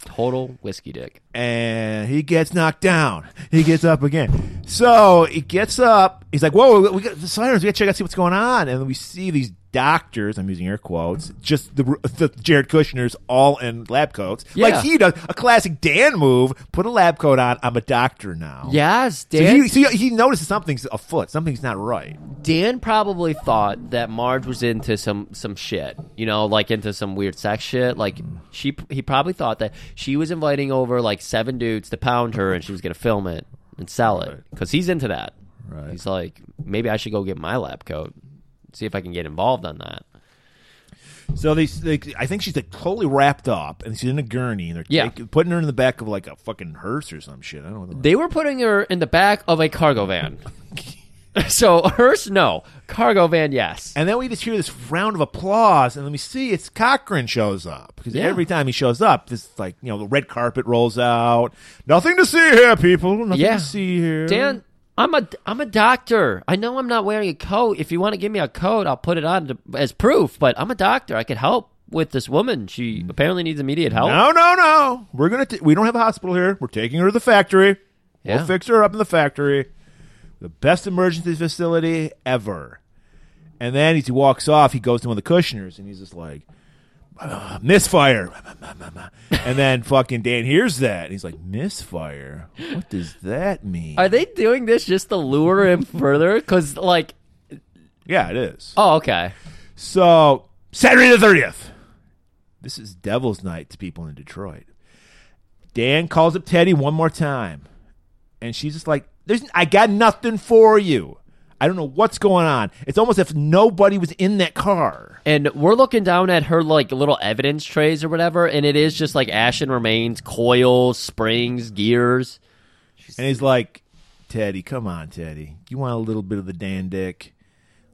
A: Total whiskey dick.
B: and he gets knocked down. He gets up again. So he gets up. He's like, "Whoa, we, we got the sirens. We got to check out see what's going on." And we see these doctors. I'm using air quotes. Just the, the Jared Kushner's all in lab coats,
A: Yeah.
B: like he does. A classic Dan move. Put a lab coat on. I'm a doctor now.
A: Yes,
B: So
A: Dan.
B: he, so he notices something's afoot. Something's not right.
A: Dan probably thought that Marge was into some some shit, you know, like into some weird sex shit. Like she, he probably thought that she was inviting over like seven dudes to pound her, and she was gonna film it and sell it because he's into that.
B: Right.
A: He's like, maybe I should go get my lab coat, see if I can get involved on that.
B: So they, they, I think she's like totally wrapped up, and she's in a gurney, and they're
A: Yeah.
B: take- putting her in the back of like a fucking hearse or some shit. I don't know.
A: They were putting her in the back of a cargo van. so hearse, no. Cargo van, yes.
B: And then we just hear this round of applause, and then we see it's Cochran shows up because
A: Yeah.
B: every time he shows up, this like you know the red carpet rolls out. Nothing to see here, people. Nothing
A: Yeah.
B: to see here.
A: Dan, I'm a I'm a doctor. I know I'm not wearing a coat. If you want to give me a coat, I'll put it on to, as proof. But I'm a doctor. I could help with this woman. She apparently needs immediate help.
B: No, no, no. We're gonna. T- we don't have a hospital here. We're taking her to the factory.
A: Yeah.
B: We'll fix her up in the factory. The best emergency facility ever. And then as he walks off, he goes to one of the cushioners and he's just like, "Ah, misfire. and then fucking Dan hears that. And he's like, misfire? What does that mean?
A: Are they doing this just to lure him further? Because like,
B: yeah, it is.
A: oh okay,
B: So Saturday the thirtieth. This is Devil's Night to people in Detroit. Dan calls up Teddy one more time, and she's just like, "There's, I got nothing for you. I don't know what's going on. It's almost if nobody was in that car."
A: and we're looking down at her like little evidence trays or whatever, and it is just like ashen remains, coils, springs, gears.
B: And he's like, "Teddy, come on, Teddy. You want a little bit of the Dan dick?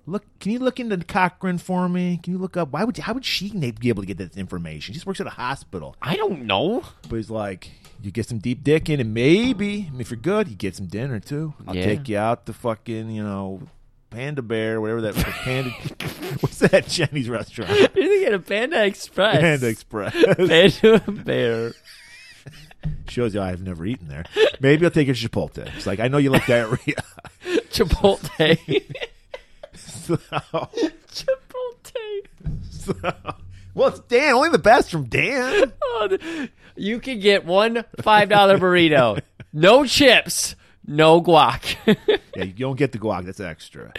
B: Look, can you look into Cochrane for me? Can you look up why would how would she be able to get this information? She just works at a hospital.
A: I don't know.
B: But he's like, you get some deep dick in, and maybe if you're good, you get some dinner too. I'll
A: Yeah.
B: take you out to fucking you know, Panda Bear, whatever that Panda. what's that Chinese restaurant?
A: You're thinking of Panda Express.
B: Panda Express
A: Panda Bear.
B: shows you I've never eaten there. Maybe I'll take you to Chipotle. It's like I know you like diarrhea.
A: Chipotle.
B: So-
A: Chipotle.
B: so- well, it's Dan. Only the best from Dan.
A: Oh, th- you can get one five dollar burrito, no chips, no guac.
B: Yeah, you don't get the guac. That's extra.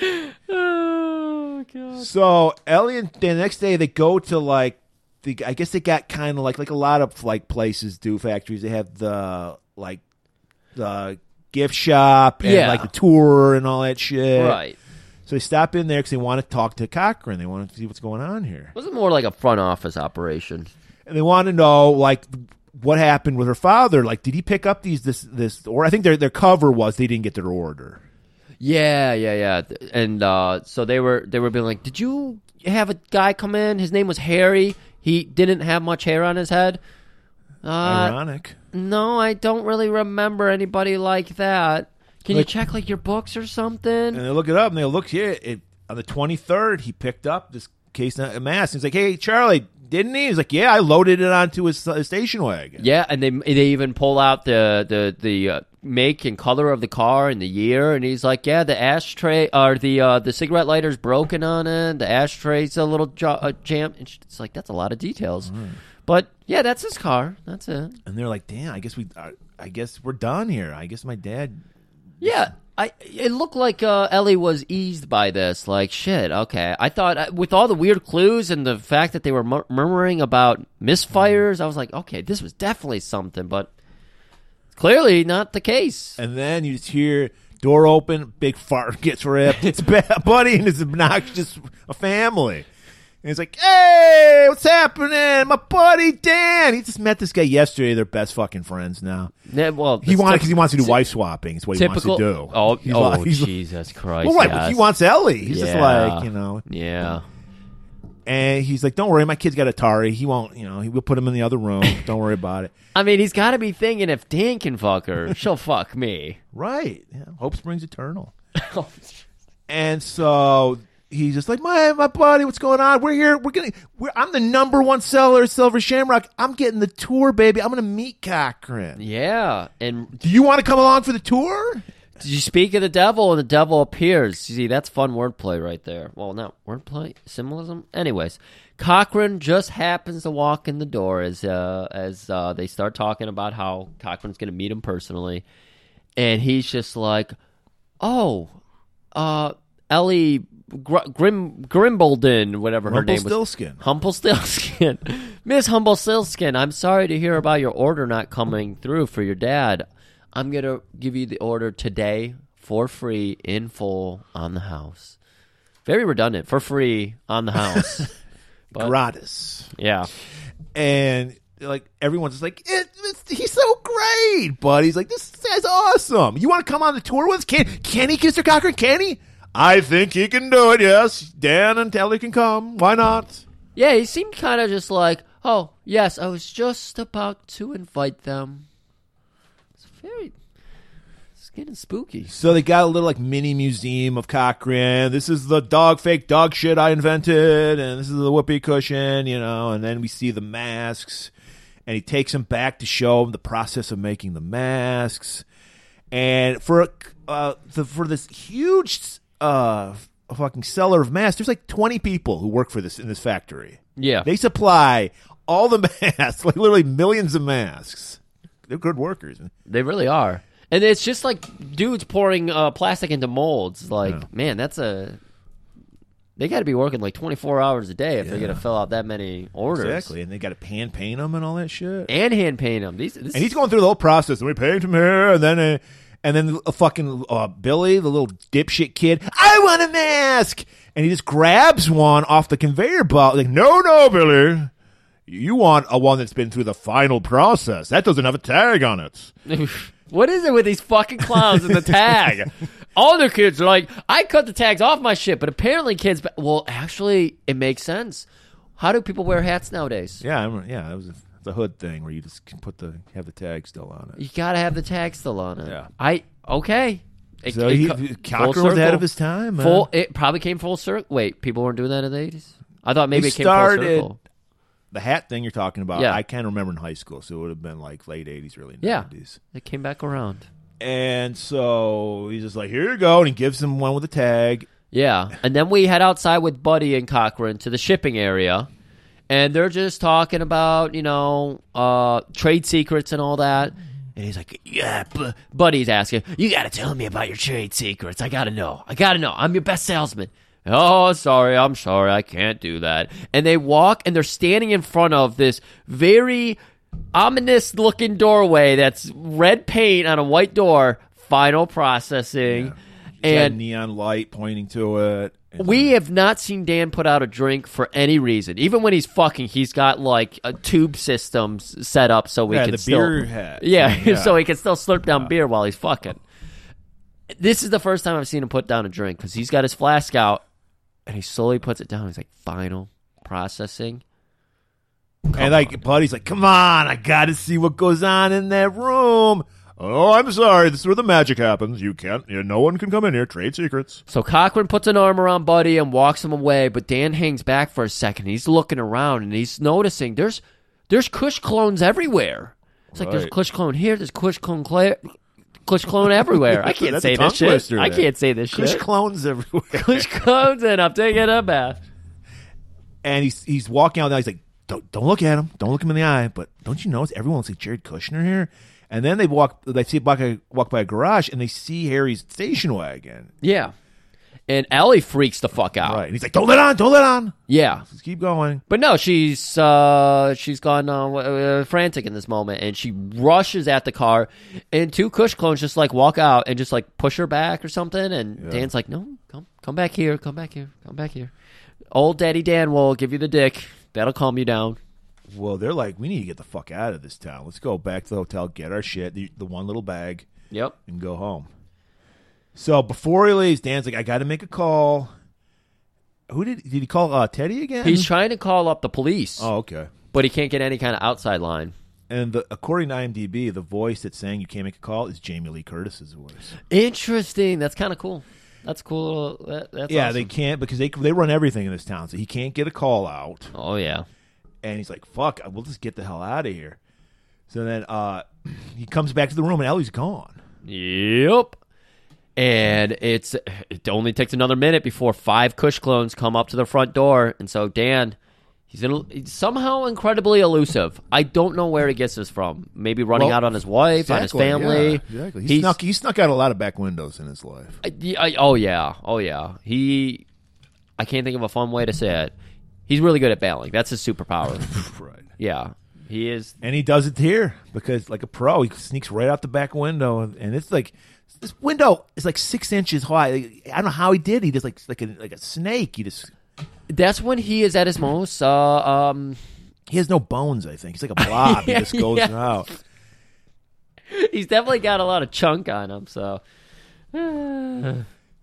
A: oh god.
B: So Ellie and the next day they go to like the I guess they got kind of like like a lot of like places do factories. They have the like the gift shop and
A: Yeah.
B: like the tour and all that shit.
A: Right.
B: So they stop in there because they want to talk to Cochran. They want to see what's going on here,
A: Wasn't more like a front office operation.
B: and they want to know like what happened with her father. Like, did he pick up these this this or I think their their cover was they didn't get their order.
A: Yeah, yeah, yeah. Th- And uh, so they were they were being like, "Did you have a guy come in? His name was Harry. He didn't have much hair on his head." Uh,
B: Ironic.
A: no, I don't really remember anybody like that. Can
B: Like-
A: you check like your books or something?
B: and they look it up and they look here it, on the 23rd he picked up this case of mask he's like hey charlie didn't he he's like yeah i loaded it onto his, his station wagon
A: Yeah, and they they even pull out the the the uh, make and color of the car and the year, and he's like, "Yeah, the ashtray or the uh, the cigarette lighter's broken on it. The ashtray's a little jo- uh, jam." and sh- It's like that's a lot of details, but yeah, that's his car. That's it.
B: and they're like damn i guess we I, I guess we're done here i guess my dad
A: Yeah, I it looked like uh, Ellie was eased by this. Like shit. Okay, I thought uh, with all the weird clues and the fact that they were mur- murmuring about misfires, I was like, okay, this was definitely something, but. Clearly not the case.
B: and then you just hear door open big fart gets ripped it's bad buddy and his obnoxious family and he's like, "Hey, what's happening? My buddy Dan. He just met this guy yesterday. They're best fucking friends now.
A: Yeah, well,
B: He
A: that's
B: wanted
A: typ-
B: because he wants to do wife swapping. It's what
A: typical.
B: he wants to do.
A: Oh,
B: He's
A: oh,
B: like- he's like-
A: Jesus Christ!
B: Well, right, but
A: yes.
B: he wants Ellie. He's just
A: Yeah.
B: like, you know,
A: Yeah,
B: and he's like, don't worry, my kid's got Atari. He won't, you know, he will put him in the other room. don't worry about it.
A: I mean, he's got to be thinking if Dan can fuck her, she'll fuck me.
B: Right. Yeah. Hope springs eternal. and so he's just like, my my buddy, what's going on? We're here. We're gonna. We're, I'm the number one seller at Silver Shamrock. I'm getting the tour, baby. I'm gonna meet Cochran.
A: Yeah, and
B: Do you want to come along for the tour?
A: you speak of the devil, and the devil appears. You see, that's fun wordplay right there. Well, not wordplay, symbolism. Anyways, Cochran just happens to walk in the door as uh, as uh, they start talking about how Cochran's going to meet him personally, and he's just like, "Oh, uh, Ellie Gr- Grim Grimbolden, whatever her name was,
B: Rumpelstiltskin.
A: Humblestiltskin. Miss Humblestiltskin, I'm sorry to hear about your order not coming through for your dad. I'm going to give you the order today for free in full on the house. Very redundant. For free on the house. But-
B: gratis.
A: Yeah.
B: And like everyone's just like, it, it's, he's so great, buddy. He's like, this guy's awesome. You want to come on the tour with us? Can can he, Mr. Cochran? Can he? I think he can do it. Yes, Dan and Telly can come. Why not?
A: Yeah, he seemed kind of just like, oh, yes, I was just about to invite them. It's very. It's getting spooky.
B: So they got a little like mini museum of Cochrane. This is the dog fake dog shit I invented, and this is the whoopee cushion, you know. And then we see the masks, and he takes them back to show them the process of making the masks. And for uh, the, for this huge uh, fucking seller of masks, there's like 20 people who work for this in this factory.
A: Yeah.
B: They supply all the masks, like literally millions of masks. They're good workers.
A: They really are. And it's just like dudes pouring uh, plastic into molds. Like, man, that's a. They got to be working like 24 hours a day if they're going to fill out that many orders.
B: Exactly, and they got to pan paint them and all that shit.
A: And hand paint them. These, this
B: and he's going through the whole process. And we paint him here, and then, uh, and then a fucking uh, Billy, the little dipshit kid. I want a mask, and he just grabs one off the conveyor belt. Like, no, no, Billy, you want a one that's been through the final process. That doesn't have a tag on it.
A: What is it with these fucking clowns and the tag? All the kids are like, I cut the tags off my shit, but apparently kids. But, well, actually, it makes sense. How do people wear hats nowadays?
B: Yeah, I'm, yeah, that was a, the hood thing where you just can put the have the tag still on it.
A: You gotta have the tag still on it.
B: Yeah.
A: I okay. It,
B: So he-
A: co-
B: Cochran
A: full
B: was ahead
A: circle.
B: of his time, man.
A: Full. It probably came full circle. Wait, people weren't doing that in the eighties. I thought maybe
B: He
A: it came full
B: started-
A: circle.
B: The hat thing you're talking about,
A: Yeah.
B: I can remember in high school, so it would have been like late '80s, early '90s.
A: Yeah, it came back around.
B: And so he's just like, here you go. And he gives him one with a tag.
A: Yeah. And then we head outside with Buddy and Cochran to the shipping area. And they're just talking about, you know, uh, trade secrets and all that. And he's like, yeah, bu- Buddy's asking, you got to tell me about your trade secrets. I got to know. I got to know. I'm your best salesman. Oh, sorry. I'm sorry. I can't do that. And they walk and they're standing in front of this very ominous looking doorway that's red paint on a white door, final processing.
B: He had
A: And
B: neon light pointing to it. And
A: we have not seen Dan put out a drink for any reason. Even when he's fucking, he's got like a tube system s- set up so we
B: Yeah,
A: can
B: the
A: still
B: beer head.
A: Yeah,
B: Yeah.
A: so he can still slurp down beer while he's fucking. This is the first time I've seen him put down a drink because he's got his flask out and he slowly puts it down. He's like, "Final processing."
B: and like, Buddy's like, come on, I got to see what goes on in that room. Oh, I'm sorry. This is where the magic happens. You can't, you no one can come in here. Trade secrets.
A: So Cochran puts an arm around Buddy and walks him away, but Dan hangs back for a second. He's looking around and he's noticing there's there's Kush clones everywhere. It's like there's
B: Right.
A: Kush clone here, there's Kush clone Claire, Kush clone everywhere. I can't
B: That's
A: say
B: a tongue
A: this shit.
B: twister
A: I
B: there.
A: can't say this
B: There's
A: shit.
B: clones everywhere.
A: Kush clones and I'm taking a bath.
B: and he's he's walking out. Now he's like, don't don't look at him. Don't look him in the eye. But don't you notice everyone looks like Jared Kushner here? And then they walk. They see walk, walk by a garage, and they see Harry's station wagon.
A: Yeah. And Allie freaks the fuck out.
B: Right. And he's like, don't let on. Don't let on.
A: Yeah.
B: Just keep going.
A: But no, she's uh, she's gone uh, w- uh, frantic in this moment, and she rushes at the car, and two Kush clones just like walk out and just like push her back or something, and Dan's like, "No, come, come back here, come back here, come back here." Old Daddy Dan will give you the dick. That'll calm you down.
B: Well, they're like, we need to get the fuck out of this town. Let's go back to the hotel, get our shit, the, the one little bag,
A: Yep.
B: and go home. So before he leaves, Dan's like, I got to make a call. Who did did he call? Uh, Teddy again?
A: He's trying to call up the police,
B: oh, okay.
A: but he can't get any kind of outside line.
B: And the, according to IMDb, the voice that's saying you can't make a call is Jamie Lee Curtis's voice.
A: Interesting. That's kind of cool. That's cool. That, that's
B: yeah,
A: awesome.
B: they can't because they they run everything in this town, so he can't get a call out.
A: Oh yeah.
B: and he's like, "Fuck, we'll just get the hell out of here." So then uh, he comes back to the room, and Ellie's gone.
A: Yep. And it's it only takes another minute before five Kush clones come up to the front door, and so Dan, he's, in, he's somehow incredibly elusive. I don't know where he gets this from. Maybe running
B: Well,
A: out on his wife, on his family.
B: exactly. He
A: He's-
B: snuck. He snuck out a lot of back windows in his life.
A: I- the- I- oh yeah, oh yeah. He, I can't think of a fun way to say it. He's really good at bailing. That's his superpower.
B: Right.
A: yeah, he is.
B: And he does it here because, like a pro, he sneaks right out the back window, and, and it's like this window is like six inches high. Like, I don't know how he did. He just like like a, like a snake. He just
A: That's when he is at his most. Uh, um,
B: he has no bones. I think he's like a blob. he just goes
A: Yeah.
B: out.
A: he's definitely got a lot of chunk on him. So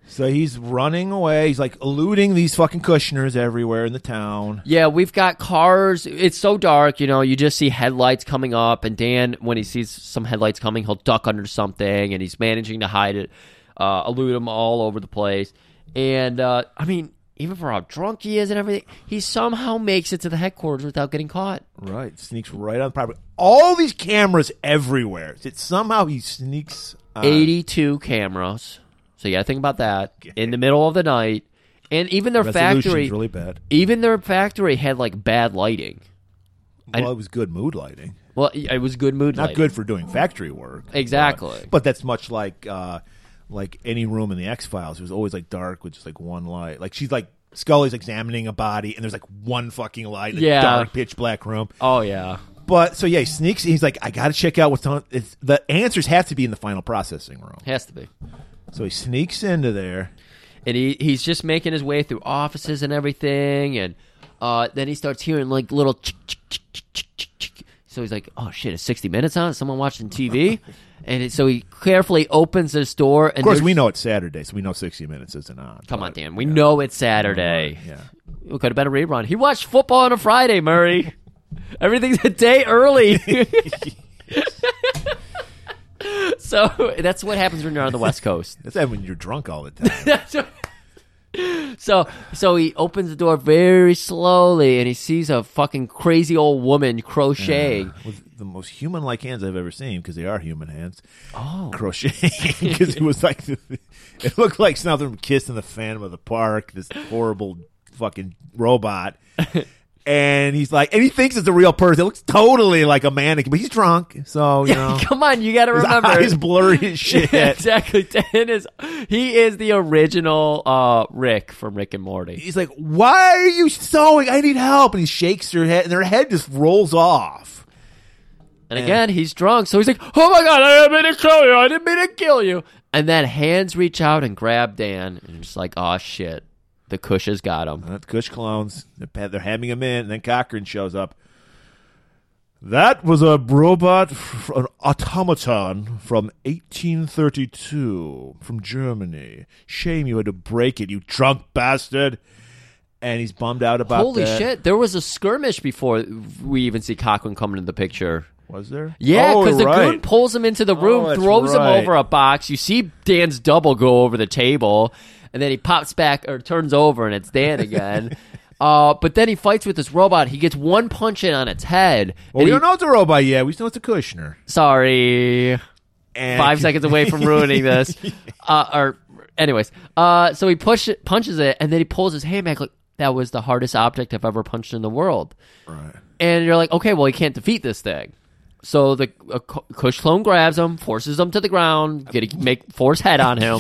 B: So he's running away. He's like eluding these fucking Cushioners everywhere in the town.
A: Yeah, we've got cars. It's so dark, you know, you just see headlights coming up. And Dan, when he sees some headlights coming, he'll duck under something and he's managing to hide it, uh, elude them all over the place. And, uh, I mean, even for how drunk he is and everything, he somehow makes it to the headquarters without getting caught.
B: Right, sneaks right on the property. All these cameras everywhere. It somehow he sneaks. On.
A: 82 cameras. So you got to think about that. In the middle of the night. And even their
B: Resolution's
A: factory.
B: really bad.
A: Even their factory had, like, bad lighting.
B: Well, it was good mood lighting.
A: Well, it was good mood
B: Not
A: lighting.
B: good for doing factory work.
A: Exactly.
B: But, but that's much like uh, like any room in the X Files. It was always like dark with just like one light. Like she's like Scully's examining a body, and there's like one fucking light. in a
A: Yeah.
B: dark pitch black room.
A: Oh, yeah.
B: But so yeah, he sneaks. He's like, I got to check out what's on. It's, the answers have to be in the final processing room.
A: Has to be.
B: So he sneaks into there.
A: and he, he's just making his way through offices and everything and uh, then he starts hearing like little chick, chick, chick, chick, chick, chick, chick. so he's like oh shit is 60 minutes on Is someone watching tv and it, so he carefully opens this door and
B: Of course,
A: there's-
B: we know it's Saturday, so we know 60 Minutes isn't on.
A: come on dan we know it's saturday
B: Yeah.
A: it could have been a rerun he watched football on a friday murray everything's a day early so that's what happens when you're on the west coast
B: That's that when you're drunk all the time.
A: So so he opens the door very slowly and he sees a fucking crazy old woman crocheting.
B: With the most human like hands I've ever seen, because they are human hands. Oh. Crocheting. Because it was like, it looked like something from Kiss and the Phantom of the Park, this horrible fucking robot. And he's like, and he thinks it's a real person. It looks totally like a mannequin, but he's drunk. So, you know.
A: Come on, you got to
B: His
A: remember.
B: eyes blurry as shit.
A: exactly. Dan is he is the original uh, Rick from Rick and Morty.
B: He's like, "Why are you sewing? I need help!" And he shakes her head, and her head just rolls off.
A: And again, he's drunk, so he's like, "Oh my god, I didn't mean to kill you. I didn't mean to kill you." And then hands reach out and grab Dan, and it's like, "Oh shit, the cush has got him."
B: That's Kush clones. They're, pa- they're hamming him in, and then Cochran shows up. That was a robot, f- an automaton from 1832 from Germany. Shame you had to break it, you drunk bastard. And he's bummed out about
A: Holy
B: that.
A: shit! There was a skirmish before we even see Cochran come into the picture.
B: Was there?
A: Yeah,
B: Oh,
A: because the
B: right.
A: goon pulls him into the room,
B: Oh, that's
A: throws
B: right.
A: him over a box. You see Dan's double go over the table, and then he pops back or turns over, and it's Dan again. uh, but then he fights with this robot. He gets one punch in on its head.
B: Well,
A: and
B: we
A: he-
B: don't know it's a robot yet. We just know it's a Kushner.
A: Sorry,
B: And
A: five seconds away from ruining this. Uh, or, anyways, uh, so he push punches it, and then he pulls his hand back. Like that was the hardest object I've ever punched in the world.
B: Right.
A: And you're like, okay, well, he can't defeat this thing. So the uh, Kush clone grabs him, forces him to the ground, gonna make force head on him.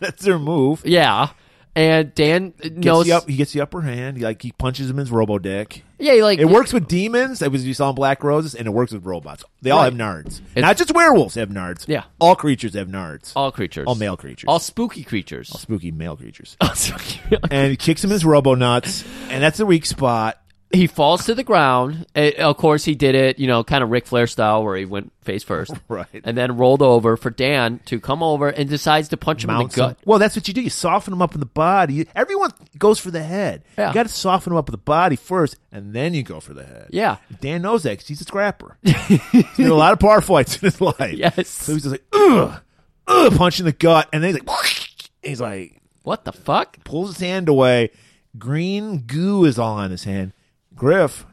B: That's their move.
A: yeah. And Dan
B: gets
A: knows.
B: the up, he gets the upper hand. He, like he punches him in his robo dick.
A: Yeah, he like
B: It works with demons. That was you saw in Black Roses, and it works with robots. They all
A: Right.
B: have nards. Not just werewolves have nards.
A: Yeah.
B: all creatures have nards.
A: all creatures,
B: all male creatures.
A: all spooky creatures.
B: spooky male creatures.
A: spooky.
B: and he kicks him in his robo nuts, and that's the weak spot.
A: he falls to the ground. It- of course, he did it, you know, kind of Ric Flair style, where he went face first,
B: Right.
A: and then rolled over for Dan to come over and decides to punch him
B: Mounts
A: in the
B: him.
A: gut.
B: Well, that's what you do. You soften him up in the body. Everyone goes for the head.
A: Yeah.
B: You got to soften him up with the body first, and then you go for the head.
A: Yeah.
B: Dan knows that 'cause he's a scrapper. he's been in a lot of bar fights in his life.
A: Yes.
B: So he's just like, ugh, ugh, punch in the gut. And then he's like, and he's like,
A: What the fuck?
B: pulls his hand away. Green goo is all on his hand. Griff,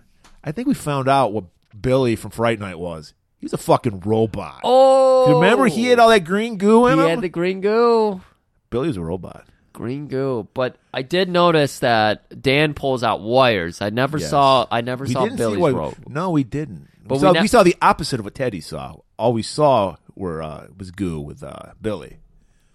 B: I think we found out what Billy from Fright Night was. He's a fucking robot.
A: Oh,
B: You remember he had all that green goo in
A: he
B: him?
A: had the green goo.
B: Billy was a robot.
A: green goo. But I did notice that Dan pulls out wires. I never
B: Yes.
A: saw. I never
B: We
A: saw
B: didn't see
A: Billy's
B: what-
A: rope.
B: No, we didn't.
A: But
B: we,
A: we
B: saw,
A: ne-
B: we saw the opposite of what Teddy saw. All we saw were uh, was goo with uh, Billy.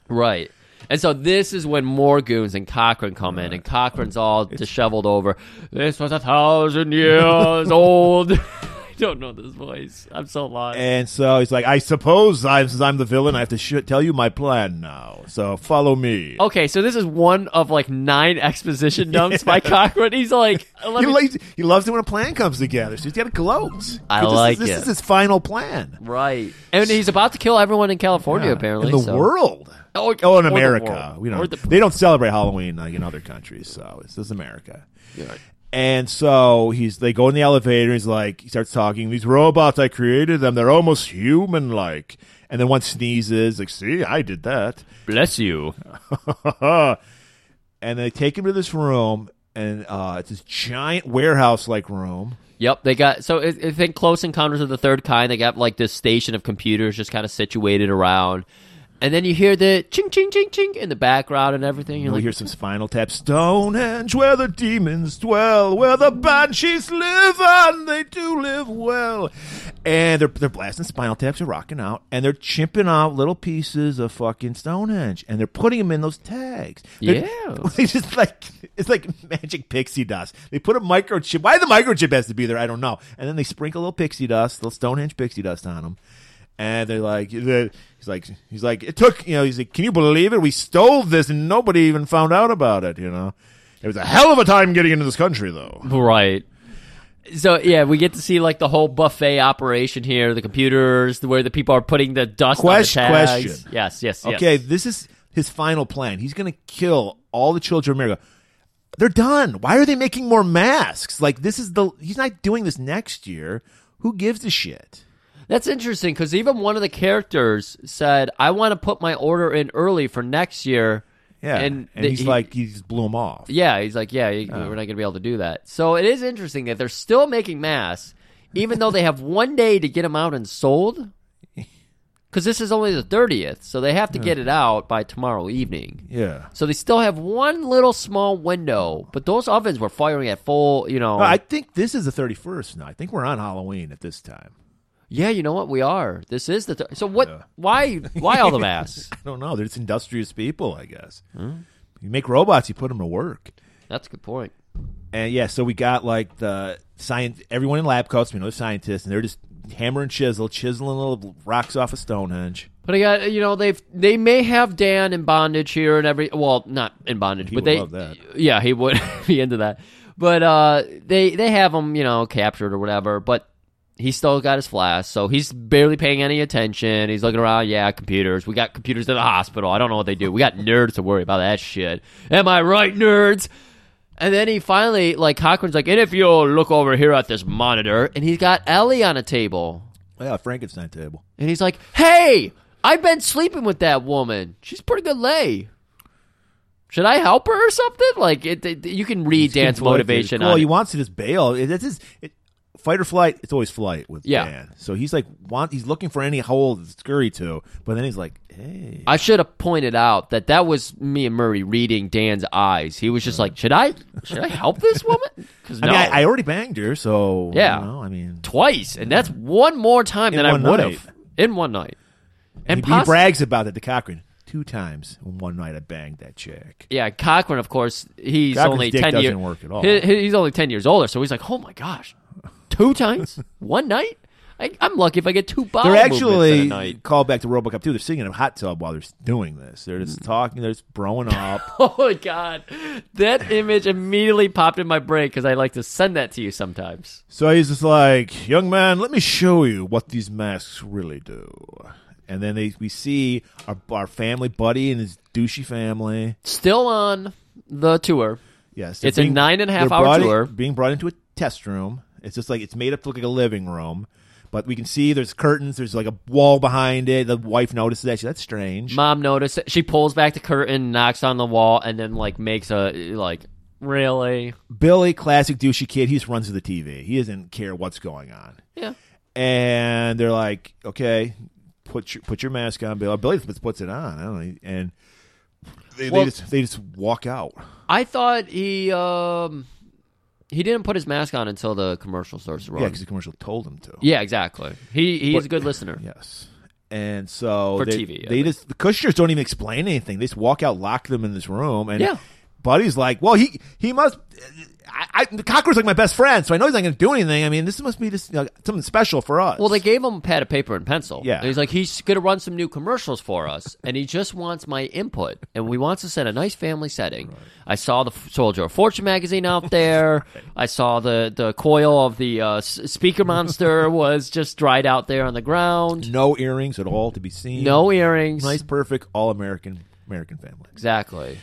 A: Right. And so this is when more goons and Cochran come in, and Cochran's all disheveled over. This was a thousand years old. don't know this voice. I'm so lost.
B: And so he's like, I suppose I'm, since I'm the villain, I have to sh- tell you my plan now. So follow me.
A: Okay, so this is one of like nine exposition dumps by Cochran. He's like, let
B: He,
A: me-
B: likes, he loves it when a plan comes together. So he's got to gloat.
A: I
B: This is-
A: like
B: This
A: it.
B: is his final plan.
A: right, and he's about to kill everyone in California
B: Yeah.
A: apparently.
B: In the
A: so-
B: world.
A: Oh,
B: Oh, in
A: or the
B: America.
A: world.
B: We
A: Or
B: don't,
A: the-
B: they don't celebrate Halloween like in other countries. So this is America. And so he's they go in the elevator. He's like he starts talking. These robots I created them. They're almost human like. And then one sneezes like, see, I did that.
A: Bless you.
B: and they take him to this room, and uh, it's this giant warehouse like room.
A: Yep, they got so I I think Close Encounters of the Third Kind. They got like this station of computers just kind of situated around, and then you hear the ching ching ching ching in the background and everything. You're
B: And we
A: like,
B: hear some Spinal Tap. Stonehenge, where the demons dwell, where the banshees live, and they do live well. And they're, they're blasting Spinal Taps, they're rocking out, and they're chimping out little pieces of fucking Stonehenge, and they're putting them in those tags. They're-
A: Yeah.
B: They just like, it's like magic pixie dust. They put a microchip. Why the microchip has to be there, I don't know. And then they sprinkle a little pixie dust, little Stonehenge pixie dust on them. And they're like, the- he's like, he's like, it took, you know, he's like, can you believe it? We stole this and nobody even found out about it, you know? It was a hell of a time getting into this country, though.
A: Right. So yeah, we get to see like the whole buffet operation here, the computers, where the people are putting the dust.
B: Question-
A: on the tags.
B: question.
A: Yes, yes, yes.
B: Okay, this is his final plan. He's going to kill all the children of America. They're done. Why are they making more masks? Like, this is the, he's not doing this next year. Who gives a shit?
A: that's interesting because even one of the characters said, "I want to put my order in early for next year."
B: Yeah.
A: and,
B: And,
A: the-
B: he's
A: he-
B: like, Oh. he just blew him off.
A: Yeah, he's like, yeah, you- we're not going to be able to do that. So it is interesting that they're still making masks, even though they have one day to get them out and sold. Because this is only the 30th, so they have to get it out by tomorrow evening.
B: Yeah.
A: So they still have one little small window, but those ovens were firing at full, you know.
B: No, I think this is the 31st now. I think we're on Halloween at this time.
A: yeah, you know what? We are. This is the. Th- so what? Why? Why all the masks?
B: I don't know. They're just industrious people, I guess.
A: Hmm.
B: You make robots, you put them to work.
A: That's a good point.
B: And yeah, so we got like the science, everyone in lab coats, we know they're scientists, and they're just hammer and chisel, chiseling little rocks off of Stonehenge.
A: But I got you know they've they may have Dan in bondage here and every well not in bondage
B: He
A: but
B: would
A: they
B: love that.
A: yeah he would be into that but uh they they have him you know captured or whatever but he still got his flask so he's barely paying any attention he's looking around yeah computers we got computers at the hospital I don't know what they do we got nerds to worry about that shit am I right nerds and then he finally like Cochran's like and if you'll look over here at this monitor and he's got Ellie on a table
B: Yeah, Frankenstein table.
A: and he's like, "Hey, I've been sleeping with that woman. She's pretty good lay. Should I help her or something?" Like, it, it- you can read Dan's motivation.
B: Well,
A: on
B: he
A: it.
B: wants to just bail. It- That's his it, fight or flight. It's always flight with
A: Yeah.
B: Dan. So he's like, want he's looking for any hole to scurry to, but then he's like, hey,
A: I should have pointed out that that was me and Murray reading Dan's eyes. He was just like, "Should I? Should I help this woman?" 'Cause
B: I mean,
A: no.
B: I, I already banged her, so you
A: Yeah.
B: know, I mean,
A: twice, and that's one more time
B: In
A: than I
B: one
A: would
B: night.
A: have in one night. And
B: he, he
A: possi-
B: brags about it to Cochran two times in one night. I banged that chick.
A: Yeah, Cochran, of course, he's
B: Cochran's
A: only
B: dick
A: ten years.
B: doesn't work at all.
A: he's only ten years older, so he's like, "Oh my gosh, two times, one night." I, I'm lucky if I get two body
B: They're
A: movements in a
B: actually
A: night.
B: called back to RoboCop too. They're sitting in a hot tub while they're doing this. They're
A: Mm.
B: just talking. They're just broing up.
A: Oh my god, that image immediately popped in my brain because I like to send that to you sometimes.
B: so he's just like, "Young man, let me show you what these masks really do." And then they, we see our, our family buddy and his douchey family.
A: Still on the tour.
B: Yes,
A: It's a nine and a half
B: they're
A: hour
B: brought in-
A: tour.
B: being brought into a test room. It's just like it's made up to look like a living room, but we can see there's curtains. There's like a wall behind it. The wife notices that. She's, That's strange.
A: Mom noticed. She pulls back the curtain, knocks on the wall, and then like makes a like really
B: Billy, classic douchey kid. He just runs to the TV. He doesn't care what's going on.
A: yeah.
B: And they're like, okay, put your put your mask on, Billy. Billy just puts it on. I don't know. And they,
A: Well-
B: they just they just walk out.
A: I thought he um he didn't put his mask on until the commercial starts to run.
B: Yeah, because the commercial told them to.
A: Yeah, exactly. He he's a good listener.
B: Yes. And so
A: For
B: they,
A: TV, I
B: they
A: think.
B: just the Kushners don't even explain anything. They just walk out, lock them in this room, and
A: Yeah.
B: Buddy's like, well, he he must. I, I the cockroach like my best friend, so I know he's not going to do anything. I mean, this must be this you know, something special for us.
A: Well, they gave him a pad of paper and pencil.
B: Yeah.
A: And he's like, he's going to run some new commercials for us, and he just wants my input. And we wants to set a nice family setting. I saw the F- Soldier of Fortune magazine out there. I saw the, the coil of the uh, s- speaker monster was just dried out there on the ground.
B: no earrings at all to be seen.
A: No earrings.
B: nice, perfect, all American American family.
A: Exactly.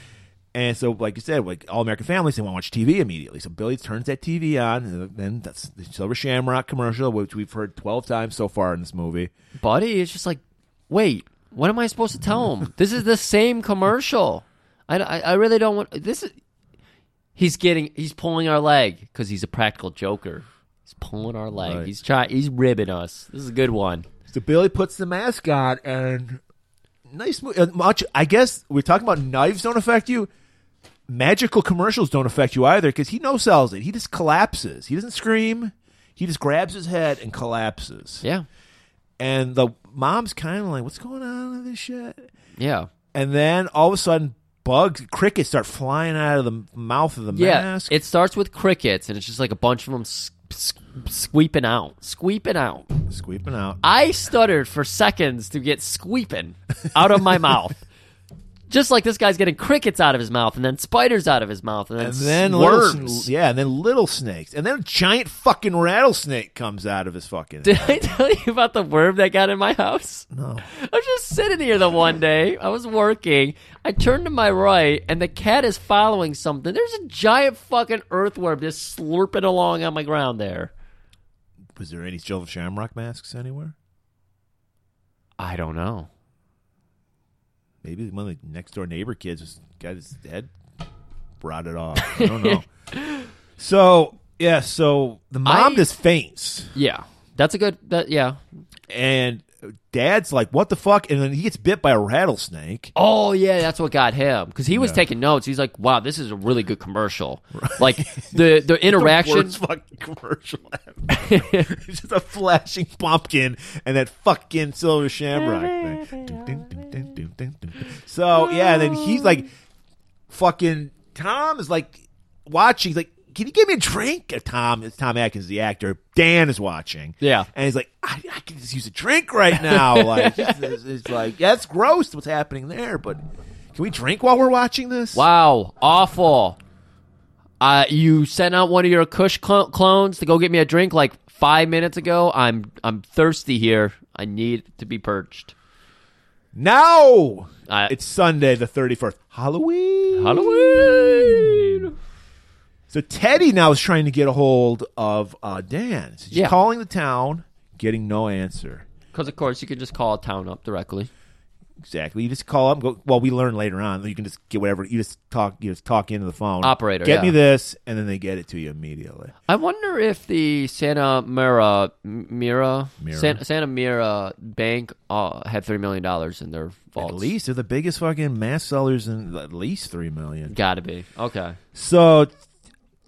B: And so, like you said, like all American families, they want to watch TV immediately. So Billy turns that TV on, and then that's the Silver Shamrock commercial, which we've heard twelve times so far in this movie.
A: Buddy is just like, wait, what am I supposed to tell him? this is the same commercial. I, I, I really don't want this. Is, he's getting he's pulling our leg because he's a practical joker. He's pulling our leg.
B: Right.
A: He's trying. He's ribbing us. This is a good one.
B: So Billy puts the mask on, and nice mo- uh, much. I guess we're talking about knives don't affect you. Magical commercials don't affect you either because he no sells it. He just collapses. He doesn't scream. He just grabs his head and collapses.
A: Yeah,
B: And the mom's kind of like, "What's going on with this shit?"
A: yeah,
B: And then all of a sudden, bugs, crickets start flying out of the m- mouth of the
A: yeah.
B: mask.
A: It starts with crickets, and it's just like a bunch of them s- s- sweeping out, sweeping out.
B: sweeping out.
A: I stuttered for seconds to get sweeping out of my mouth. Just like this guy's getting crickets out of his mouth, and then spiders out of his mouth, and then,
B: and then
A: worms.
B: little, sn- yeah, and then little snakes, and then a giant fucking rattlesnake comes out of his fucking.
A: Did I tell you about the worm that got in my house? No. I was just sitting here the one day. I was working. I turned to my right, and the cat is following something. There's a giant fucking earthworm just slurping along on my ground there.
B: Was there any Silver Shamrock masks anywhere?
A: I don't know.
B: Maybe one of the next door neighbor kids just got his head rotted off. I don't know. so yeah, so the mom
A: I-
B: just faints,
A: Yeah, that's a good. That yeah.
B: and dad's like, "What the fuck?" And then he gets bit by a rattlesnake.
A: Oh yeah, that's what got him because he was taking notes. He's like, "Wow, this is a really good commercial." Like the the
B: The
A: interaction.
B: worst fucking commercial ever. it's just a flashing pumpkin and that fucking silver shamrock thing. Dun, dun, dun, dun, dun, dun, dun. So yeah, then he's like, fucking Tom is like watching. He's like, can you give me a drink? Uh, Tom, it's Tom Atkins, the actor. Dan is watching.
A: Yeah.
B: and he's like, I, I can just use a drink right now. Like, it's, it's- it's like, yeah, it's gross what's happening there, but. Can we drink while we're watching this?
A: Wow, awful. Uh, you sent out one of your Kush cl- clones to go get me a drink like five minutes ago. I'm I'm thirsty here. I need to be Uh, perched.
B: Now
A: I-
B: it's Sunday the thirty first, Halloween.
A: Halloween.
B: So Teddy now is trying to get a hold of uh, Dan. So she's
A: Yeah.
B: calling the town, getting no answer.
A: Because of course you can just call a town up directly.
B: Exactly. You just call up. And go, well, we learn later on that you can just get whatever. You just talk. You just talk into the phone.
A: Operator,
B: Get
A: yeah.
B: me this, and then they get it to you immediately.
A: I wonder if the Santa Mira M- Mira,
B: Mira.
A: San- Santa Mira Bank uh, had three million dollars in their vaults.
B: At least they're the biggest fucking mass sellers in at least three million.
A: gotta be okay.
B: So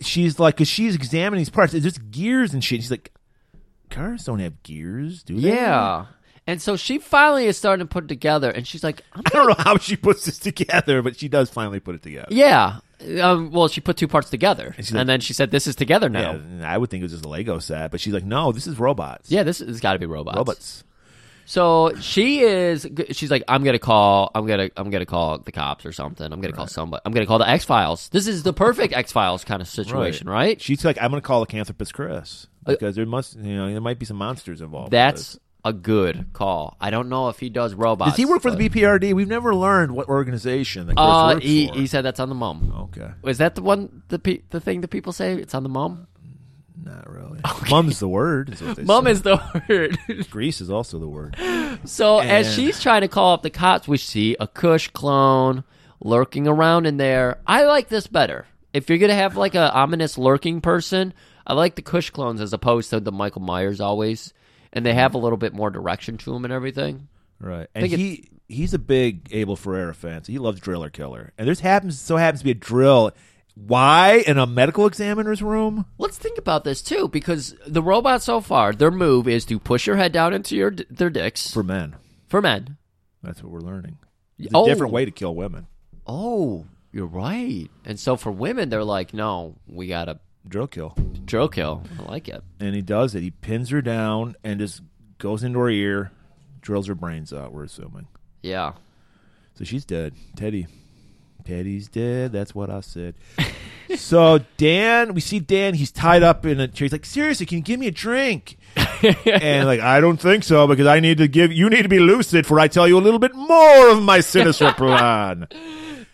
B: she's like, because she's examining these parts. It's just gears and shit. She's like, cars don't have gears, do they?
A: Yeah. And so she finally is starting to put it together, and she's like, I'm
B: I don't know how she puts this together, but she does finally put it together.
A: Yeah. Um, well, she put two parts together, and,
B: she's like-
A: then she said, "This is together now." Yeah,
B: Yeah, I would think it was just a Lego set, but she's like, no, this is robots.
A: this has got to be robots.
B: robots.
A: So she is. She's like, "I'm gonna call. I'm gonna. I'm gonna call the cops or something. I'm gonna call somebody. I'm gonna call the X Files. This is the perfect X Files kind of situation, right?
B: She's like, I'm going to call Lycanthropus Chris because there must, you know, there might be some monsters involved. with
A: Uh, That's
B: this.
A: a good call. I don't know if he does robots.
B: Does he work for the
A: but-
B: BPRD? We've never learned what organization that Chris
A: Uh,
B: works
A: he
B: for.
A: he said that's on the mom.
B: okay,
A: Is that the one the pe- the thing that people say? It's on the mom.
B: not really. Mum's the word. Is what they
A: Mom
B: say.
A: is the word.
B: Greece is also the word.
A: So as
B: And-
A: she's trying to call up the cops, we see a Kush clone lurking around in there. I like this better. If you're gonna have like a ominous lurking person, I like the Kush clones as opposed to the Michael Myers always, and they have a little bit more direction to them and everything.
B: Right. And
A: think it-
B: he he's a big Abel Ferreira fan. So he loves Driller Killer. And there's happens so happens to be a drill. Why in a medical examiner's room?
A: Let's think about this too, because the robots so far, their move is to push your head down into your d- their dicks for,
B: For men.
A: men.
B: That's what we're learning. It's a
A: Oh.
B: different way to kill women.
A: Oh, you're right. And so for women, they're like, no, we got to
B: Drill kill.
A: drill kill. I like it.
B: And he does it. He pins her down and just goes into her ear, drills her brains out, we're assuming.
A: Yeah.
B: So she's dead. Teddy. Teddy's dead. That's what I said. so Dan, we see Dan. He's tied up in a chair. He's like, seriously, can you give me a drink? and like, I don't think so because I need to give. You need to be lucid for I tell you a little bit more of my sinister plan.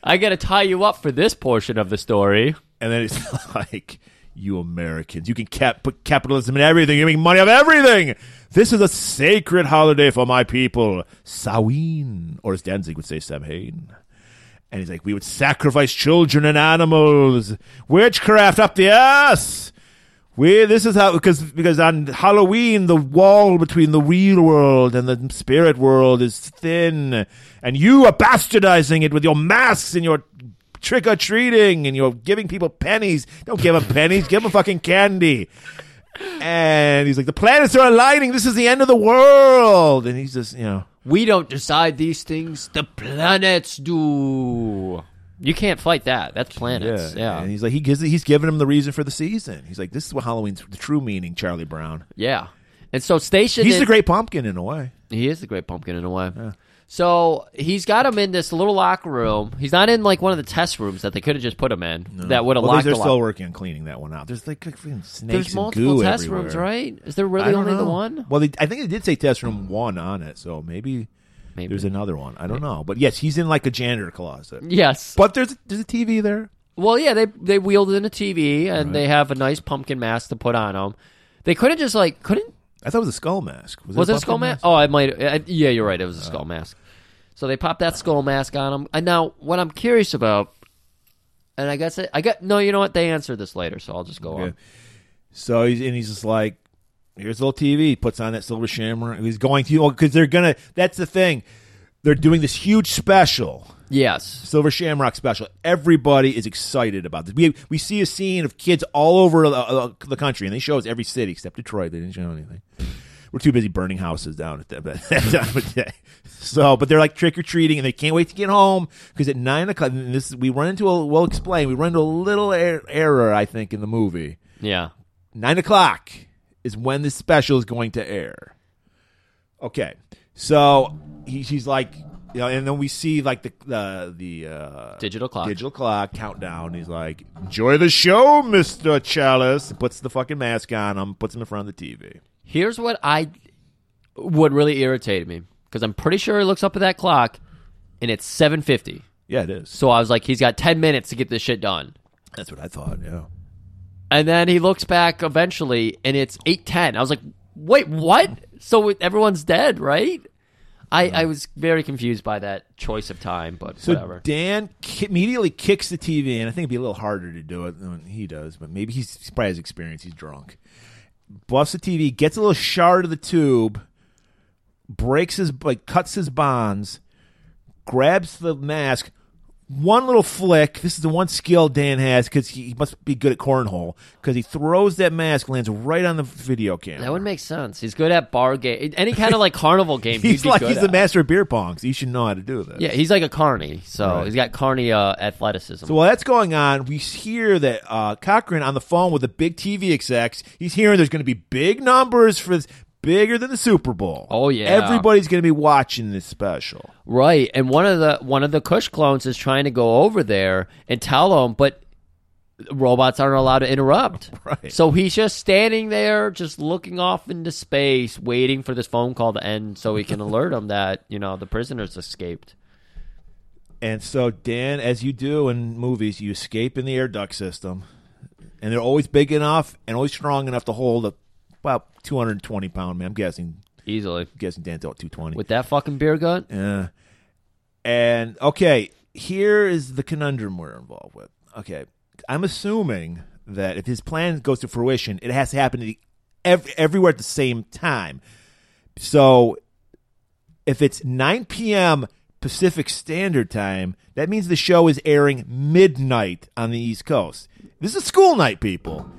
A: I got to tie you up for this portion of the story.
B: And then it's like, you Americans, you can cap- put capitalism in everything. You make money of everything. This is a sacred holiday for my people. Samhain, or as Danzig would say, Samhain. And he's like, we would sacrifice children and animals. Witchcraft up the ass. We this is how because because on Halloween the wall between the real world and the spirit world is thin, and you are bastardizing it with your masks and your trick or treating and you're giving people pennies. Don't give them pennies. Give them fucking candy. And he's like, the planets are aligning. This is the end of the world. And he's just you know.
A: We don't decide these things, the planets do. You can't fight that. That's planets. Yeah.
B: And
A: Yeah.
B: he's like, he gives, he's giving him the reason for the season. He's like, this is what Halloween's the true meaning, Charlie Brown.
A: And so station
B: He's
A: in-
B: the great pumpkin in a way.
A: He is the great pumpkin in a way. So he's got him in this little locker room. He's not in like one of the test rooms that they could have just put him in. That would have
B: Well,
A: locked
B: they're
A: the
B: still
A: lock-
B: working on cleaning that one out. There's like, like freaking snakes
A: There's
B: and
A: multiple
B: goo
A: test
B: everywhere.
A: rooms, right? Is there
B: I
A: really
B: don't
A: only the
B: know.
A: one?
B: Well, they, I think it did say test room one on it, so maybe,
A: Maybe.
B: there's another one. I don't know, but yes, he's in like a janitor closet.
A: Yes.
B: But there's there's a TV there.
A: Well, yeah, they they wheeled in a TV and they have a nice pumpkin mask to put on him. They couldn't just like couldn't
B: I thought it was a skull mask. Oh.
A: was it a
B: pumpkin
A: skull mask? Oh, I might. I, yeah, you're right. It was a skull mask. So they popped that skull mask on him. And now, what I'm curious about, and I guess I, I got no. You know what? They answer this later, so I'll just go
B: Okay.
A: on.
B: So he's and he's just like, here's a little TV. He puts on that silver shimmer. He's going to because they're gonna. That's the thing. They're doing this huge special.
A: Yes.
B: Silver Shamrock special. Everybody is excited about this. We we see a scene of kids all over uh, uh, the country, and they show us every city except Detroit. They didn't show anything. We're too busy burning houses down at that, that time of day. So, but they're like trick or treating, and they can't wait to get home because at nine o'clock. And this we run into a we'll explain. We run into a little er- error, I think, in the movie.
A: Yeah.
B: Nine o'clock is when this special is going to air. Okay, so he, he's like, you know, and then we see like the the the uh,
A: Digital clock.
B: digital clock countdown. He's like, enjoy the show, Mister Chalice. Puts the fucking mask on him, puts him in front of the TV.
A: Here's what I what really irritated me because I'm pretty sure he looks up at that clock, and it's 7:50.
B: Yeah, it is.
A: So I was like, he's got 10 minutes to get this shit done.
B: That's what I thought. Yeah,
A: And then he looks back eventually, and it's eight ten. I was like, "Wait, what?" So it- everyone's dead, right? I, I was very confused by that choice of time, but
B: So
A: whatever.
B: Dan ki- immediately kicks the TV, and I think it'd be a little harder to do it than he does, but maybe he's, he's probably his experience. He's drunk. Buffs the TV, gets a little shard of the tube, breaks his like cuts his bonds, grabs the mask. One little flick. This is the one skill Dan has because he he must be good at cornhole because he throws that mask, lands right on the video camera.
A: that would make sense. He's good at bar game, any kind of like carnival game. he'd
B: he's
A: be
B: like
A: good
B: he's the
A: at.
B: master of beer pongs. He should know how to do this.
A: Yeah, he's like a carny, so
B: Right.
A: he's got carny uh, athleticism.
B: So while that's going on, we hear that uh, Cochran on the phone with the big TV execs. He's hearing there's going to be big numbers for this, bigger than the Super Bowl.
A: Oh, yeah.
B: everybody's going to be watching this special.
A: Right, and one of the one of the Kush clones is trying to go over there and tell him, but robots aren't allowed to interrupt.
B: Right.
A: So he's just standing there, just looking off into space, waiting for this phone call to end, so he can alert him that you know the prisoners escaped.
B: And so Dan, as you do in movies, you escape in the air duct system, and they're always big enough and always strong enough to hold a about 220 pound man. I'm guessing,
A: Easily
B: guessing Dan's out 220.
A: with that fucking beer gut.
B: Yeah. And okay, here is the conundrum we're involved with. Okay, I'm assuming that if his plan goes to fruition, it has to happen to the, ev- everywhere at the same time. So if it's 9 p.m. Pacific Standard Time, that means the show is airing midnight on the East Coast. This is school night, people.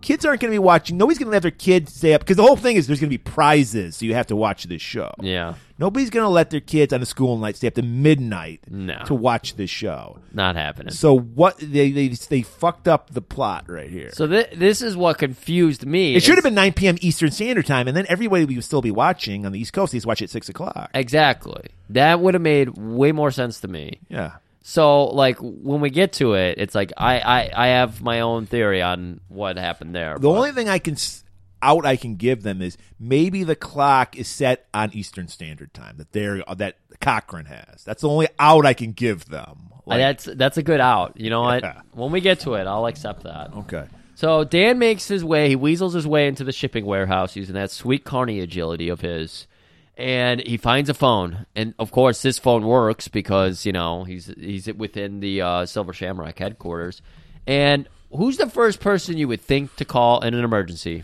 B: kids aren't going to be watching. Nobody's going to let their kids stay up because the whole thing is there's going to be prizes, so you have to watch this show.
A: Yeah.
B: Nobody's going to let their kids on a school night stay up to midnight
A: No.
B: to watch this show.
A: Not happening.
B: So what they they they fucked up the plot right here.
A: So thi- this is what confused me.
B: it should have
A: It's-
B: been 9 p.m. Eastern Standard Time, and then everybody would still be watching on the East Coast. They just watch at six o'clock.
A: exactly that would have made way more sense to me.
B: Yeah.
A: So like when we get to it, it's like I I, I have my own theory on what happened there.
B: The only thing I can s- out I can give them is maybe the clock is set on Eastern Standard Time that they that Cochrane has. That's the only out I can give them. Like,
A: that's that's a good out. You know what?
B: Yeah.
A: When we get to it, I'll accept that.
B: okay.
A: So Dan makes his way. He weasels his way into the shipping warehouse using that sweet carny agility of his, and he finds a phone. And of course, this phone works because you know he's he's within the uh, Silver Shamrock headquarters. And who's the first person you would think to call in an emergency?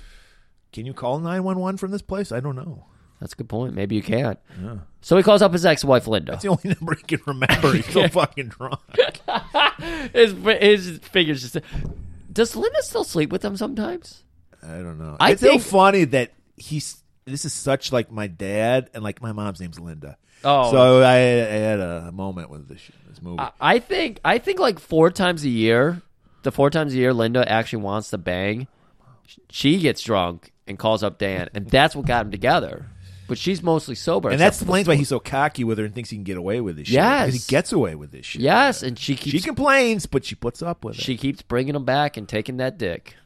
B: Can you call nine one one from this place? I don't know.
A: That's a good point. Maybe you can't. So he calls up his ex-wife Linda.
B: It's the only number he can remember. He's so fucking drunk.
A: his his fingers just. Does Linda still sleep with him sometimes?
B: I don't know.
A: I
B: it's
A: think-
B: so funny that he's. This is such like my dad and like my mom's name's Linda.
A: Oh. Uh,
B: so I, I had a moment with this, this movie.
A: I, I think I think like four times a year, the four times a year Linda actually wants to bang. sh- She gets drunk and calls up Dan, and that's what got them together. But she's mostly sober,
B: and
A: except
B: that explains why he's so cocky with her and thinks he can get away with this shit.
A: Yes.
B: Because he gets away with this shit.
A: yes, and she
B: She
A: keeps she,
B: complains, but she puts up with it.
A: keeps bringing him back and taking that dick.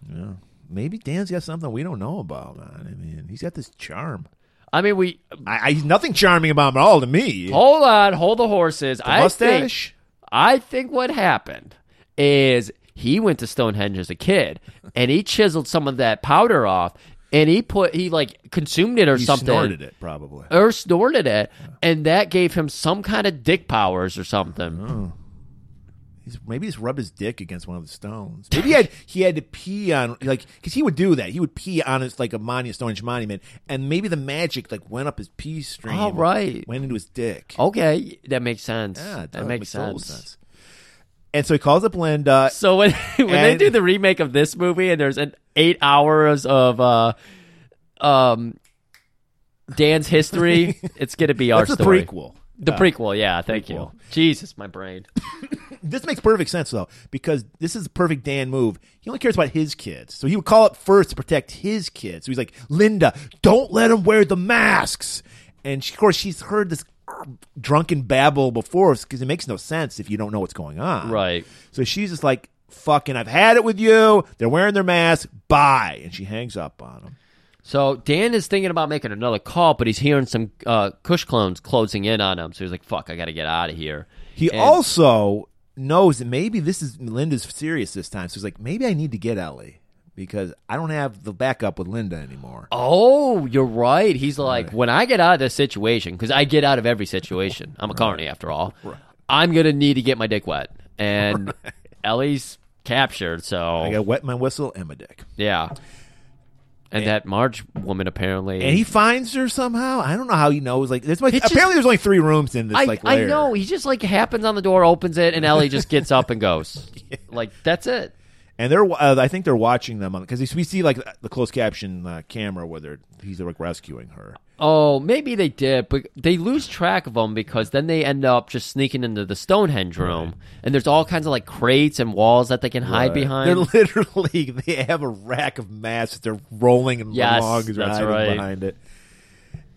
B: Maybe Dan's got something we don't know about, man. I mean, he's got this charm.
A: I mean, we
B: I, I he's nothing charming about him at all to me.
A: hold on, hold the horses. I think
B: Mustache.
A: I think what happened is he went to Stonehenge as a kid and he chiseled some of that powder off and he put he like consumed it or
B: he
A: something
B: snorted it probably.
A: or snorted it and that gave him some kind of dick powers or something.
B: He's, maybe just rub his dick against one of the stones. Maybe he had he had to pee on like because he would do that. He would pee on his like a monument, Stonehenge monument, and maybe the magic like went up his pee stream.
A: All right.
B: went into his dick.
A: Okay, that makes sense.
B: Oh. Yeah, it does
A: that makes,
B: make total
A: sense.
B: And so he calls up Linda.
A: So when when they
B: And-
A: do the remake of this movie and there's an 8 hours of uh um Dan's history, it's going to be our
B: That's the
A: story.
B: prequel.
A: The prequel, yeah, thank
B: Prequel.
A: you. Jesus, my brain.
B: This makes perfect sense though because this is the perfect Dan move. He only cares about his kids, so he would call up first to protect his kids. So he's like, Linda, don't let him wear the masks. And she, of course, she's heard this drunken babble before because it makes no sense if you don't know what's going on.
A: Right.
B: So she's just like, fucking, I've had it with you. They're wearing their masks. Bye. And she hangs up on him.
A: So Dan is thinking about making another call, but he's hearing some uh, Kush clones closing in on him. So he's like, "Fuck, I got to get out of here."
B: He
A: And-
B: also knows that maybe this is Linda's serious this time. So he's like, maybe I need to get Ellie because I don't have the backup with Linda anymore.
A: Oh, you're right. He's like, when I get out of this situation, because I get out of every situation. I'm a carny after all. I'm gonna need to get my dick wet, and Ellie's captured. So
B: I got to wet my whistle and my dick.
A: yeah, and, that Marge woman apparently.
B: And he finds her somehow. I don't know how he knows. Like, there's like
A: It's just-
B: apparently there's only three rooms in this.
A: I,
B: like,
A: I
B: lair.
A: know he just like happens on the door, opens it, and Ellie just gets up and goes. Like that's it.
B: And they're, uh, I think they're watching them because we see like the closed caption uh, camera where they're he's like rescuing her.
A: Oh, maybe they did, but they lose track of them because then they end up just sneaking into the Stonehenge room, and there's all kinds of like crates and walls that they can hide behind.
B: They're literally they have a rack of masks. They're rolling and
A: Yes,
B: long and
A: that's
B: hiding
A: right.
B: behind it.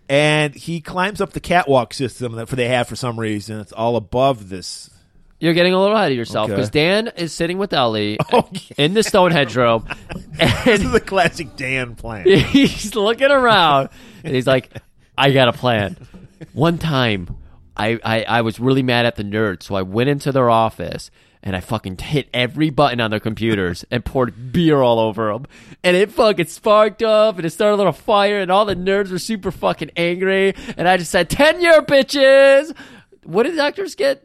B: And he climbs up the catwalk system that they have for some reason. It's all above this.
A: You're getting a little ahead of yourself
B: Okay.
A: because Dan is sitting with Ellie
B: Oh, yeah.
A: in the Stonehenge room,
B: This is
A: and
B: a classic Dan plan.
A: he's looking around, and he's like, "I got a plan." One time, I, I I was really mad at the nerds, so I went into their office. And I fucking hit every button on their computers and poured beer all over them. And it fucking sparked up and it started a little fire and all the nerds were super fucking angry. And I just said, 10 year bitches! What did the doctors get?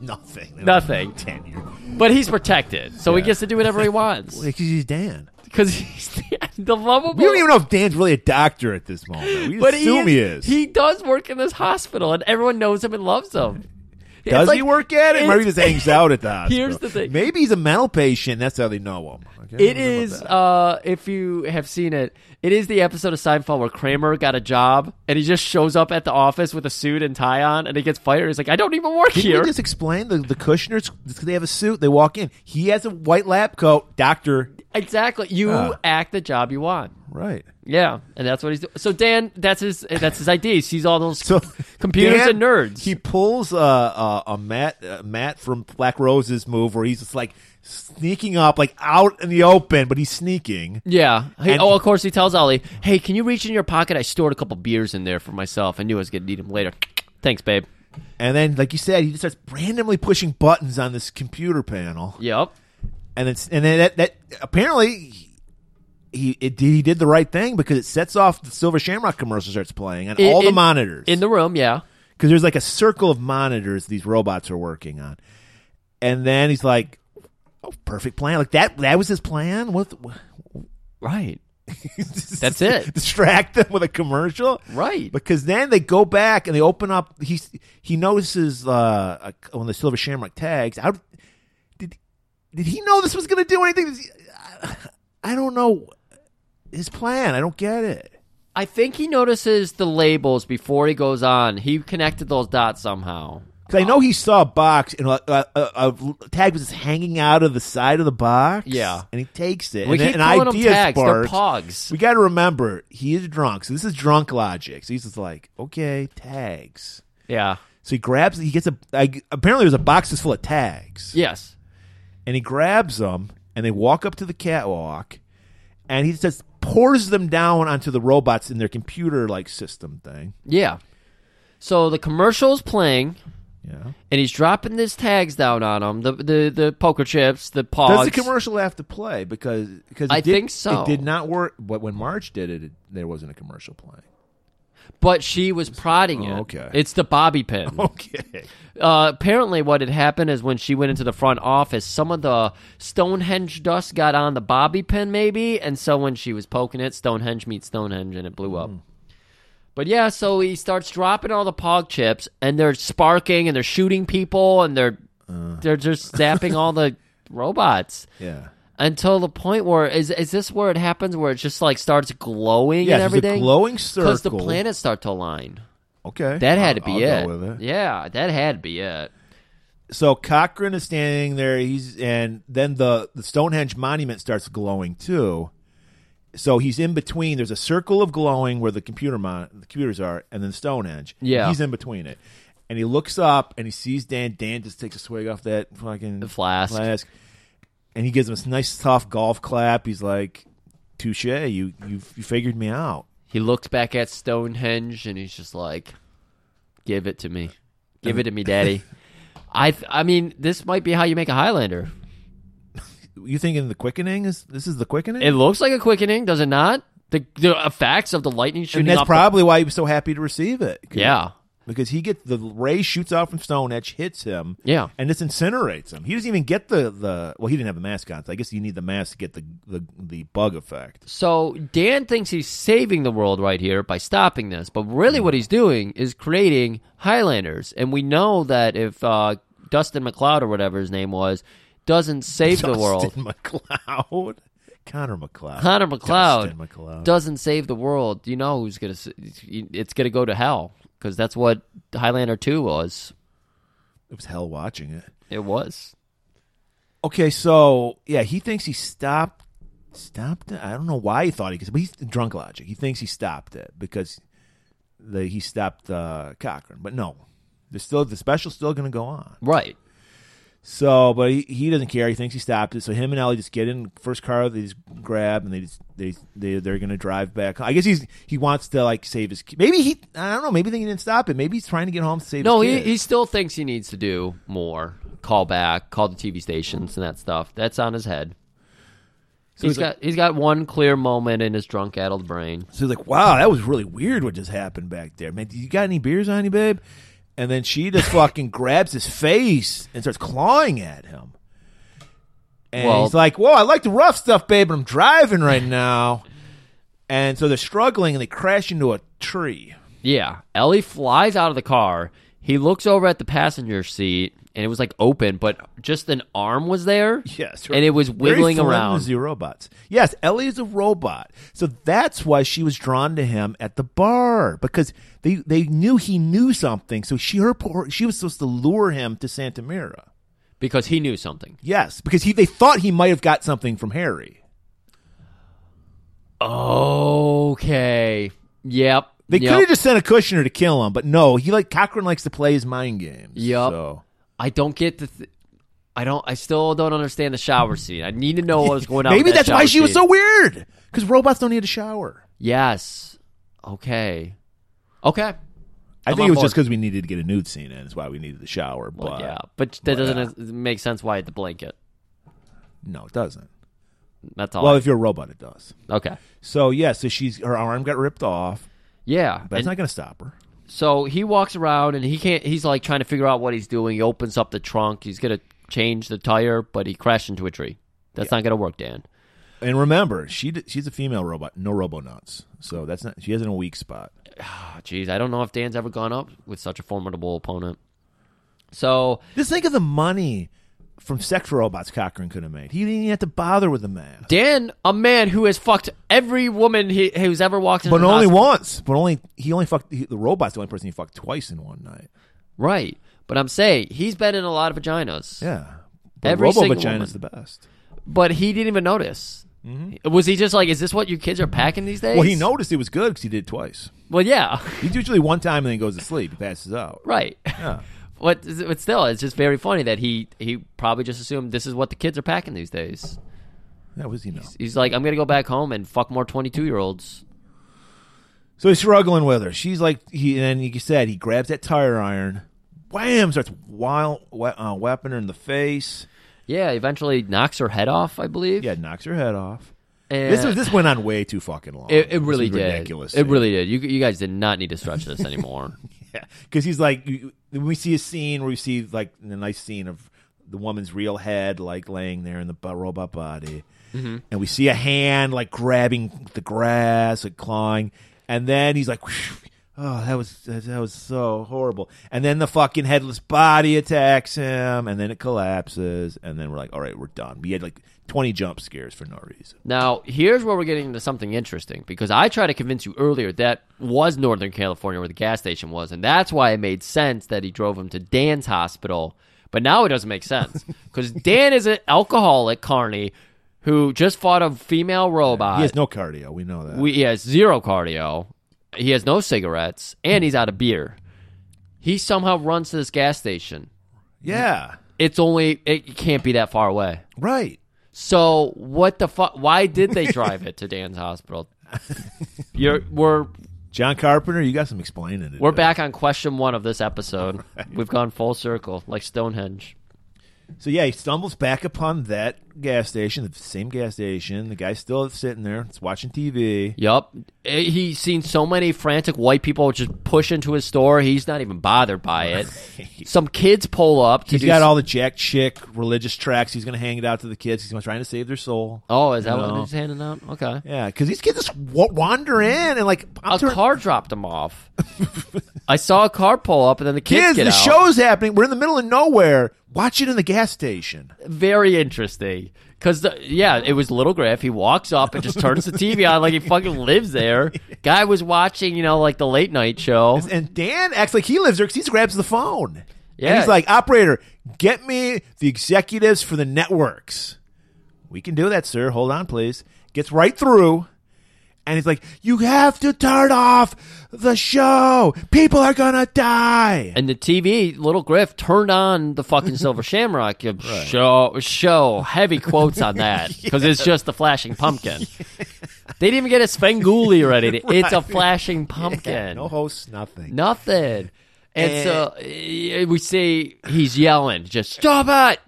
B: Nothing. They don't
A: Nothing.
B: have Tenure.
A: But he's protected, so he gets to do whatever he wants
B: Because he's Dan.
A: because he's the, the lovable.
B: We don't even know if Dan's really a doctor at this moment. We
A: but
B: assume
A: he
B: he
A: is,
B: is.
A: He does work in this hospital, and everyone knows him and loves him.
B: Does
A: like-
B: he work at it?
A: it's-
B: Maybe he just hangs out at the hospital.
A: Here's the thing.
B: Maybe he's a mental patient. That's how they know him. Okay, I
A: It
B: don't know about
A: is,
B: that.
A: uh, if you have seen it, it is the episode of Seinfeld where Kramer got a job and he just shows up at the office with a suit and tie on and he gets fired. He's like, I don't even work
B: Didn't
A: here.
B: we just explain the the Kushners? They have a suit. They walk in. He has a white lab coat. Doctor.
A: Exactly. You
B: Ah.
A: act the job you want.
B: Right.
A: Yeah, and that's what he's doing. So Dan, that's his. That's his idea. He sees all those
B: So
A: computers
B: Dan,
A: and nerds.
B: He pulls uh, uh, a Matt uh, Matt from Black Rose's move where he's just like sneaking up, like out in the open, but he's sneaking.
A: yeah. He-
B: And-
A: oh, of course he tells Ollie, "Hey, can you reach in your pocket? I stored a couple beers in there for myself. I knew I was gonna need them later. Thanks, babe.
B: And then, like you said, he just starts randomly pushing buttons on this computer panel,
A: Yep.
B: and it's and then that, that apparently he it, he did the right thing because it sets off the Silver Shamrock commercial starts playing on
A: In-
B: all the
A: in-
B: monitors
A: in the room. Yeah.
B: because there's like a circle of monitors these robots are working on, and then he's like, "Oh, perfect plan! Like that that was his plan." What? the- what
A: Right. That's it.
B: Distract them with a commercial,
A: Right.
B: Because then they go back and they open up. He he notices uh, uh, on the Silver Shamrock tags. I, did did he know this was going to do anything? Does he- I, I don't know his plan. I don't get it.
A: I think he notices the labels before he goes on. He connected those dots somehow.
B: Because I know he saw a box and a, a, a, a tag was just hanging out of the side of the box.
A: Yeah.
B: and he takes it.
A: We
B: and
A: keep
B: then an
A: calling them
B: idea
A: tags. They're
B: sparks.
A: pogs.
B: We got to remember he is drunk, so this is drunk logic. So he's just like, okay, tags.
A: Yeah.
B: So he grabs. He gets a. I, apparently, there's a box that's full of tags,
A: Yes.
B: and he grabs them, and they walk up to the catwalk, and he just pours them down onto the robots in their computer like system thing.
A: Yeah. So the commercial's playing.
B: Yeah.
A: and he's dropping his tags down on him. The the the poker chips, the
B: Does
A: paws.
B: the commercial have to play because because it
A: I
B: did-
A: think so.
B: It did not work. But when Marge did it, it there wasn't a commercial playing.
A: but she was prodding it.
B: Oh, okay.
A: it's the bobby pin.
B: Okay.
A: Uh, apparently, what had happened is when she went into the front office, some of the Stonehenge dust got on the bobby pin, maybe, and so when she was poking it, Stonehenge meets Stonehenge, and it blew
B: Hmm.
A: up. But yeah, so he starts dropping all the pog chips, and they're sparking, and they're shooting people, and they're
B: Uh.
A: they're just zapping all the robots.
B: Yeah.
A: until the point where is is this where it happens where it just like starts glowing
B: Yeah,
A: and
B: so there's a
A: everything
B: glowing
A: because the
B: circle.
A: planets start to align
B: Okay.
A: that had to
B: I'll-
A: be
B: I'll
A: it.
B: Go with it.
A: yeah that had to be it
B: So Cochrane is standing there. He's and then the the Stonehenge monument starts glowing too. So he's in between. There's a circle of glowing where the computer mon- the computers are, and then Stonehenge.
A: Yeah.
B: He's in between it, and he looks up and he sees Dan. Dan just takes a swig off that fucking
A: The flask.
B: and he gives him a nice tough golf clap. He's like, "Touche! You you you figured me out."
A: he looks back at stonehenge and he's just like give it to me give it to me daddy i th- i mean this might be how you make a highlander
B: You thinking the quickening is this is the quickening?
A: it looks like a quickening does it not the, the effects of the lightning shooting
B: and that's
A: off the-
B: probably why he was so happy to receive it.
A: yeah
B: because he gets the ray shoots out from Stonehenge, hits him,
A: Yeah.
B: and this incinerates him. He doesn't even get the the well, he didn't have the mask on, so I guess you need the mask to get the the, the bug effect.
A: So Dan thinks he's saving the world right here by stopping this, but really what he's doing is creating Highlanders, and we know that if uh, Dustin McLeod or whatever his name was doesn't save the world,
B: Dustin McLeod, Connor McLeod,
A: Connor McLeod,
B: Dustin McLeod.
A: doesn't save the world. You know who's gonna? s- It's gonna go to hell because that's what Highlander Two was.
B: it was hell watching it.
A: It was.
B: Okay, so yeah, he thinks he stopped stopped it. I don't know why he thought he could, but he's drunk logic. He thinks he stopped it because the he stopped uh, Cochrane, but no. There's still the special's still going to go on.
A: Right.
B: So, but he, he doesn't care. He thinks he stopped it. So him and Ellie just get in first car they just grab and they just they they they're gonna drive back. I guess he's he wants to like save his. ki- Maybe he I don't know. Maybe they didn't stop it. Maybe he's trying to get home to save.
A: No,
B: his
A: he,
B: kid.
A: he still thinks he needs to do more. Call back, call the TV stations and that stuff. That's on his head.
B: So
A: he's
B: he's like-
A: got he's got one clear moment in his drunk addled brain.
B: So he's like, "Wow, that was really weird. What just happened back there, man? You got any beers on you, babe?" And then she just fucking grabs his face and starts clawing at him. And
A: Well-
B: he's like, "Whoa, I like the rough stuff, babe, but I'm driving right now." and so they're struggling and they crash into a tree.
A: Yeah. Ellie flies out of the car. He looks over at the passenger seat, and it was like open, but just an arm was there.
B: Yes,
A: and it was
B: Very
A: wiggling
B: Flynn
A: around.
B: was the robots. Yes, Ellie is a robot, so that's why she was drawn to him at the bar because they they knew he knew something. So she her poor, she was supposed to lure him to Santa Mira.
A: because he knew something.
B: Yes, because he they thought he might have got something from Harry.
A: Okay. Yep.
B: They
A: yep.
B: could have just sent a Kushner to kill him, but no, he like Cochran likes to play his mind games.
A: Yep.
B: So.
A: I don't get the. Th- I don't. I still don't understand the shower scene. I need to know what was going on.
B: Maybe
A: with that
B: that's why
A: shower
B: she was
A: scene.
B: so weird. Because robots don't need a shower.
A: Yes. Okay. Okay.
B: I
A: I'm
B: think
A: on
B: it was
A: board.
B: just because we needed to get a nude scene in. Is why we needed the shower. But
A: Well, yeah, but that doesn't make sense. Why the blanket?
B: no, it doesn't.
A: That's all.
B: Well,
A: I-
B: if you're a robot, it does.
A: okay.
B: So yeah, so she's her arm got ripped off,
A: Yeah.
B: but
A: and
B: it's not going to stop her.
A: so he walks around and he can't. He's like trying to figure out what he's doing. He opens up the trunk. He's gonna change the tire, but he crashed into a tree. That's not gonna work, Dan.
B: And remember, she d- she's a female robot, no robo nuts. So that's not she hasn't a weak spot.
A: Oh, Jeez, I don't know if Dan's ever gone up with such a formidable opponent. So
B: Just think of the money from sex robots Cochran could have made. He didn't even have to bother with the math.
A: Dan, a man who has fucked every woman he, who's ever walked in,
B: But
A: the
B: only
A: hospital-
B: once. But only he only fucked he, the robot's the only person he fucked twice in one night.
A: right? But I'm saying he's been in a lot of vaginas.
B: Yeah. But
A: Every
B: robo
A: single
B: vagina's
A: woman.
B: the best.
A: but he didn't even notice. Was he just like, is this what you kids are packing these days?
B: Mm-hmm. Well, he noticed it was good because he did it twice.
A: Well, yeah,
B: He's usually one time and then goes to sleep. He passes out.
A: right.
B: Yeah.
A: But, but still, it's just very funny that he he probably just assumed this is what the kids are packing these days.
B: That was, you know.
A: He's like, I'm gonna go back home and fuck more 22 year olds.
B: So he's struggling with her. She's like, he, and like you said, he grabs that tire iron, wham, starts wild, we, uh, whapping her in the face.
A: Yeah, eventually knocks her head off, I believe.
B: Yeah, knocks her head off.
A: And
B: This was this went on way too fucking long.
A: It,
B: This
A: it
B: was
A: really did.
B: ridiculous.
A: It really did. You you guys did not need to stretch this anymore.
B: because he's like, you- we see a scene where we see like the nice scene of the woman's real head like laying there in the bo- robot body,
A: Mm-hmm.
B: and we see a hand like grabbing the grass, like clawing, and then he's like. Oh, that was that that was so horrible. And then the fucking headless body attacks him, and then it collapses, and then we're like, "All right, we're done." We had like twenty jump scares for no reason.
A: Now, here's where we're getting into something interesting because I tried to convince you earlier that was Northern California where the gas station was, and that's why it made sense that he drove him to Dan's hospital. But now it doesn't make sense because Dan is an alcoholic carny who just fought a female robot.
B: He has no cardio. We know that.
A: We, he has zero cardio. He has no cigarettes, and he's out of beer. He somehow runs to this gas station.
B: yeah,
A: It's only it can't be that far away.
B: right.
A: So what the fuck? Why did they drive it to Dan's hospital? You're, we're
B: John Carpenter, you got some explaining to
A: we're
B: do.
A: back on question one of this episode. We've gone full circle, like Stonehenge.
B: So yeah, he stumbles back upon that gas station, the same gas station. The guy's still sitting there, it's watching TV.
A: Yup, Eh, he's seen so many frantic white people just push into his store. He's not even bothered by it. Some kids pull up. To
B: He's
A: do
B: got
A: s-
B: all the jack chick religious tracks. He's going to hang it out to the kids. He's trying to save their soul.
A: Oh, is that
B: You
A: what
B: know?
A: he's handing out? Okay.
B: Yeah, because these kids just wa- wander in and like I'm
A: A
B: turn-
A: car dropped him off. I saw a car pull up, and then the kids,
B: kids.
A: get
B: The
A: out.
B: show's happening. We're in the middle of nowhere. Watch it in the gas station.
A: very interesting because yeah it was little griff he walks up and just turns the tv on like he fucking lives there guy was watching you know like the late night show
B: And Dan acts like he lives there because he grabs the phone. And
A: Yeah.
B: he's like, operator, get me the executives for the networks. We can do that, sir. Hold on, please. Gets right through. And he's like, you have to turn off the show. People are going to die.
A: and the tv little griff turned on the fucking silver shamrock Yeah, show show heavy quotes on that because it's just the flashing pumpkin they didn't even get a spanguli ready it's a flashing pumpkin
B: No hosts, nothing.
A: nothing and
B: Eh.
A: so eh, we see he's yelling just stop it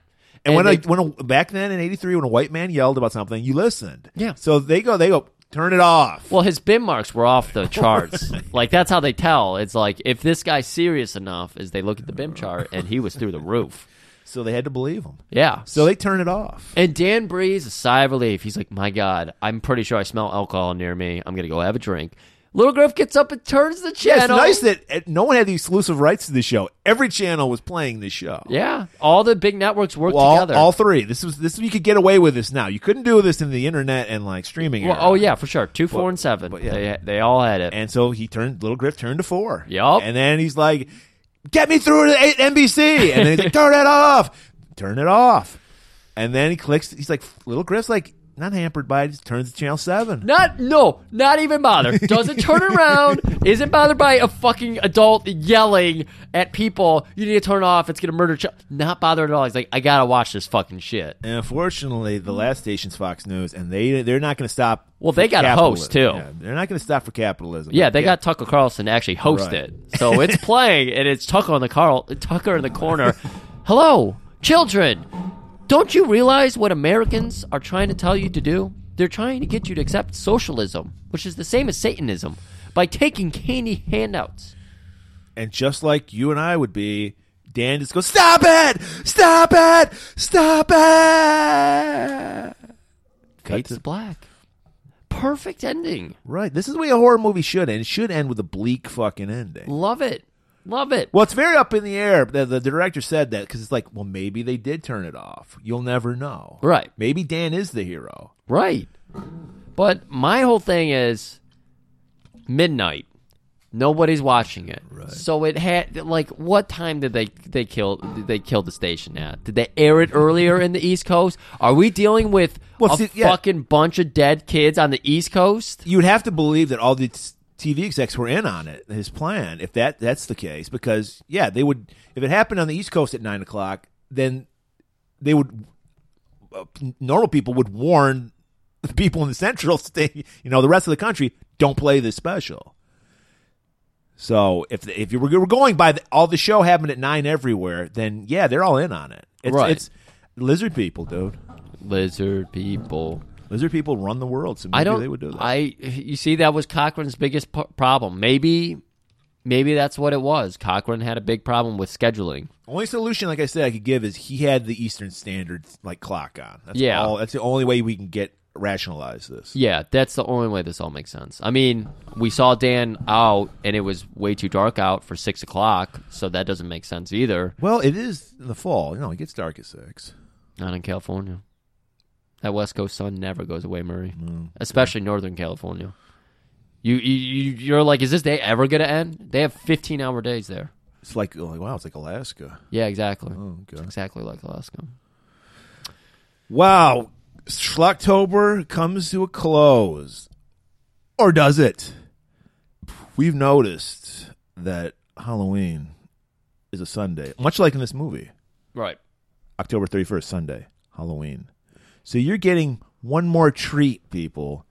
B: And, when,
A: they-
B: a, when a, back then in 83, when a white man yelled about something, you listened.
A: Yeah.
B: So they go, they go, turn it off.
A: Well, his bin marks were off the charts. like that's how they tell. It's like if this guy's serious enough, is they look at the
B: Uh-huh.
A: BIM chart and he was through the roof.
B: so they had to believe him.
A: Yeah.
B: So they turn it off.
A: and Dan breathes a sigh of relief. He's like, "My God, I'm pretty sure I smell alcohol near me. I'm gonna go have a drink." Little Griff gets up and turns the
B: Yeah, it's
A: channel.
B: nice that uh, no one had the exclusive rights to the show. Every channel was playing this show.
A: Yeah, all the big networks work
B: Well, all-
A: together.
B: All three. This was this you could get away with this now. You couldn't do this in the internet and like streaming.
A: Well,
B: era.
A: oh yeah, for sure. Two, four, and seven.
B: yeah.
A: They they all had it.
B: And so he turned little Griff turned to four.
A: Yup.
B: And then he's like, "Get me through to eight NBC." And then he's like, "Turn it off, turn it off." And then he clicks. He's like, "Little Griff's like not hampered by it. Just turns to channel seven.
A: Not no, not even bother. Doesn't turn around. Isn't bothered by a fucking adult yelling at people. You need to turn it off. It's gonna murder. Ch-. Not bothered at all. He's like, I gotta watch this fucking shit.
B: And unfortunately, the last station's Fox News, and they they're not going to stop.
A: Well, they
B: for
A: got a host,
B: capitalism.
A: too.
B: Yeah, they're not going to stop for capitalism.
A: Yeah, they got Tucker Carlson to actually host
B: Right.
A: it, so it's playing and it's Tucker on the Carl Tucker in the corner. Hello, children. Don't you realize what Americans are trying to tell you to do? They're trying to get you to accept socialism, which is the same as Satanism, by taking candy handouts.
B: and just like you and I would be, Dan just goes, "Stop it! Stop it! Stop it!"
A: Fades to black. Perfect ending.
B: Right. This is the way a horror movie should end. It should end with a bleak fucking ending.
A: Love it. Love it.
B: Well, it's very up in the air. The, the director said that because it's like, well, maybe they did turn it off. You'll never know.
A: Right.
B: Maybe Dan is the hero.
A: Right. But my whole thing is midnight. Nobody's watching it. So it had like what time did they they kill did they kill the station at? Did they air it earlier in the East Coast? Are we dealing with
B: Well,
A: a
B: see, yeah.
A: fucking bunch of dead kids on the East Coast?
B: You'd have to believe that all the t- TV execs were in on it, his plan, if that that's the case, because yeah, they would. If it happened on the East Coast at nine o'clock, then they would. Uh, normal people would warn the people in the Central State, you know, the rest of the country, don't play this special. So if if you were, you were going by the, all the show happened at nine everywhere, then yeah, they're all in on it. It's,
A: Right.
B: it's lizard people, dude.
A: Lizard people.
B: Lizard people run the world, so maybe
A: I don't.
B: they would do that.
A: I you see that was Cochran's biggest p- problem. Maybe, maybe that's what it was. Cochran had a big problem with scheduling.
B: Only solution, like I said, I could give is he had the Eastern Standard like clock on. That's
A: Yeah.
B: all, that's the only way we can get rationalize this.
A: Yeah, that's the only way this all makes sense. I mean, we saw Dan out, and it was way too dark out for six o'clock, so that doesn't make sense either.
B: Well, it is in the fall. You know, it gets dark at six.
A: Not in California. That West Coast sun never goes away, Murray.
B: Mm,
A: Especially Northern California. You, you you- you're like, is this day ever gonna end? They have 15 hour days there.
B: It's like, oh, wow, it's like Alaska.
A: Yeah, exactly.
B: Oh, okay.
A: It's exactly like Alaska.
B: Wow, Schlocktober comes to a close, or does it? We've noticed that Halloween is a Sunday, much like in this movie.
A: Right.
B: October 31st, Sunday, Halloween. So you're getting one more treat, people,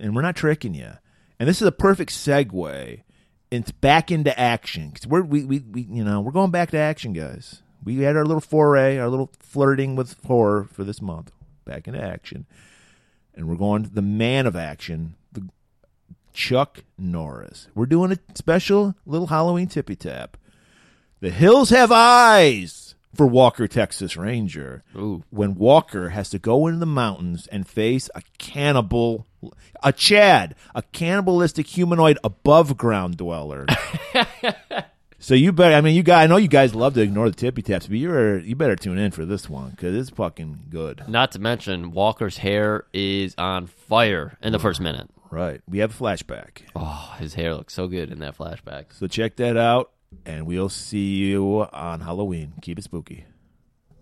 B: and we're not tricking you. And this is a perfect segue into back into action because we're we, we we you know we're going back to action, guys. We had our little foray, our little flirting with horror for this month. Back into action, and we're going to the man of action, the Chuck Norris. We're doing a special little Halloween tippy tap. The hills have eyes for Walker, Texas Ranger.
A: Ooh.
B: When Walker has to go into the mountains and face a cannibal, a Chad, a cannibalistic humanoid above ground dweller. so you better, I mean, you guys, I know you guys love to ignore the tippy taps, but you are you better tune in for this one because it's fucking good.
A: Not to mention, Walker's hair is on fire in the first minute.
B: Right. We have a flashback.
A: Oh, his hair looks so good in that flashback.
B: So check that out, and we'll see you on Halloween. Keep it spooky.